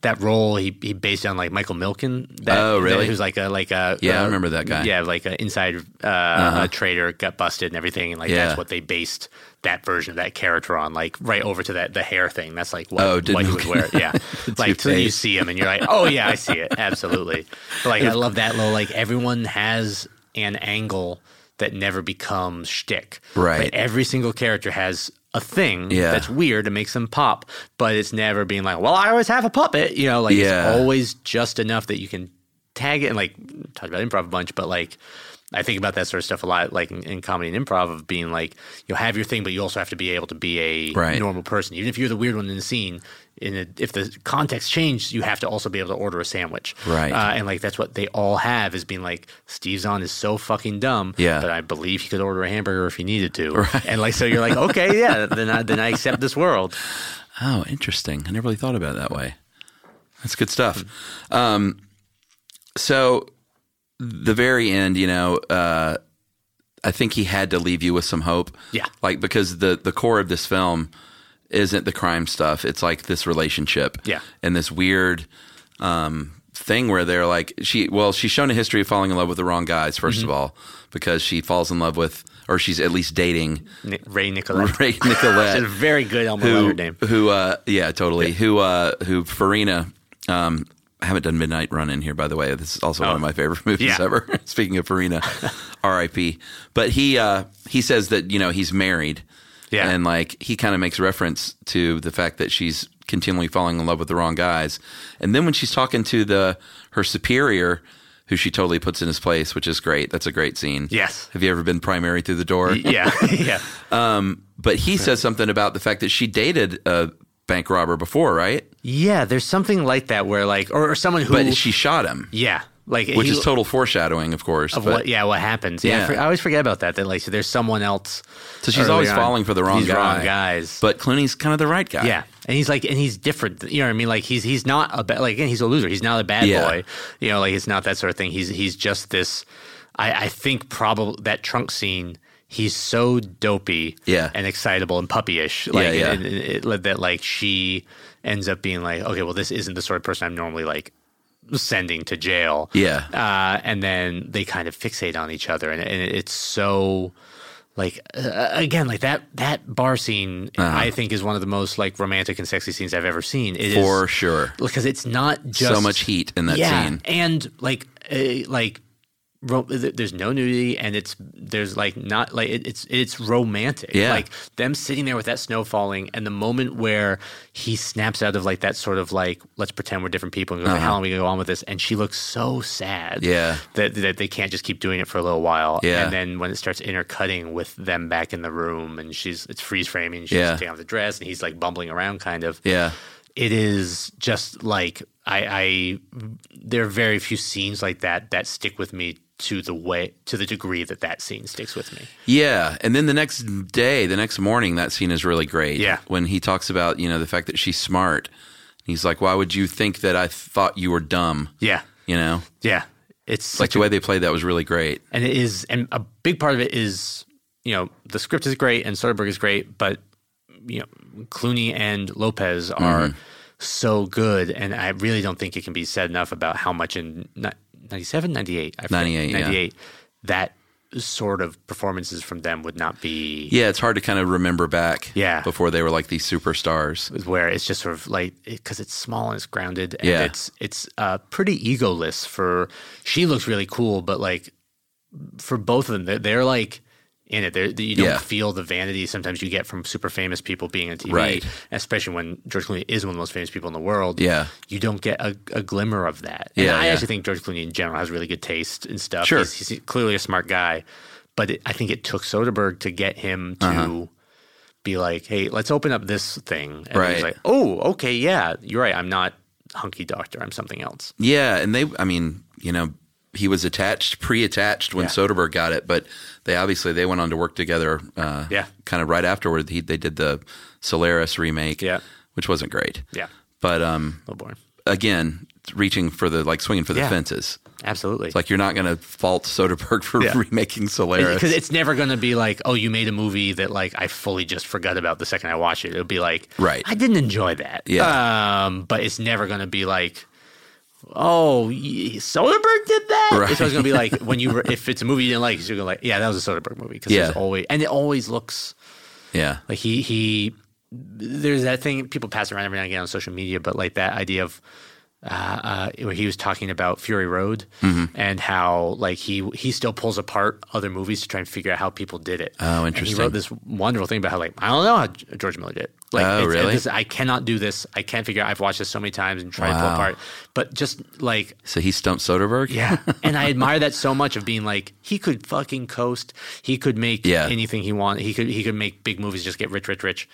[SPEAKER 4] That role he he based on like Michael Milken. That,
[SPEAKER 3] Oh, really?
[SPEAKER 4] That, who's like a like a
[SPEAKER 3] Yeah, I
[SPEAKER 4] a-
[SPEAKER 3] remember that guy. Uh-huh.
[SPEAKER 4] Yeah, like an inside uh, a trader got busted and everything, and like
[SPEAKER 3] Yeah.
[SPEAKER 4] that's what they based that version of that character on. Like right over to that the hair thing. That's like what,
[SPEAKER 3] Oh, didn't
[SPEAKER 4] what he
[SPEAKER 3] look-
[SPEAKER 4] would wear. Yeah, like so you
[SPEAKER 3] face.
[SPEAKER 4] see him and you're like, oh yeah, I see it absolutely. But like I love that little like everyone has an angle that never becomes shtick.
[SPEAKER 3] Right.
[SPEAKER 4] Like, every single character has a thing
[SPEAKER 3] Yeah.
[SPEAKER 4] that's weird and makes them pop, but it's never being like, well, I always have a puppet. You know, like
[SPEAKER 3] Yeah.
[SPEAKER 4] it's always just enough that you can tag it and like talk about improv a bunch, but like. I think about that sort of stuff a lot, like in, in comedy and improv, of being like, you'll have your thing, but you also have to be able to be a
[SPEAKER 3] Right.
[SPEAKER 4] normal person. Even if you're the weird one in the scene, in a, if the context changed, you have to also be able to order a sandwich.
[SPEAKER 3] Right.
[SPEAKER 4] Uh, and like that's what they all have is being like, Steve's on is so fucking dumb.
[SPEAKER 3] Yeah.
[SPEAKER 4] But I believe he could order a hamburger if he needed to. Right. And like so you're like, okay, yeah, then I then I accept this world.
[SPEAKER 3] Oh, interesting. I never really thought about it that way. That's good stuff.
[SPEAKER 4] Hmm.
[SPEAKER 3] Um, so the very end, you know, uh, I think he had to leave you with some hope.
[SPEAKER 4] Yeah.
[SPEAKER 3] Like because the the core of this film isn't the crime stuff. It's like this relationship.
[SPEAKER 4] Yeah.
[SPEAKER 3] And this weird um, thing where they're like she well she's shown a history of falling in love with the wrong guys 1st
[SPEAKER 4] Mm-hmm.
[SPEAKER 3] of all because she falls in love with or she's at least dating
[SPEAKER 4] Ni- Ray Nicolette.
[SPEAKER 3] Ray Nicolette
[SPEAKER 4] It's a very good Elmer
[SPEAKER 3] who,
[SPEAKER 4] Leonard name.
[SPEAKER 3] who uh, yeah, totally. Who, uh, who Farina, um, I haven't done Midnight Run in here, by the way. This is also one of my favorite movies
[SPEAKER 4] Oh. Yeah.
[SPEAKER 3] ever. Speaking of Farina, R.I.P. But he, uh, he says that, you know, he's married.
[SPEAKER 4] Yeah.
[SPEAKER 3] And like, he kind of makes reference to the fact that she's continually falling in love with the wrong guys. And then when she's talking to the, her superior, who she totally puts in his place, which is great. That's a great scene.
[SPEAKER 4] Yes.
[SPEAKER 3] Have you ever been primary through the door?
[SPEAKER 4] Yeah. yeah.
[SPEAKER 3] But he says something about the fact that she dated a bank robber before, right?
[SPEAKER 4] Yeah, there's something like that where like or, or someone who
[SPEAKER 3] But she shot him,
[SPEAKER 4] Yeah. Like
[SPEAKER 3] which
[SPEAKER 4] he-
[SPEAKER 3] is total foreshadowing, of course.
[SPEAKER 4] of
[SPEAKER 3] but-
[SPEAKER 4] what yeah, what happens. Yeah.
[SPEAKER 3] Yeah.
[SPEAKER 4] I, for- I always forget about that. That like so there's someone else
[SPEAKER 3] so she's
[SPEAKER 4] early
[SPEAKER 3] always
[SPEAKER 4] on.
[SPEAKER 3] falling for the wrong
[SPEAKER 4] These
[SPEAKER 3] guy.
[SPEAKER 4] wrong guys.
[SPEAKER 3] But Clooney's kind of the right guy.
[SPEAKER 4] Yeah, and he's like, and he's different. You know what I mean? Like he's he's not a bad like again, he's a loser. He's not a bad
[SPEAKER 3] Yeah.
[SPEAKER 4] boy. You know, like it's not that sort of thing. He's he's just this. I I think probably that trunk scene. He's so dopey,
[SPEAKER 3] Yeah.
[SPEAKER 4] and excitable and puppyish,
[SPEAKER 3] Yeah,
[SPEAKER 4] like
[SPEAKER 3] yeah.
[SPEAKER 4] And, and it, led that like she ends up being like, okay, well, this isn't the sort of person I'm normally like sending to jail.
[SPEAKER 3] Yeah.
[SPEAKER 4] uh, and then they kind of fixate on each other, and, and it's so like uh, again like that that bar scene
[SPEAKER 3] Uh-huh.
[SPEAKER 4] i think is one of the most like romantic and sexy scenes i've ever seen It is
[SPEAKER 3] For sure.
[SPEAKER 4] because it's not just
[SPEAKER 3] so much heat in that
[SPEAKER 4] yeah,
[SPEAKER 3] scene.
[SPEAKER 4] and like uh, like ro- th- there's no nudity and it's there's like not like it, it's it's romantic
[SPEAKER 3] Yeah.
[SPEAKER 4] like them sitting there with that snow falling and the moment where he snaps out of like that sort of like let's pretend we're different people and go how long are we gonna go on with this and she looks so sad
[SPEAKER 3] Uh-huh. Yeah.
[SPEAKER 4] that, that they can't just keep doing it for a little while
[SPEAKER 3] Yeah.
[SPEAKER 4] and then when it starts intercutting with them back in the room and she's it's freeze framing she's
[SPEAKER 3] Yeah.
[SPEAKER 4] taking off the dress and he's like bumbling around kind of
[SPEAKER 3] Yeah.
[SPEAKER 4] it is just like I, I there are very few scenes like that that stick with me to the way to the degree that that scene sticks with me.
[SPEAKER 3] Yeah, and then the next day, the next morning, that scene is really great.
[SPEAKER 4] Yeah.
[SPEAKER 3] when he talks about you know the fact that she's smart, he's like, "Why would you think that I thought you were dumb?"
[SPEAKER 4] Yeah,
[SPEAKER 3] You know,
[SPEAKER 4] yeah. It's
[SPEAKER 3] like
[SPEAKER 4] like
[SPEAKER 3] the way they played that was really great.
[SPEAKER 4] and it is and a big part of it is you know the script is great and Soderbergh is great, but you know Clooney and Lopez are so good, and I really don't think it can be said enough about how much in ni- 97, 98, I forget,
[SPEAKER 3] 98, yeah.
[SPEAKER 4] 98 that sort of performances from them would not be
[SPEAKER 3] Yeah, it's hard to kind of remember back.
[SPEAKER 4] Yeah.
[SPEAKER 3] before they were like these superstars.
[SPEAKER 4] where it's just sort of like because it's small and it's grounded and
[SPEAKER 3] Yeah.
[SPEAKER 4] it's it's uh, pretty egoless for she looks really cool but like for both of them they're, they're like in it they're, you don't
[SPEAKER 3] Yeah.
[SPEAKER 4] feel the vanity sometimes you get from super famous people being on TV
[SPEAKER 3] Right.
[SPEAKER 4] especially when George Clooney is one of the most famous people in the world
[SPEAKER 3] Yeah.
[SPEAKER 4] you don't get a, a glimmer of that and
[SPEAKER 3] Yeah,
[SPEAKER 4] I
[SPEAKER 3] yeah.
[SPEAKER 4] actually think George Clooney in general has really good taste and stuff
[SPEAKER 3] Sure.
[SPEAKER 4] he's, he's clearly a smart guy but it, I think it took Soderbergh to get him to
[SPEAKER 3] Uh-huh.
[SPEAKER 4] be like, hey, let's open up this thing. And
[SPEAKER 3] Right.
[SPEAKER 4] he's like, oh, okay, yeah, you're right. I'm not hunky doctor. I'm something else.
[SPEAKER 3] Yeah, and they, I mean, you know, he was attached, pre-attached when Soderbergh got it, but they obviously they went on to work together. Uh,
[SPEAKER 4] Yeah.
[SPEAKER 3] kind of right afterward, he, they did the Solaris remake.
[SPEAKER 4] Yeah.
[SPEAKER 3] which wasn't great.
[SPEAKER 4] Yeah.
[SPEAKER 3] but um,
[SPEAKER 4] Little born.
[SPEAKER 3] again, reaching for the like swinging for the
[SPEAKER 4] Yeah.
[SPEAKER 3] fences.
[SPEAKER 4] Absolutely.
[SPEAKER 3] Like you're not going to fault Soderbergh for
[SPEAKER 4] Yeah.
[SPEAKER 3] remaking Solaris.
[SPEAKER 4] because it's never going to be like, oh, you made a movie that like I fully just forgot about the second I watched it. It'll be like,
[SPEAKER 3] Right.
[SPEAKER 4] I didn't enjoy that.
[SPEAKER 3] Yeah.
[SPEAKER 4] Um, but it's never going to be like, oh, y- Soderbergh did that.
[SPEAKER 3] Right.
[SPEAKER 4] It's always going to be like when you re- if it's a movie you didn't like, you're going to like, yeah, that was a Soderbergh movie because
[SPEAKER 3] Yeah.
[SPEAKER 4] there's always and it always looks
[SPEAKER 3] yeah,
[SPEAKER 4] Like he he there's that thing people pass around every now and again on social media, but like that idea of uh, uh, where he was talking about Fury Road
[SPEAKER 3] Mm-hmm.
[SPEAKER 4] and how like he he still pulls apart other movies to try and figure out how people did it.
[SPEAKER 3] Oh,
[SPEAKER 4] And
[SPEAKER 3] interesting.
[SPEAKER 4] he wrote this wonderful thing about how like I don't know how G- George Miller did. it. Like
[SPEAKER 3] Oh,
[SPEAKER 4] it's-
[SPEAKER 3] really?
[SPEAKER 4] it's- I cannot do this. I can't figure. out. I've watched this so many times and tried to
[SPEAKER 3] Wow.
[SPEAKER 4] pull apart, but just like
[SPEAKER 3] so he stumped Soderbergh.
[SPEAKER 4] yeah. and I admire that so much of being like, he could fucking coast. He could make
[SPEAKER 3] Yeah.
[SPEAKER 4] anything he wanted. He could he could make big movies, just get rich, rich, rich.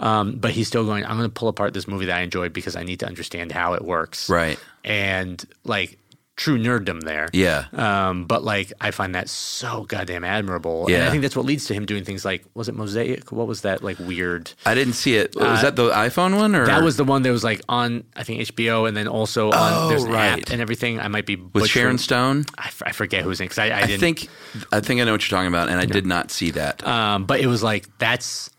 [SPEAKER 4] Um, but he's still going, I'm gonna pull apart this movie that I enjoyed because I need to understand how it works.
[SPEAKER 3] Right.
[SPEAKER 4] And like true nerddom there.
[SPEAKER 3] yeah,
[SPEAKER 4] Um, but like I find that so goddamn admirable. And
[SPEAKER 3] Yeah.
[SPEAKER 4] I think that's what leads to him doing things like was it mosaic? What was that like weird
[SPEAKER 3] I didn't see it. Was that the iPhone one or
[SPEAKER 4] Uh, that was the one that was like on I think HBO and then also on there's an
[SPEAKER 3] Oh, right.
[SPEAKER 4] app and everything. I might be
[SPEAKER 3] with
[SPEAKER 4] butchering-
[SPEAKER 3] Sharon Stone?
[SPEAKER 4] I, f- I forget who's in because I, I
[SPEAKER 3] I
[SPEAKER 4] didn't
[SPEAKER 3] think I think I know what you're talking about, and I did not see that.
[SPEAKER 4] Um, but it was like that's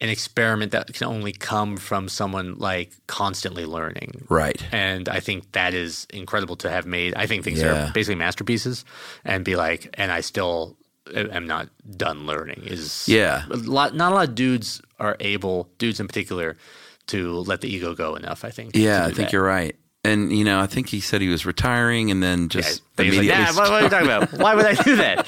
[SPEAKER 4] an experiment that can only come from someone like constantly learning.
[SPEAKER 3] right.
[SPEAKER 4] And I think that is incredible to have made. I think things
[SPEAKER 3] Yeah.
[SPEAKER 4] are basically masterpieces, and be like, and I still am not done learning. Is
[SPEAKER 3] Yeah.
[SPEAKER 4] a lot. Not a lot of dudes are able, dudes in particular, to let the ego go enough. I think.
[SPEAKER 3] Yeah,
[SPEAKER 4] to
[SPEAKER 3] I
[SPEAKER 4] do
[SPEAKER 3] think
[SPEAKER 4] that.
[SPEAKER 3] you're right. And you know, I think he said he was retiring, and then just
[SPEAKER 4] But he's
[SPEAKER 3] immediately.
[SPEAKER 4] like, yeah, what, what are you talking about? Why would I do that?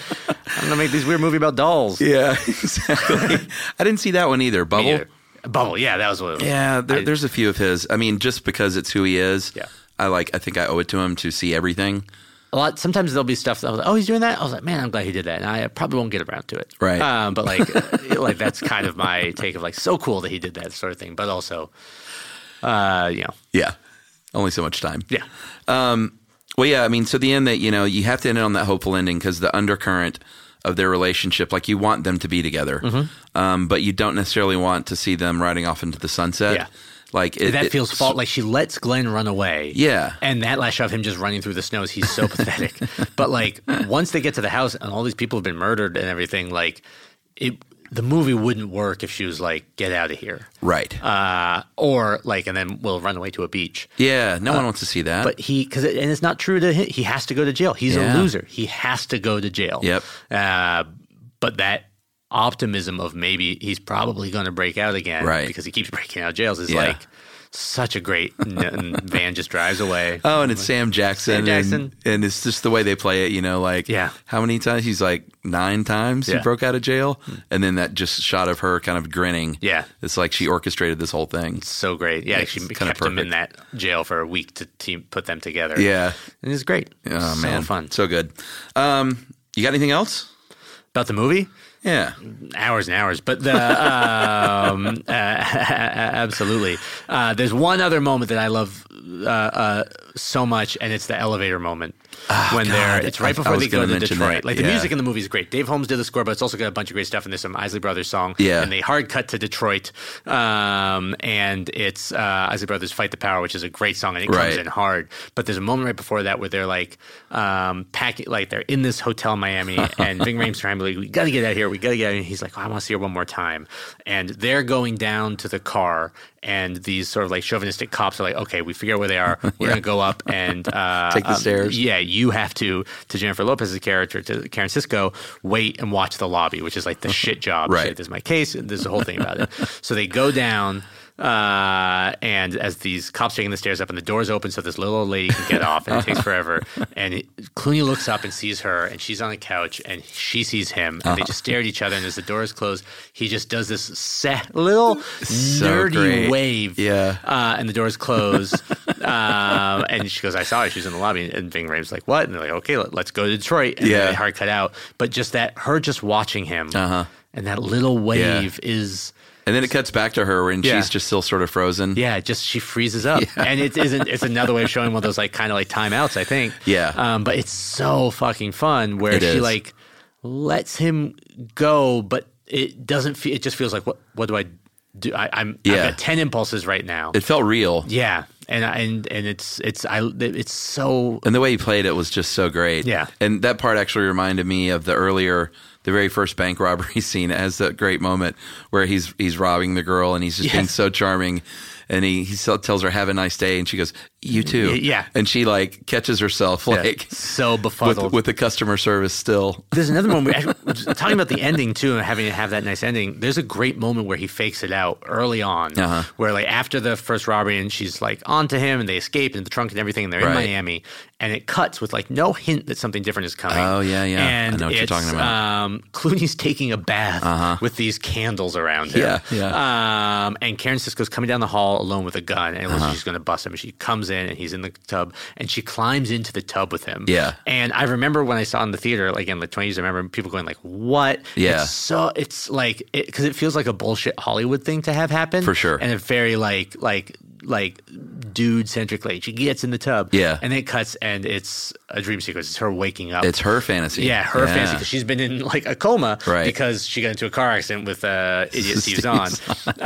[SPEAKER 4] I'm gonna make this weird movie about dolls.
[SPEAKER 3] yeah, exactly. I didn't see that one either. Bubble.
[SPEAKER 4] Yeah. Bubble, yeah, that was what it was.
[SPEAKER 3] Yeah, there, there's a few of his. I mean, just because it's who he is.
[SPEAKER 4] Yeah.
[SPEAKER 3] I like. I think I owe it to him to see everything.
[SPEAKER 4] a lot. Sometimes there'll be stuff that I was like, "Oh, he's doing that." I was like, "Man, I'm glad he did that." And I probably won't get around to it,
[SPEAKER 3] Right.
[SPEAKER 4] Um, but like, uh, like that's kind of my take of like, so cool that he did that sort of thing. But also, uh, you know,
[SPEAKER 3] Yeah, only so much time.
[SPEAKER 4] yeah,
[SPEAKER 3] Well, yeah, I mean, so the end that you know you have to end it on that hopeful ending because the undercurrent of their relationship, like you want them to be together,
[SPEAKER 4] Mm-hmm.
[SPEAKER 3] um, but you don't necessarily want to see them riding off into the sunset.
[SPEAKER 4] Yeah.
[SPEAKER 3] Like it,
[SPEAKER 4] that
[SPEAKER 3] it-
[SPEAKER 4] feels fault. Like she lets Glenn run away,
[SPEAKER 3] Yeah.
[SPEAKER 4] and that last shot of him just running through the snows, he's so pathetic. But like, once they get to the house and all these people have been murdered and everything, like it. The movie wouldn't work if she was like, "Get out of here,"
[SPEAKER 3] right.
[SPEAKER 4] uh, or like, and then we'll run away to a beach.
[SPEAKER 3] yeah, no one wants to see that.
[SPEAKER 4] uh, but he because it, and it's not true to him. He has to go to jail. He's
[SPEAKER 3] Yeah.
[SPEAKER 4] a loser. He has to go to jail.
[SPEAKER 3] Yep.
[SPEAKER 4] Uh, but that optimism of maybe he's probably going to break out again
[SPEAKER 3] Right.
[SPEAKER 4] because he keeps breaking out of jails is
[SPEAKER 3] Yeah.
[SPEAKER 4] like such a great n- van just drives away.
[SPEAKER 3] Oh, and it's Sam Jackson.
[SPEAKER 4] Sam Jackson.
[SPEAKER 3] And, and it's just the way they play it, you know, like
[SPEAKER 4] Yeah.
[SPEAKER 3] how many times? He's like nine times
[SPEAKER 4] Yeah. Hmm.
[SPEAKER 3] he broke out of jail. And then that just shot of her kind of grinning.
[SPEAKER 4] Yeah.
[SPEAKER 3] It's like she orchestrated this whole thing.
[SPEAKER 4] so great. Yeah,
[SPEAKER 3] It's
[SPEAKER 4] she
[SPEAKER 3] kinda
[SPEAKER 4] kept them in that jail for a week to team, put them together.
[SPEAKER 3] Yeah.
[SPEAKER 4] and it's great.
[SPEAKER 3] Oh,
[SPEAKER 4] so
[SPEAKER 3] man.
[SPEAKER 4] fun. So
[SPEAKER 3] So good. Um, you got anything else?
[SPEAKER 4] about the movie,
[SPEAKER 3] Yeah.
[SPEAKER 4] hours and hours, but the um, uh, absolutely. Uh, there's one other moment that I love uh, uh, so much, and it's the elevator moment when they're. It's
[SPEAKER 3] Ah, I- I
[SPEAKER 4] right before
[SPEAKER 3] was
[SPEAKER 4] they go
[SPEAKER 3] gonna
[SPEAKER 4] to
[SPEAKER 3] mention
[SPEAKER 4] Detroit.
[SPEAKER 3] that,
[SPEAKER 4] Like the
[SPEAKER 3] yeah.
[SPEAKER 4] music in the movie is great. Dave Holmes did the score, but it's also got a bunch of great stuff, and there's some Isley Brothers song.
[SPEAKER 3] Yeah.
[SPEAKER 4] and they hard cut to Detroit, um, and it's uh, Isley Brothers "Fight the Power," which is a great song, and it comes
[SPEAKER 3] Right.
[SPEAKER 4] in hard. But there's a moment right before that where they're like um, packing, like they're in this hotel in Miami, and Ving Rhames trying to be like, "We got to get out of here. We got to get out." Of here. He's like, oh, "I want to see her one more time," and they're going down to the car, and these sort of like chauvinistic cops are like, "Okay, we figure out where they are. We're gonna go up and uh,
[SPEAKER 3] Take the stairs.
[SPEAKER 4] yeah, you have to to Jennifer Lopez's character to Karen Cisco wait and watch the lobby, which is like the shit job.
[SPEAKER 3] Right.
[SPEAKER 4] Shit, this is my case. There's a whole thing about it. So they go down. Uh, and as these cops taking the stairs up, and the doors open, so this little old lady can get off, and it takes forever. And it- Clooney looks up and sees her, and she's on a couch, and she sees him, and
[SPEAKER 3] Uh-huh.
[SPEAKER 4] they just stare at each other. And as the doors close, he just does this set little nerdy
[SPEAKER 3] great.
[SPEAKER 4] wave,
[SPEAKER 3] Yeah.
[SPEAKER 4] uh, and the doors close. um, and she goes, I saw her. She was in the lobby. And Ving Rhames like, what? And they're like, okay, let, us go to Detroit. And
[SPEAKER 3] Yeah. Uh-huh.
[SPEAKER 4] they hard cut out. But just that, her just watching him and that little wave is,
[SPEAKER 3] And then it cuts back to her and
[SPEAKER 4] Yeah.
[SPEAKER 3] she's just still sort of frozen.
[SPEAKER 4] yeah, just she freezes up. And it isn't, it's another way of showing one of those like kind of like timeouts, I think.
[SPEAKER 3] Yeah.
[SPEAKER 4] Um, but it's so fucking fun where
[SPEAKER 3] It
[SPEAKER 4] she
[SPEAKER 3] is.
[SPEAKER 4] like lets him go, but it doesn't feel, it just feels like, what, what do I do? I, I'm,
[SPEAKER 3] Yeah.
[SPEAKER 4] I've got 10 impulses right now.
[SPEAKER 3] It felt real.
[SPEAKER 4] Yeah, and and and it's it's I it's so
[SPEAKER 3] And the way he played it was just so great.
[SPEAKER 4] Yeah.
[SPEAKER 3] And that part actually reminded me of the earlier, the very first bank robbery scene. It has that great moment where he's he's robbing the girl and he's just being
[SPEAKER 4] Yes.
[SPEAKER 3] so charming. And he, he so- tells her, have a nice day. And she goes, you too.
[SPEAKER 4] Y- yeah.
[SPEAKER 3] And she like catches herself like
[SPEAKER 4] so
[SPEAKER 3] with,
[SPEAKER 4] befuddled.
[SPEAKER 3] with the customer service still.
[SPEAKER 4] there's another moment we actually, talking about the ending too, and having to have that nice ending. There's a great moment where he fakes it out early on,
[SPEAKER 3] Uh-huh.
[SPEAKER 4] where like after the first robbery, and she's like onto him, and they escape in the trunk and everything, and they're
[SPEAKER 3] Right.
[SPEAKER 4] in Miami, and it cuts with like no hint that something different is coming.
[SPEAKER 3] Oh, yeah, yeah. I
[SPEAKER 4] And
[SPEAKER 3] know what you're
[SPEAKER 4] it's,
[SPEAKER 3] talking about. Uh-huh.
[SPEAKER 4] Um, Clooney's taking a bath with these candles around him.
[SPEAKER 3] Yeah,
[SPEAKER 4] yeah. Um, and Karen Cisco's coming down the hall alone with a gun, and it
[SPEAKER 3] Uh-huh.
[SPEAKER 4] looks like she's going to bust him. She comes in, and he's in the tub, and she climbs into the tub with him.
[SPEAKER 3] Yeah.
[SPEAKER 4] And I remember when I saw it in the theater, like in the twenties, I remember people going like, "What?"
[SPEAKER 3] Yeah.
[SPEAKER 4] It's so it's like because it, feels like a bullshit Hollywood thing to have happen
[SPEAKER 3] For sure.
[SPEAKER 4] and a very like like like dude centric. Like she gets in the tub,
[SPEAKER 3] Yeah.
[SPEAKER 4] and then it cuts, and it's a dream sequence. It's her waking up.
[SPEAKER 3] It's her fantasy.
[SPEAKER 4] Yeah, her fantasy because she's been in like a coma
[SPEAKER 3] Right.
[SPEAKER 4] because she got into a car accident with uh, idiot Steve
[SPEAKER 3] Steve
[SPEAKER 4] Zahn,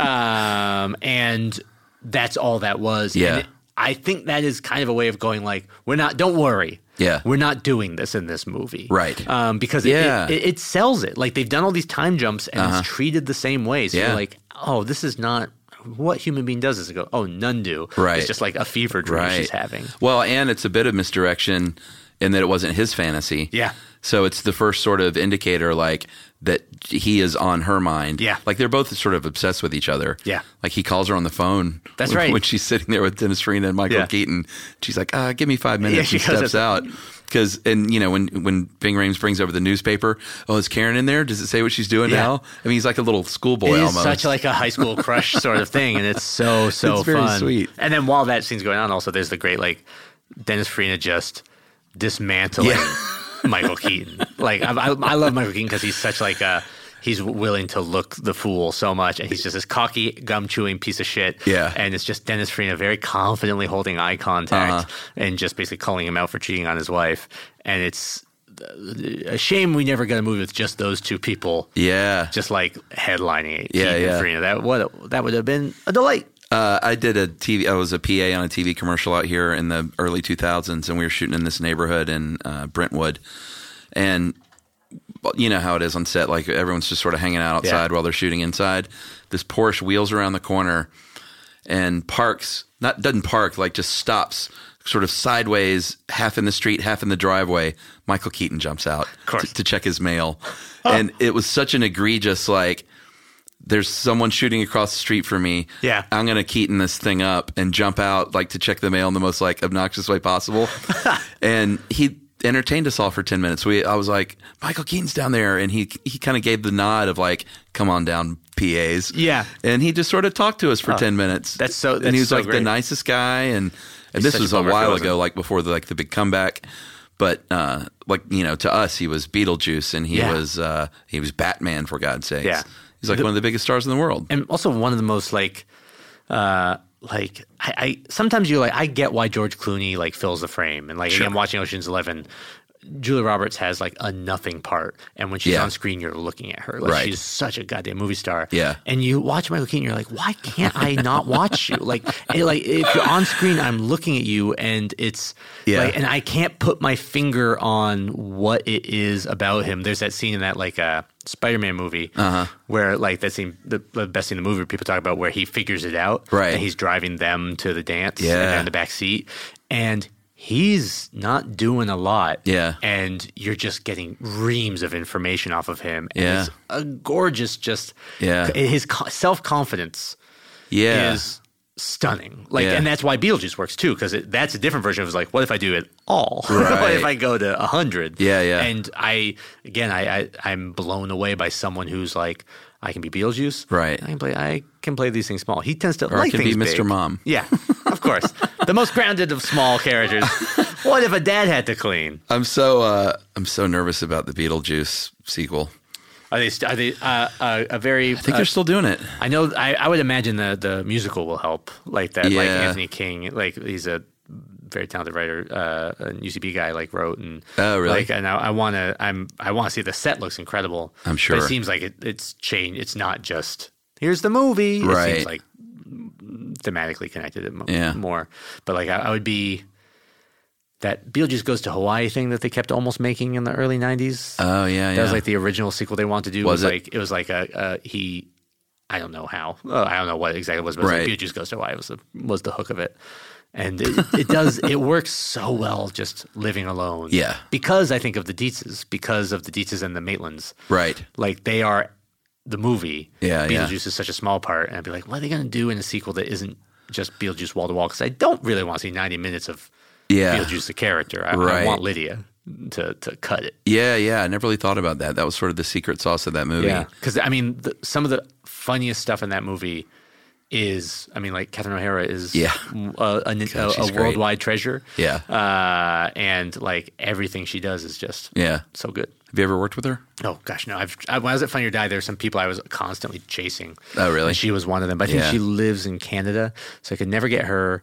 [SPEAKER 4] um, and that's all that was.
[SPEAKER 3] Yeah.
[SPEAKER 4] And it- I think that is kind of a way of going like, we're not. Don't worry.
[SPEAKER 3] Yeah.
[SPEAKER 4] we're not doing this in this movie,
[SPEAKER 3] Right.
[SPEAKER 4] Um, because it,
[SPEAKER 3] Yeah. Uh-huh.
[SPEAKER 4] it, it, it sells it. Like they've done all these time jumps and it's treated the same way. So
[SPEAKER 3] Yeah.
[SPEAKER 4] you're like, oh, this is not. What human being does this? Go, oh, none do.
[SPEAKER 3] Right.
[SPEAKER 4] It's just like a fever dream she's having.
[SPEAKER 3] Well, and it's a bit of misdirection in that it wasn't his fantasy.
[SPEAKER 4] Yeah.
[SPEAKER 3] So it's the first sort of indicator, like that he is on her mind.
[SPEAKER 4] Yeah.
[SPEAKER 3] Like they're both sort of obsessed with each other.
[SPEAKER 4] Yeah.
[SPEAKER 3] Like he calls her on the phone.
[SPEAKER 4] That's
[SPEAKER 3] when,
[SPEAKER 4] right.
[SPEAKER 3] When she's sitting there with Dennis Farina and Michael
[SPEAKER 4] Yeah.
[SPEAKER 3] Keaton, she's like, "Ah, give me five minutes."
[SPEAKER 4] Yeah, she
[SPEAKER 3] and
[SPEAKER 4] goes,
[SPEAKER 3] steps out because, and you know, when when Bing Rames brings over the newspaper, oh, is Karen in there? Does it say what she's doing
[SPEAKER 4] Yeah.
[SPEAKER 3] now? I mean, he's like a little schoolboy
[SPEAKER 4] It is
[SPEAKER 3] almost.
[SPEAKER 4] such like a high school crush sort of thing, and it's so so
[SPEAKER 3] It's very
[SPEAKER 4] fun.
[SPEAKER 3] sweet.
[SPEAKER 4] And then while that scene's going on, also there's the great like Dennis Farina just dismantling Michael Keaton. Like I, I, I love Michael Keaton because he's such like a he's willing to look the fool so much, and he's just this cocky gum chewing piece of shit.
[SPEAKER 3] Yeah.
[SPEAKER 4] and it's just Dennis Farina very confidently holding eye contact
[SPEAKER 3] Uh-huh.
[SPEAKER 4] and just basically calling him out for cheating on his wife, and it's. uh, A shame we never got a movie with just those two people
[SPEAKER 3] yeah.
[SPEAKER 4] just like headlining it.
[SPEAKER 3] Yeah,
[SPEAKER 4] Keaton and
[SPEAKER 3] yeah.
[SPEAKER 4] Farina. That what that would have been a delight.
[SPEAKER 3] Uh, I did a TV. I was a PA on a TV commercial out here in the early 2000s, and we were shooting in this neighborhood in uh, Brentwood. And well, you know how it is on set; like everyone's just sort of hanging out outside while they're shooting inside. This Porsche wheels around the corner and parks. Not doesn't park, like just stops, sort of sideways, half in the street, half in the driveway. Michael Keaton jumps out to, to check his mail, and it was such an egregious like there's someone shooting across the street from me.
[SPEAKER 4] Yeah.
[SPEAKER 3] I'm going to Keaton this thing up and jump out, like to check the mail in the most like obnoxious way possible. and he entertained us all for 10 minutes. We, I was like, Michael Keaton's down there. And he, he kind of gave the nod of like, come on down, PAs.
[SPEAKER 4] Yeah.
[SPEAKER 3] And he just sort of talked to us for 10 minutes.
[SPEAKER 4] that's so-
[SPEAKER 3] and
[SPEAKER 4] that's
[SPEAKER 3] he was
[SPEAKER 4] so
[SPEAKER 3] like the
[SPEAKER 4] great.
[SPEAKER 3] nicest guy. And, and this
[SPEAKER 4] such a
[SPEAKER 3] was a
[SPEAKER 4] bummer if he
[SPEAKER 3] while
[SPEAKER 4] wasn't.
[SPEAKER 3] ago, like before the, like the big comeback. But, uh, like, you know, to us, he was Beetlejuice and he
[SPEAKER 4] Yeah.
[SPEAKER 3] was, uh, he was Batman for God's sakes.
[SPEAKER 4] Yeah.
[SPEAKER 3] He's like one of the biggest stars in the world.
[SPEAKER 4] and also one of the most like uh like I, I sometimes you like I get why George Clooney like fills the frame and like again, I'm watching Ocean's Eleven. Julia Roberts has like a nothing part, and when she's
[SPEAKER 3] Yeah.
[SPEAKER 4] on screen, you're looking at her. Like
[SPEAKER 3] Right.
[SPEAKER 4] she's such a goddamn movie star.
[SPEAKER 3] Yeah.
[SPEAKER 4] and you watch Michael Keaton, you're like, why can't I not watch you? Like, it, like if you're on screen, I'm looking at you, and it's
[SPEAKER 3] Yeah.
[SPEAKER 4] like, and I can't put my finger on what it is about him. There's that scene in that like uh, Spider-Man movie
[SPEAKER 3] Uh-huh.
[SPEAKER 4] where like that scene, the, the best scene in the movie, where people talk about where he figures it out,
[SPEAKER 3] Right.
[SPEAKER 4] And he's driving them to the dance, and
[SPEAKER 3] Yeah.
[SPEAKER 4] they're in the back seat, and he's not doing a lot,
[SPEAKER 3] Yeah.
[SPEAKER 4] And you're just getting reams of information off of him, and
[SPEAKER 3] Yeah.
[SPEAKER 4] It's a gorgeous, just
[SPEAKER 3] Yeah.
[SPEAKER 4] His self confidence
[SPEAKER 3] Yeah.
[SPEAKER 4] is stunning. Like,
[SPEAKER 3] Yeah.
[SPEAKER 4] and that's why Beetlejuice works too, because that's a different version of like, what if I do it all? what
[SPEAKER 3] Right.
[SPEAKER 4] if I go to hundred?
[SPEAKER 3] Yeah, yeah.
[SPEAKER 4] And I, again, I, I, I'm blown away by someone who's like, I can be Beetlejuice,
[SPEAKER 3] Right.
[SPEAKER 4] I can play, I can play these things small. He tends to
[SPEAKER 3] I
[SPEAKER 4] like
[SPEAKER 3] can be
[SPEAKER 4] things
[SPEAKER 3] Mr.
[SPEAKER 4] big.
[SPEAKER 3] Mom.
[SPEAKER 4] Yeah, of course, the most grounded of small characters. what if a dad had to clean?
[SPEAKER 3] I'm so uh, I'm so nervous about the Beetlejuice sequel.
[SPEAKER 4] Are they? st- Are they? Uh, uh, a very.
[SPEAKER 3] I think
[SPEAKER 4] uh,
[SPEAKER 3] they're still doing it.
[SPEAKER 4] I know. I, I would imagine the the musical will help, like that. Like
[SPEAKER 3] Yeah.
[SPEAKER 4] Anthony King, like he's a very talented writer, uh, an UCB guy, like wrote and.
[SPEAKER 3] Oh, really?
[SPEAKER 4] Like, and I, I want to. I'm. I want to see the set looks incredible.
[SPEAKER 3] I'm
[SPEAKER 4] But
[SPEAKER 3] sure.
[SPEAKER 4] it seems like it, it's changed. It's not just here's the movie. It
[SPEAKER 3] Right.
[SPEAKER 4] seems like thematically connected m-
[SPEAKER 3] Yeah.
[SPEAKER 4] more. But like I, I would be. That Beetlejuice goes to Hawaii thing that they kept almost making in the early '90s.
[SPEAKER 3] Oh yeah, yeah.
[SPEAKER 4] That was like the original sequel they wanted to do.
[SPEAKER 3] Was
[SPEAKER 4] Was,
[SPEAKER 3] it?
[SPEAKER 4] like it was like a, a he. I don't know how. Uh, I don't know what exactly it was, but it was
[SPEAKER 3] Right.
[SPEAKER 4] like Beetlejuice Goes to Hawaii was the was the hook of it, and it, it does it works so well just living alone.
[SPEAKER 3] Yeah.
[SPEAKER 4] because I think of the Dietzes, because of the Dietzes and the Maitlands,
[SPEAKER 3] right.
[SPEAKER 4] like they are the movie.
[SPEAKER 3] Yeah, yeah.
[SPEAKER 4] Beetlejuice is such a small part, and I'd be like, what are they going to do in a sequel that isn't just Beetlejuice wall to wall? Because I don't really want to see ninety minutes of
[SPEAKER 3] Yeah.
[SPEAKER 4] Beetlejuice the character. I,
[SPEAKER 3] Right.
[SPEAKER 4] I want Lydia to to cut it.
[SPEAKER 3] Yeah, yeah. I never really thought about that. That was sort of the secret sauce of that movie.
[SPEAKER 4] Yeah, because I mean, the, some of the funniest stuff in that movie is, I mean, like Catherine O'Hara is
[SPEAKER 3] Yeah.
[SPEAKER 4] a, a, a-
[SPEAKER 3] she's
[SPEAKER 4] a
[SPEAKER 3] great.
[SPEAKER 4] worldwide treasure.
[SPEAKER 3] Yeah.
[SPEAKER 4] uh, and like everything she does is just
[SPEAKER 3] Yeah.
[SPEAKER 4] so good.
[SPEAKER 3] Have you ever worked with her?
[SPEAKER 4] Oh gosh, no! I've I, when I was at Funny or Die, there were some people I was constantly chasing.
[SPEAKER 3] Oh, really?
[SPEAKER 4] And she was one of them. But I think
[SPEAKER 3] Yeah.
[SPEAKER 4] she lives in Canada, so I could never get her.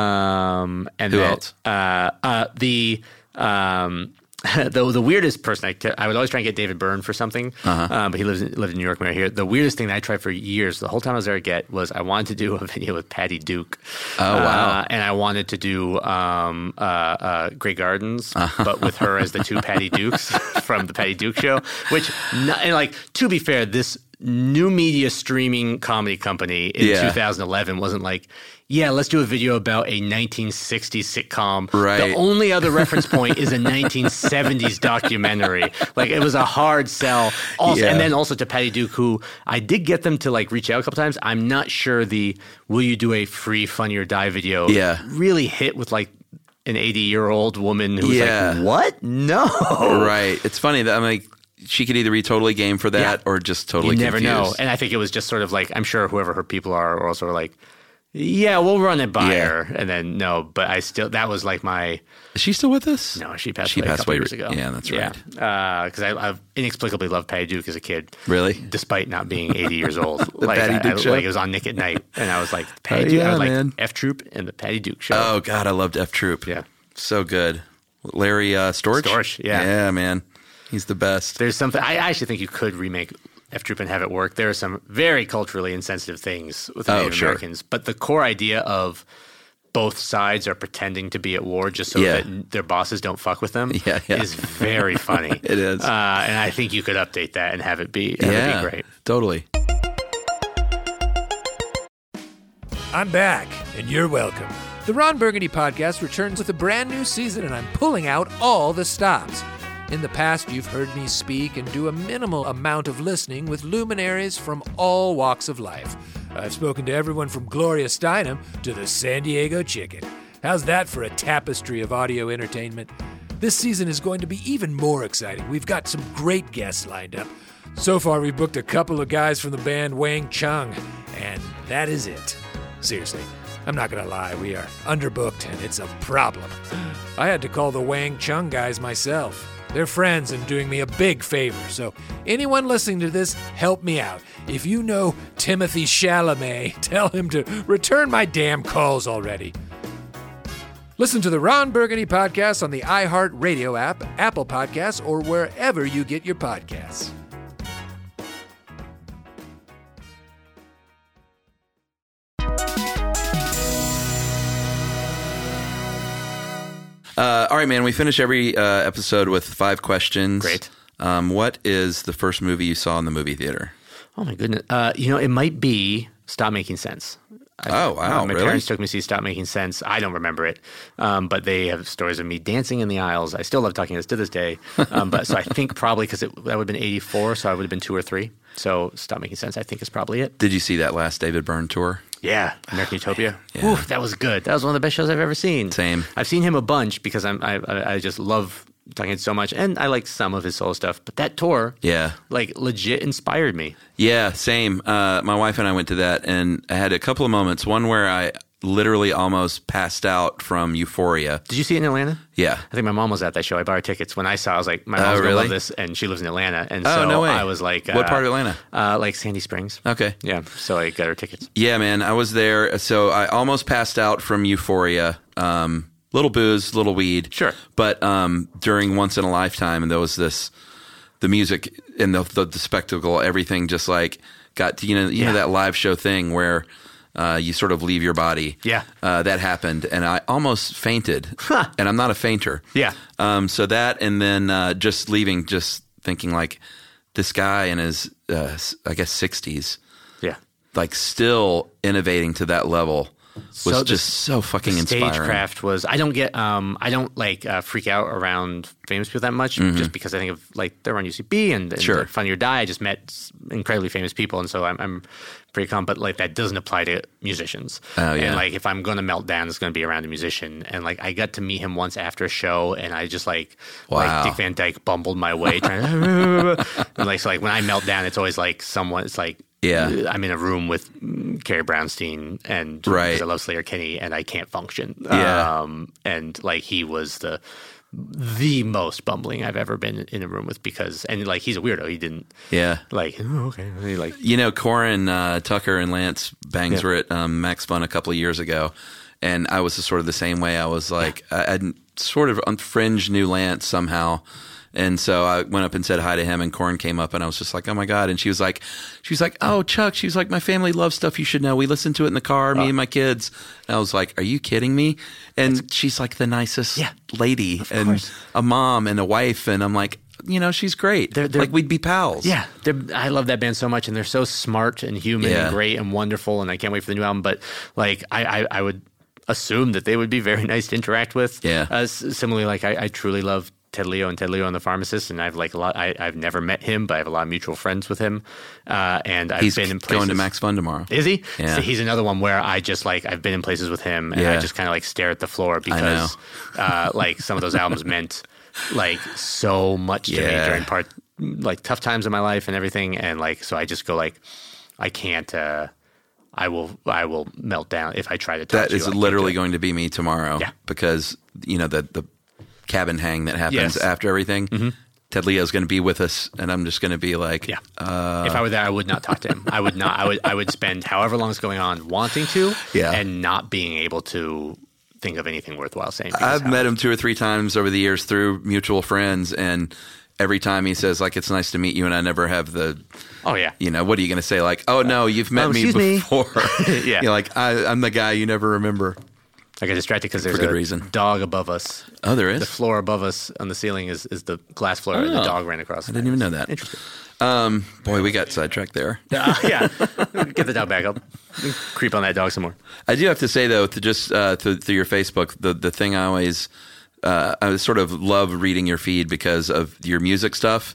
[SPEAKER 4] Um, and
[SPEAKER 3] Who
[SPEAKER 4] that-
[SPEAKER 3] else?
[SPEAKER 4] Uh, uh, the um, the the weirdest person I could, I would always try and get David Byrne for something,
[SPEAKER 3] Uh-huh.
[SPEAKER 4] uh, but he lives in, lived in New York when we were here. The weirdest thing that I tried for years, the whole time I was there, get was I wanted to do a video with Patty Duke. Oh
[SPEAKER 3] wow.
[SPEAKER 4] and I wanted to do um, uh, uh, Grey Gardens,
[SPEAKER 3] Uh-huh.
[SPEAKER 4] but with her as the two Patty Dukes from the Patty Duke Show. Which, no- and like to be fair, this new media streaming comedy company in
[SPEAKER 3] Yeah.
[SPEAKER 4] 2011 wasn't like, yeah, let's do a video about a 1960s sitcom.
[SPEAKER 3] Right.
[SPEAKER 4] The only other reference point is a 1970s documentary. Like it was a hard sell. Also,
[SPEAKER 3] Yeah.
[SPEAKER 4] and then also to Patty Duke, who I did get them to like reach out a couple times. I'm not sure the "Will you do a free funny or die" video
[SPEAKER 3] Yeah.
[SPEAKER 4] really hit with like an 80 year old woman who's
[SPEAKER 3] Yeah.
[SPEAKER 4] like, "What? No,
[SPEAKER 3] Right. It's funny that I'm like she could either be totally game for that
[SPEAKER 4] Yeah.
[SPEAKER 3] or just
[SPEAKER 4] you
[SPEAKER 3] totally
[SPEAKER 4] never know."
[SPEAKER 3] confused.
[SPEAKER 4] And I think it was just sort of like I'm sure whoever her people are are also like, "Yeah, we'll run it by
[SPEAKER 3] Yeah.
[SPEAKER 4] her," and then no, but I still that was like my.
[SPEAKER 3] Is she still with us?
[SPEAKER 4] No, she passed
[SPEAKER 3] She
[SPEAKER 4] away.
[SPEAKER 3] passed
[SPEAKER 4] a couple
[SPEAKER 3] away
[SPEAKER 4] years
[SPEAKER 3] re-
[SPEAKER 4] ago.
[SPEAKER 3] yeah, that's
[SPEAKER 4] Yeah, because I, I inexplicably loved Patty Duke as a kid.
[SPEAKER 3] Really?
[SPEAKER 4] despite not being 80 years old. like,
[SPEAKER 3] Patty
[SPEAKER 4] I,
[SPEAKER 3] Duke
[SPEAKER 4] I-
[SPEAKER 3] Show.
[SPEAKER 4] like it was on Nick at Night, and I was like, Patty
[SPEAKER 3] Oh,
[SPEAKER 4] Duke.
[SPEAKER 3] yeah,
[SPEAKER 4] I was like
[SPEAKER 3] man.
[SPEAKER 4] F Troop and the Patty Duke show.
[SPEAKER 3] Oh God, I loved F Troop.
[SPEAKER 4] Yeah.
[SPEAKER 3] So good. Larry uh Storch.
[SPEAKER 4] Storch, yeah.
[SPEAKER 3] Yeah, man. He's the best.
[SPEAKER 4] There's something I actually think you could remake F Troop and have it work. There are some very culturally insensitive things with
[SPEAKER 3] Oh,
[SPEAKER 4] Native
[SPEAKER 3] sure.
[SPEAKER 4] Americans, but the core idea of both sides are pretending to be at war just so
[SPEAKER 3] Yeah.
[SPEAKER 4] that n- their bosses don't fuck with them
[SPEAKER 3] Yeah, yeah.
[SPEAKER 4] is very funny.
[SPEAKER 3] It is.
[SPEAKER 4] uh, and I think you could update that and have it be, have
[SPEAKER 3] yeah.
[SPEAKER 4] it be great.
[SPEAKER 3] Totally.
[SPEAKER 6] I'm back, and you're welcome. The Ron Burgundy podcast returns with a brand new season, and I'm pulling out all the stops.
[SPEAKER 7] In the past, you've heard me speak and do a minimal amount of listening with luminaries from all walks of life. I've spoken to everyone from Gloria Steinem to the San Diego Chicken. How's that for a tapestry of audio entertainment? This season is going to be even more exciting. We've got some great guests lined up. So far, we've booked a couple of guys from the band Wang Chung, and that is it. Seriously, I'm not gonna lie, we are underbooked, and it's a problem. I had to call the Wang Chung guys myself. They're friends and doing me a big favor, so anyone listening to this, help me out. If you know Timothy Chalamet, tell him to return my damn calls already. Listen to the Ron Burgundy podcast on the iHeartRadio app, Apple Podcasts, or wherever you get your podcasts.
[SPEAKER 3] Uh, all right, man. We finish every uh, episode with five questions.
[SPEAKER 4] Great.
[SPEAKER 3] Um, what is the first movie you saw in the movie theater?
[SPEAKER 4] Oh my goodness. Uh, you know, it might be Stop Making Sense.
[SPEAKER 3] Oh, wow,
[SPEAKER 4] my
[SPEAKER 3] really?
[SPEAKER 4] parents took me to see Stop Making Sense. I don't remember it, um, but they have stories of me dancing in the aisles. I still love talking this to this day. Um, but so I think probably because that would have been '84, so I would have been two or three. So Stop Making Sense, I think, is probably it.
[SPEAKER 3] Did you see that last David Byrne tour?
[SPEAKER 4] Yeah, American Utopia. Ooh, that was good. That was one of the best shows I've ever seen.
[SPEAKER 3] Same.
[SPEAKER 4] I've seen him a bunch because I'm I, I I just love talking so much, and I like some of his solo stuff. But that tour,
[SPEAKER 3] Yeah.
[SPEAKER 4] like legit inspired me.
[SPEAKER 3] Yeah, same. Uh, my wife and I went to that, and I had a couple of moments. One where I literally almost passed out from euphoria.
[SPEAKER 4] Did you see it in Atlanta?
[SPEAKER 3] Yeah.
[SPEAKER 4] I think my mom was at that show. I bought her tickets. When I saw, it, I was like, "My
[SPEAKER 3] Oh,
[SPEAKER 4] mom's gonna
[SPEAKER 3] really?
[SPEAKER 4] love this," and she lives in Atlanta, and
[SPEAKER 3] Oh,
[SPEAKER 4] so
[SPEAKER 3] no way.
[SPEAKER 4] I was like,
[SPEAKER 3] What part of Atlanta? Oh.
[SPEAKER 4] Uh, like Sandy Springs.
[SPEAKER 3] Okay.
[SPEAKER 4] Yeah, so I got her tickets.
[SPEAKER 3] Yeah, man, I was there. So I almost passed out from euphoria. Um, little booze, little weed.
[SPEAKER 4] Sure.
[SPEAKER 3] But um, during Once in a Lifetime, and there was this, the music and the, the, the spectacle, everything just like got, to, you know, you know,
[SPEAKER 4] Yeah.
[SPEAKER 3] that live show thing where uh, you sort of leave your body.
[SPEAKER 4] Yeah.
[SPEAKER 3] Uh, that happened. And I almost fainted. And I'm not a fainter.
[SPEAKER 4] Yeah.
[SPEAKER 3] Um, so that, and then uh, just leaving, just thinking like this guy in his, uh, s- I guess, 60s
[SPEAKER 4] Yeah,
[SPEAKER 3] like still innovating to that level was
[SPEAKER 4] So the-
[SPEAKER 3] just so fucking
[SPEAKER 4] The
[SPEAKER 3] inspiring.
[SPEAKER 4] Stagecraft was. I don't get. Um, I don't like uh, freak out around famous people that much, just because I think of like they're on UCB and, and
[SPEAKER 3] Mm-hmm. Sure.
[SPEAKER 4] like, Funny or Die. I just met s- incredibly famous people, and so I'm, I'm pretty calm. But like that doesn't apply to musicians.
[SPEAKER 3] Oh, yeah.
[SPEAKER 4] And like if I'm gonna melt down, it's gonna be around a musician. And like I got to meet him once after a show, and I just like
[SPEAKER 3] Wow.
[SPEAKER 4] like Dick Van Dyke bumbled my way trying. to, and like so like when I melt down, it's always like someone. It's like.
[SPEAKER 3] Yeah.
[SPEAKER 4] I'm in a room with mm, Carrie Brownstein and
[SPEAKER 3] Right.
[SPEAKER 4] because I love Slayer Kenny and I can't function.
[SPEAKER 3] Yeah.
[SPEAKER 4] Um, and like he was the the most bumbling I've ever been in a room with because and like he's a weirdo. He didn't
[SPEAKER 3] Yeah.
[SPEAKER 4] like "Oh, okay. He like
[SPEAKER 3] You know, Corin, uh, Tucker, and Lance Bangs were at um, Max Fun a couple of years ago, and I was sort of the same way. I was like, I, I'd sort of unfringed new Lance somehow. And so I went up and said hi to him, and Corin came up, and I was just like, "Oh my god!" And she was like, "She was like, oh Chuck," she was like, "My family loves stuff you should know. We listen to it in the car,
[SPEAKER 4] Uh.
[SPEAKER 3] me and my kids." And I was like, "Are you kidding me?" And she's like the nicest
[SPEAKER 4] Yeah.
[SPEAKER 3] lady, and a mom and a wife, and I'm like, you know, she's great.
[SPEAKER 4] They're- they're-
[SPEAKER 3] like we'd be pals.
[SPEAKER 4] Yeah, they're- I love that band so much, and they're so smart and human
[SPEAKER 3] Yeah.
[SPEAKER 4] and great and wonderful, and I can't wait for the new album. But like, I, I, I would assume that they would be very nice to interact with.
[SPEAKER 3] Yeah.
[SPEAKER 4] Uh, s- similarly, like I, I truly love Ted Leo and Ted Leo and the Pharmacist, and I've like a lot. I, I've never met him, but I have a lot of mutual friends with him, uh, and I've
[SPEAKER 3] he's
[SPEAKER 4] been in places.
[SPEAKER 3] going to Max Fun tomorrow.
[SPEAKER 4] Is he?
[SPEAKER 3] Yeah.
[SPEAKER 4] So he's another one where I just like I've been in places with him and
[SPEAKER 3] Yeah.
[SPEAKER 4] I just kind of like stare at the floor because uh, like some of those albums meant like so much to
[SPEAKER 3] Yeah.
[SPEAKER 4] me during part like tough times in my life and everything and like so I just go like I can't uh I will I will melt down if I try to touch
[SPEAKER 3] That is
[SPEAKER 4] you, I can't
[SPEAKER 3] literally
[SPEAKER 4] do it.
[SPEAKER 3] going to be me tomorrow.
[SPEAKER 4] Yeah.
[SPEAKER 3] Because you know the the cabin hang that happens
[SPEAKER 4] Yes. Mm-hmm.
[SPEAKER 3] after everything. Ted Leo's going to be with us, and I'm just going to be like,
[SPEAKER 4] yeah. if I were there, I would not talk to him. I would not. I would. I would spend however long it's going on wanting to,
[SPEAKER 3] Yeah.
[SPEAKER 4] and not being able to think of anything worthwhile saying. because
[SPEAKER 3] I've
[SPEAKER 4] how-
[SPEAKER 3] met him two or three times over the years through mutual friends, and every time he says like, "It's nice to meet you," and I never have the.
[SPEAKER 4] Oh yeah.
[SPEAKER 3] You know what are you going to say? Like, oh no, you've met
[SPEAKER 4] Oh,
[SPEAKER 3] me
[SPEAKER 4] excuse me."
[SPEAKER 3] before.
[SPEAKER 4] Yeah.
[SPEAKER 3] you're like I, I'm the guy you never remember.
[SPEAKER 4] I got distracted because there's
[SPEAKER 3] good
[SPEAKER 4] a
[SPEAKER 3] reason.
[SPEAKER 4] dog above us.
[SPEAKER 3] Oh, there
[SPEAKER 4] The
[SPEAKER 3] is.
[SPEAKER 4] floor above us on the ceiling is, is the glass floor, and the
[SPEAKER 3] Oh.
[SPEAKER 4] dog ran across.
[SPEAKER 3] I didn't even know that.
[SPEAKER 4] Interesting.
[SPEAKER 3] Um, boy, we got sidetracked there.
[SPEAKER 4] Uh, yeah, get the dog back up. Creep on that dog some more.
[SPEAKER 3] I do have to say though, to just uh, to, to your Facebook, the the thing I always uh, I sort of love reading your feed because of your music stuff.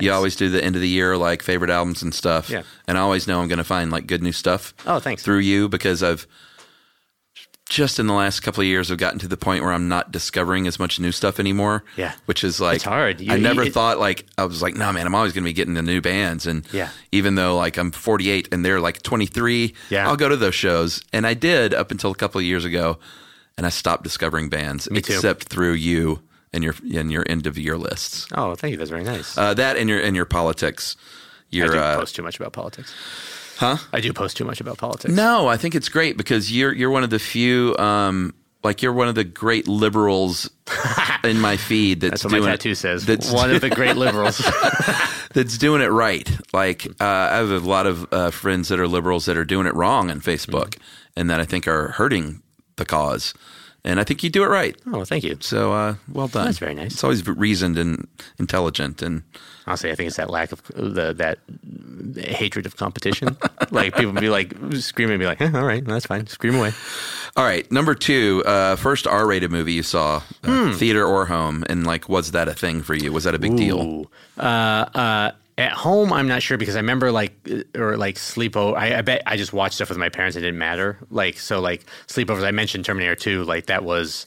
[SPEAKER 3] you always do the end of the year, like favorite albums and stuff.
[SPEAKER 4] Oh, Yeah.
[SPEAKER 3] And I always know I'm going to find like good new stuff.
[SPEAKER 4] Oh, thanks.
[SPEAKER 3] Through you because I've just in the last couple of years, I've gotten to the point where I'm not discovering as much new stuff anymore.
[SPEAKER 4] Yeah.
[SPEAKER 3] Which is like,
[SPEAKER 4] It's hard. You-
[SPEAKER 3] I never
[SPEAKER 4] it-
[SPEAKER 3] thought like, I was like, no, man, I'm always going to be getting the new bands. And
[SPEAKER 4] Yeah.
[SPEAKER 3] even though like I'm 48 and they're like 23,
[SPEAKER 4] Yeah.
[SPEAKER 3] I'll go to those shows. And I did up until a couple of years ago. And I stopped discovering bands
[SPEAKER 4] Me too.
[SPEAKER 3] except through you and your and your end of year lists.
[SPEAKER 4] Oh, thank you. That's very nice.
[SPEAKER 3] Uh, that and your and your politics.
[SPEAKER 4] I
[SPEAKER 3] Your
[SPEAKER 4] do
[SPEAKER 3] uh,
[SPEAKER 4] post too much about politics. Huh? I do post too much about politics.
[SPEAKER 3] no, I think it's great because you're you're one of the few um, like you're one of the great liberals in my feed that's,
[SPEAKER 4] That's what my
[SPEAKER 3] doing it-
[SPEAKER 4] tattoo says.
[SPEAKER 3] That's
[SPEAKER 4] One of the great liberals.
[SPEAKER 3] that's doing it right. Like uh, I have a lot of uh, friends that are liberals that are doing it wrong on Facebook,
[SPEAKER 4] Mm-hmm.
[SPEAKER 3] and that I think are hurting the cause. And I think you do it right.
[SPEAKER 4] oh, thank you.
[SPEAKER 3] So uh, well done.
[SPEAKER 4] That's very nice.
[SPEAKER 3] It's always reasoned and intelligent, and
[SPEAKER 4] Honestly, I think it's that lack of the, that hatred of competition. like people be like screaming, be like, eh, "All right, that's fine, scream away."
[SPEAKER 3] All right, number two, uh, first R-rated movie you saw,
[SPEAKER 4] Hmm.
[SPEAKER 3] uh, theater or home, and like, was that a thing for you? Was that a big deal?
[SPEAKER 4] Ooh. Uh, uh, at home, I'm not sure because I remember like uh, or like sleepover. I, I bet I just watched stuff with my parents. It didn't matter. Like so, like sleepovers. I mentioned Terminator 2. Like that was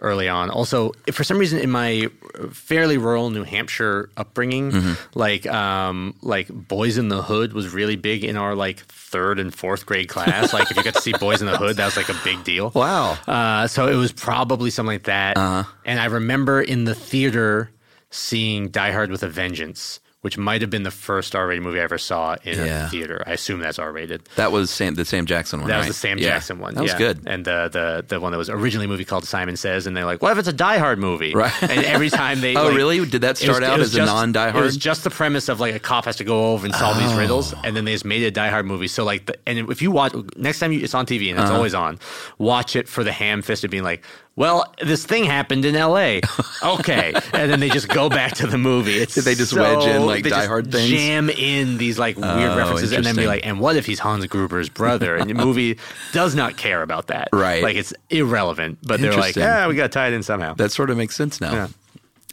[SPEAKER 4] early on. Also, if for some reason in my fairly rural New Hampshire upbringing, like um, like Boys in the Hood was really big in our like third and fourth grade class. like if you got to see Boys in the Hood, that was like a big deal.
[SPEAKER 3] Wow.
[SPEAKER 4] Uh, so it was probably something like that. And I remember in the theater seeing Die Hard with a Vengeance, which might have been the first R-rated movie I ever saw in
[SPEAKER 3] Yeah.
[SPEAKER 4] a theater. I assume that's R-rated.
[SPEAKER 3] That was Sam, the Sam Jackson one.
[SPEAKER 4] That was
[SPEAKER 3] right?
[SPEAKER 4] the Sam
[SPEAKER 3] Yeah.
[SPEAKER 4] Jackson one.
[SPEAKER 3] That was
[SPEAKER 4] yeah.
[SPEAKER 3] good.
[SPEAKER 4] And the, the the one that was originally a movie called Simon Says, and they're like, "What if it's a Die Hard movie?"
[SPEAKER 3] Right.
[SPEAKER 4] And every time they,
[SPEAKER 3] Oh,
[SPEAKER 4] like-
[SPEAKER 3] really? Did that
[SPEAKER 4] it
[SPEAKER 3] start out
[SPEAKER 4] it
[SPEAKER 3] as a non-Die
[SPEAKER 4] It was
[SPEAKER 3] Hard? Oh.
[SPEAKER 4] just the premise of like a cop has to go over and solve these riddles, and then they just made it a Die Hard movie. So like, the, and if you watch next time you, it's on TV and it's
[SPEAKER 3] Uh-huh.
[SPEAKER 4] always on, watch it for the ham fist of being like, "Well, this thing happened in L.A." okay, and then they just go back to the movie. It's
[SPEAKER 3] Did they just
[SPEAKER 4] so-
[SPEAKER 3] wedge in, like,
[SPEAKER 4] they
[SPEAKER 3] Die
[SPEAKER 4] just
[SPEAKER 3] Hard things? Oh,
[SPEAKER 4] Jam in these like weird references, and then be
[SPEAKER 3] interesting.
[SPEAKER 4] like, and what if he's Hans Gruber's brother? And the movie does not care about that.
[SPEAKER 3] Right.
[SPEAKER 4] Like it's irrelevant. But they're like,
[SPEAKER 3] Interesting.
[SPEAKER 4] yeah, we got tied in somehow.
[SPEAKER 3] That sort of makes sense now.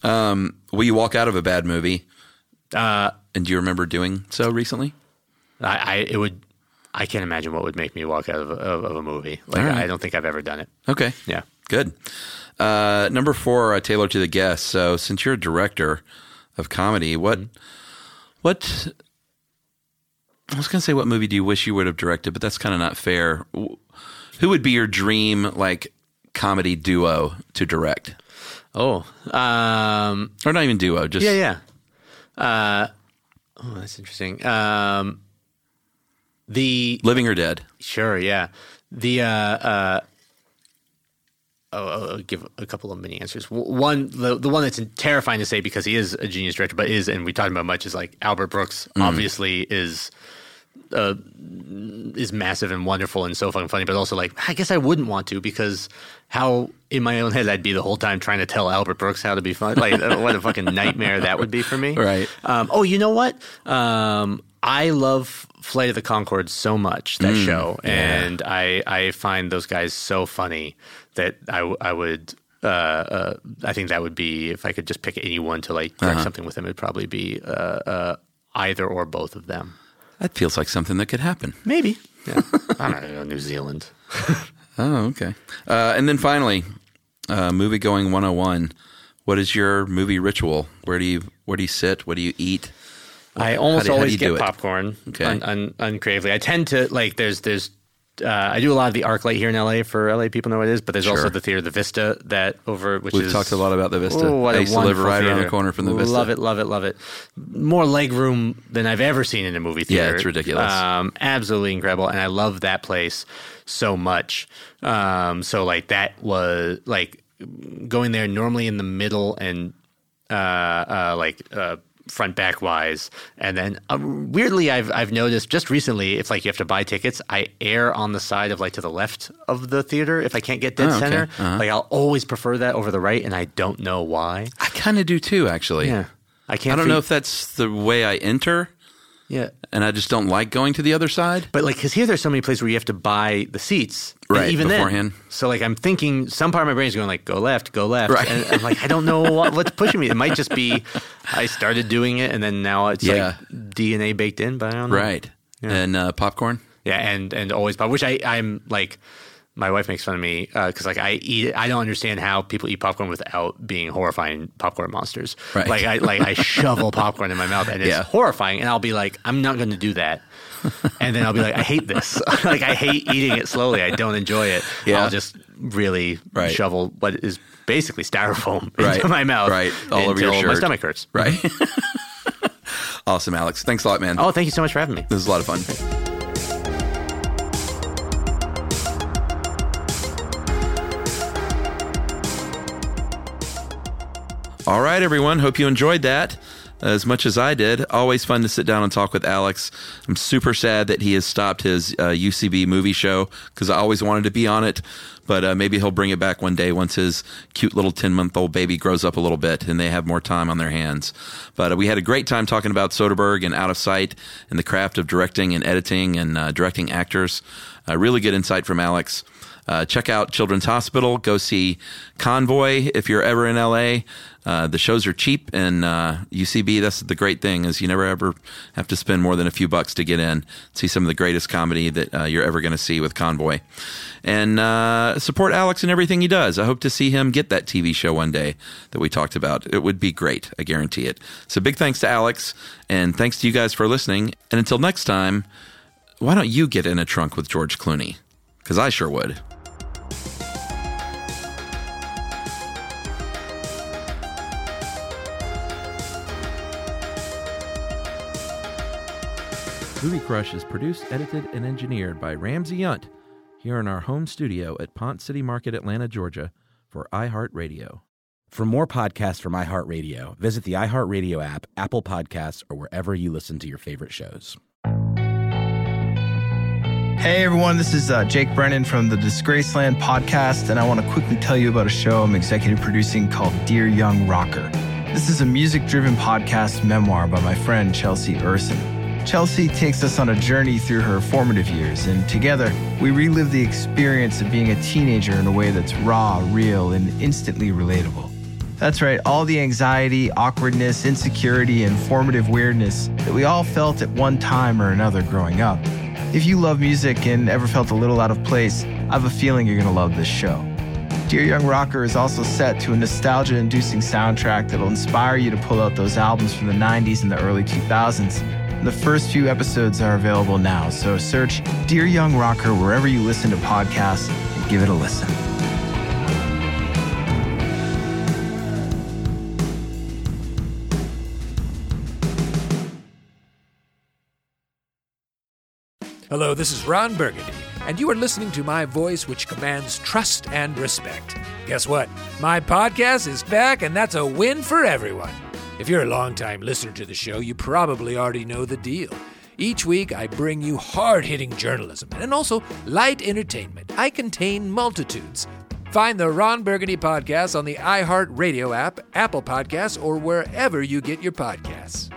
[SPEAKER 3] Um, will you walk out of a bad movie? Uh, and do you remember doing so recently?
[SPEAKER 4] I, I it would. I can't imagine what would make me walk out of, of, of a movie. Like
[SPEAKER 3] All right.
[SPEAKER 4] I don't think I've ever done it.
[SPEAKER 3] Okay.
[SPEAKER 4] Yeah.
[SPEAKER 3] Good. Uh, number four, uh, Taylor to the guest. So, since you're a director of comedy, what,
[SPEAKER 4] Mm-hmm.
[SPEAKER 3] what, I was going to say, what movie do you wish you would have directed? But that's kind of not fair. W- Who would be your dream like comedy duo to direct,
[SPEAKER 4] Oh, um,
[SPEAKER 3] or not even duo? Just
[SPEAKER 4] yeah, yeah. Uh, oh, that's interesting. Um, the
[SPEAKER 3] living or dead.
[SPEAKER 4] Sure, yeah. The uh, uh, oh, I'll I'll give a couple of mini answers. W- One, the, the one that's terrifying to say because he is a genius director, but is and we talked about much is like Albert Brooks. Obviously, is uh, is massive and wonderful and so fucking funny, but also like I guess I wouldn't want to because how in my own head I'd be the whole time trying to tell Albert Brooks how to be fun. Like what a fucking nightmare that would be for me.
[SPEAKER 3] Right.
[SPEAKER 4] Um, oh, you know what? Um, I love Flight of the Concords so much that show, and I I find those guys so funny that I w- I would. Uh, uh, I think that would be if I could just pick anyone to like direct something with them. It'd probably be uh, uh, either or both of them.
[SPEAKER 3] That feels like something that could happen.
[SPEAKER 4] Maybe. Yeah. I'm not gonna go to New Zealand.
[SPEAKER 3] Oh, okay. Uh, and then finally, uh, movie going 101. What is your movie ritual? Where do you where do you sit? What do you eat?
[SPEAKER 4] I almost
[SPEAKER 3] do you- how do
[SPEAKER 4] always
[SPEAKER 3] you do
[SPEAKER 4] get
[SPEAKER 3] it?
[SPEAKER 4] popcorn.
[SPEAKER 3] Okay.
[SPEAKER 4] Un, un, uncravely. I tend to like. There's there's. Uh, I do a lot of the ArcLight here in LA for LA people know what it is, but there's also
[SPEAKER 3] Sure.
[SPEAKER 4] the theater, the Vista, that over which
[SPEAKER 3] We've
[SPEAKER 4] is,
[SPEAKER 3] talked a lot about the Vista.
[SPEAKER 4] Oh, what
[SPEAKER 3] I
[SPEAKER 4] a
[SPEAKER 3] used to live
[SPEAKER 4] wonderful
[SPEAKER 3] right around the
[SPEAKER 4] theater.
[SPEAKER 3] corner from the Vista.
[SPEAKER 4] Love it, love it, love it. More leg room than I've ever seen in a movie
[SPEAKER 3] Yeah,
[SPEAKER 4] theater.
[SPEAKER 3] it's ridiculous.
[SPEAKER 4] Um, absolutely incredible, and I love that place so much. Um, so like that was like going there normally in the middle and uh, uh, like uh, front back wise, and then uh, weirdly, I've I've noticed just recently if like you have to buy tickets, I err on the side of like to the left of the theater if I can't get dead
[SPEAKER 3] Oh, okay.
[SPEAKER 4] center.
[SPEAKER 3] Uh-huh.
[SPEAKER 4] Like I'll always prefer that over the right, and I don't know why.
[SPEAKER 3] I kind of do too, actually.
[SPEAKER 4] Yeah. I can't.
[SPEAKER 3] I don't
[SPEAKER 4] fe-
[SPEAKER 3] know if that's the way I enter
[SPEAKER 4] Yeah.
[SPEAKER 3] And I just don't like going to the other side.
[SPEAKER 4] But like, because here there's so many places where you have to buy the seats, and
[SPEAKER 3] Right,
[SPEAKER 4] Even then-
[SPEAKER 3] beforehand.
[SPEAKER 4] so like I'm thinking some part of my brain is going like, go left, go left,
[SPEAKER 3] Right.
[SPEAKER 4] and I'm like, I don't know what, what's pushing me. It might just be I started doing it, and then now it's
[SPEAKER 3] Yeah.
[SPEAKER 4] like DNA baked in, but I don't know.
[SPEAKER 3] Right. And uh, popcorn.
[SPEAKER 4] Yeah, and and always pop. Which I I'm like, my wife makes fun of me because like I eat. I don't understand how people eat popcorn without being horrifying popcorn monsters.
[SPEAKER 3] Right.
[SPEAKER 4] Like I like I shovel popcorn in my mouth and it's
[SPEAKER 3] Yeah.
[SPEAKER 4] horrifying. And I'll be like, I'm not going to do that. And then I'll be like, I hate this. like I hate eating it slowly. I don't enjoy it.
[SPEAKER 3] Yeah.
[SPEAKER 4] I'll just really
[SPEAKER 3] Right.
[SPEAKER 4] shovel what is basically styrofoam
[SPEAKER 3] Right.
[SPEAKER 4] into my mouth.
[SPEAKER 3] Right. All over your
[SPEAKER 4] until My
[SPEAKER 3] shirt.
[SPEAKER 4] stomach hurts.
[SPEAKER 3] Right.
[SPEAKER 4] Mm-hmm.
[SPEAKER 3] awesome, Alex. Thanks a lot, man.
[SPEAKER 4] Oh, thank you so much for having me.
[SPEAKER 3] This was a lot of fun. All right, everyone. Hope you enjoyed that uh, as much as I did. Always fun to sit down and talk with Alex. I'm super sad that he has stopped his uh, UCB movie show because I always wanted to be on it. But uh, maybe he'll bring it back one day once his cute little 10 month old baby grows up a little bit and they have more time on their hands. But uh, we had a great time talking about Soderbergh and Out of Sight and the craft of directing and editing and uh, directing actors. Uh, really good insight from Alex. Uh, check out Children's Hospital. Go see Convoy if you're ever in LA. Uh, the shows are cheap, and uh, UCB. That's the great thing is you never ever have to spend more than a few bucks to get in. See some of the greatest comedy that uh, you're ever going to see with Convoy, and uh, support Alex in everything he does. I hope to see him get that TV show one day that we talked about. It would be great. I guarantee it. So big thanks to Alex, and thanks to you guys for listening. And until next time why don't you get in a trunk with George Clooney? Because I sure would. Movie Crush is produced, edited, and engineered by Ramsey Yunt here in our home studio at Pont City Market, Atlanta, Georgia, for iHeartRadio.
[SPEAKER 8] For more podcasts from iHeartRadio, visit the iHeartRadio app, Apple Podcasts, or wherever you listen to your favorite shows.
[SPEAKER 7] Hey everyone, this is uh, Jake Brennan from the Disgraceland podcast, and I want to quickly tell you about a show I'm executive producing called Dear Young Rocker. This is a music driven podcast memoir by my friend Chelsea Urson. Chelsea takes us on a journey through her formative years, and together we relive the experience of being a teenager in a way that's raw, real, and instantly relatable. That's right, all the anxiety, awkwardness, insecurity, and formative weirdness that we all felt at one time or another growing up. If you love music and ever felt a little out of place, I have a feeling you're going to love this show. Dear Young Rocker is also set to a nostalgia inducing soundtrack that'll inspire you to pull out those albums from the 90s and the early 2000s. The first few episodes are available now, so search Dear Young Rocker wherever you listen to podcasts and give it a listen.
[SPEAKER 9] Hello, this is Ron Burgundy, and you are listening to my voice, which commands trust and respect. Guess what? My podcast is back, and that's a win for everyone. If you're a longtime listener to the show, you probably already know the deal. Each week, I bring you hard hitting journalism and also light entertainment. I contain multitudes. Find the Ron Burgundy podcast on the iHeartRadio app, Apple Podcasts, or wherever you get your podcasts.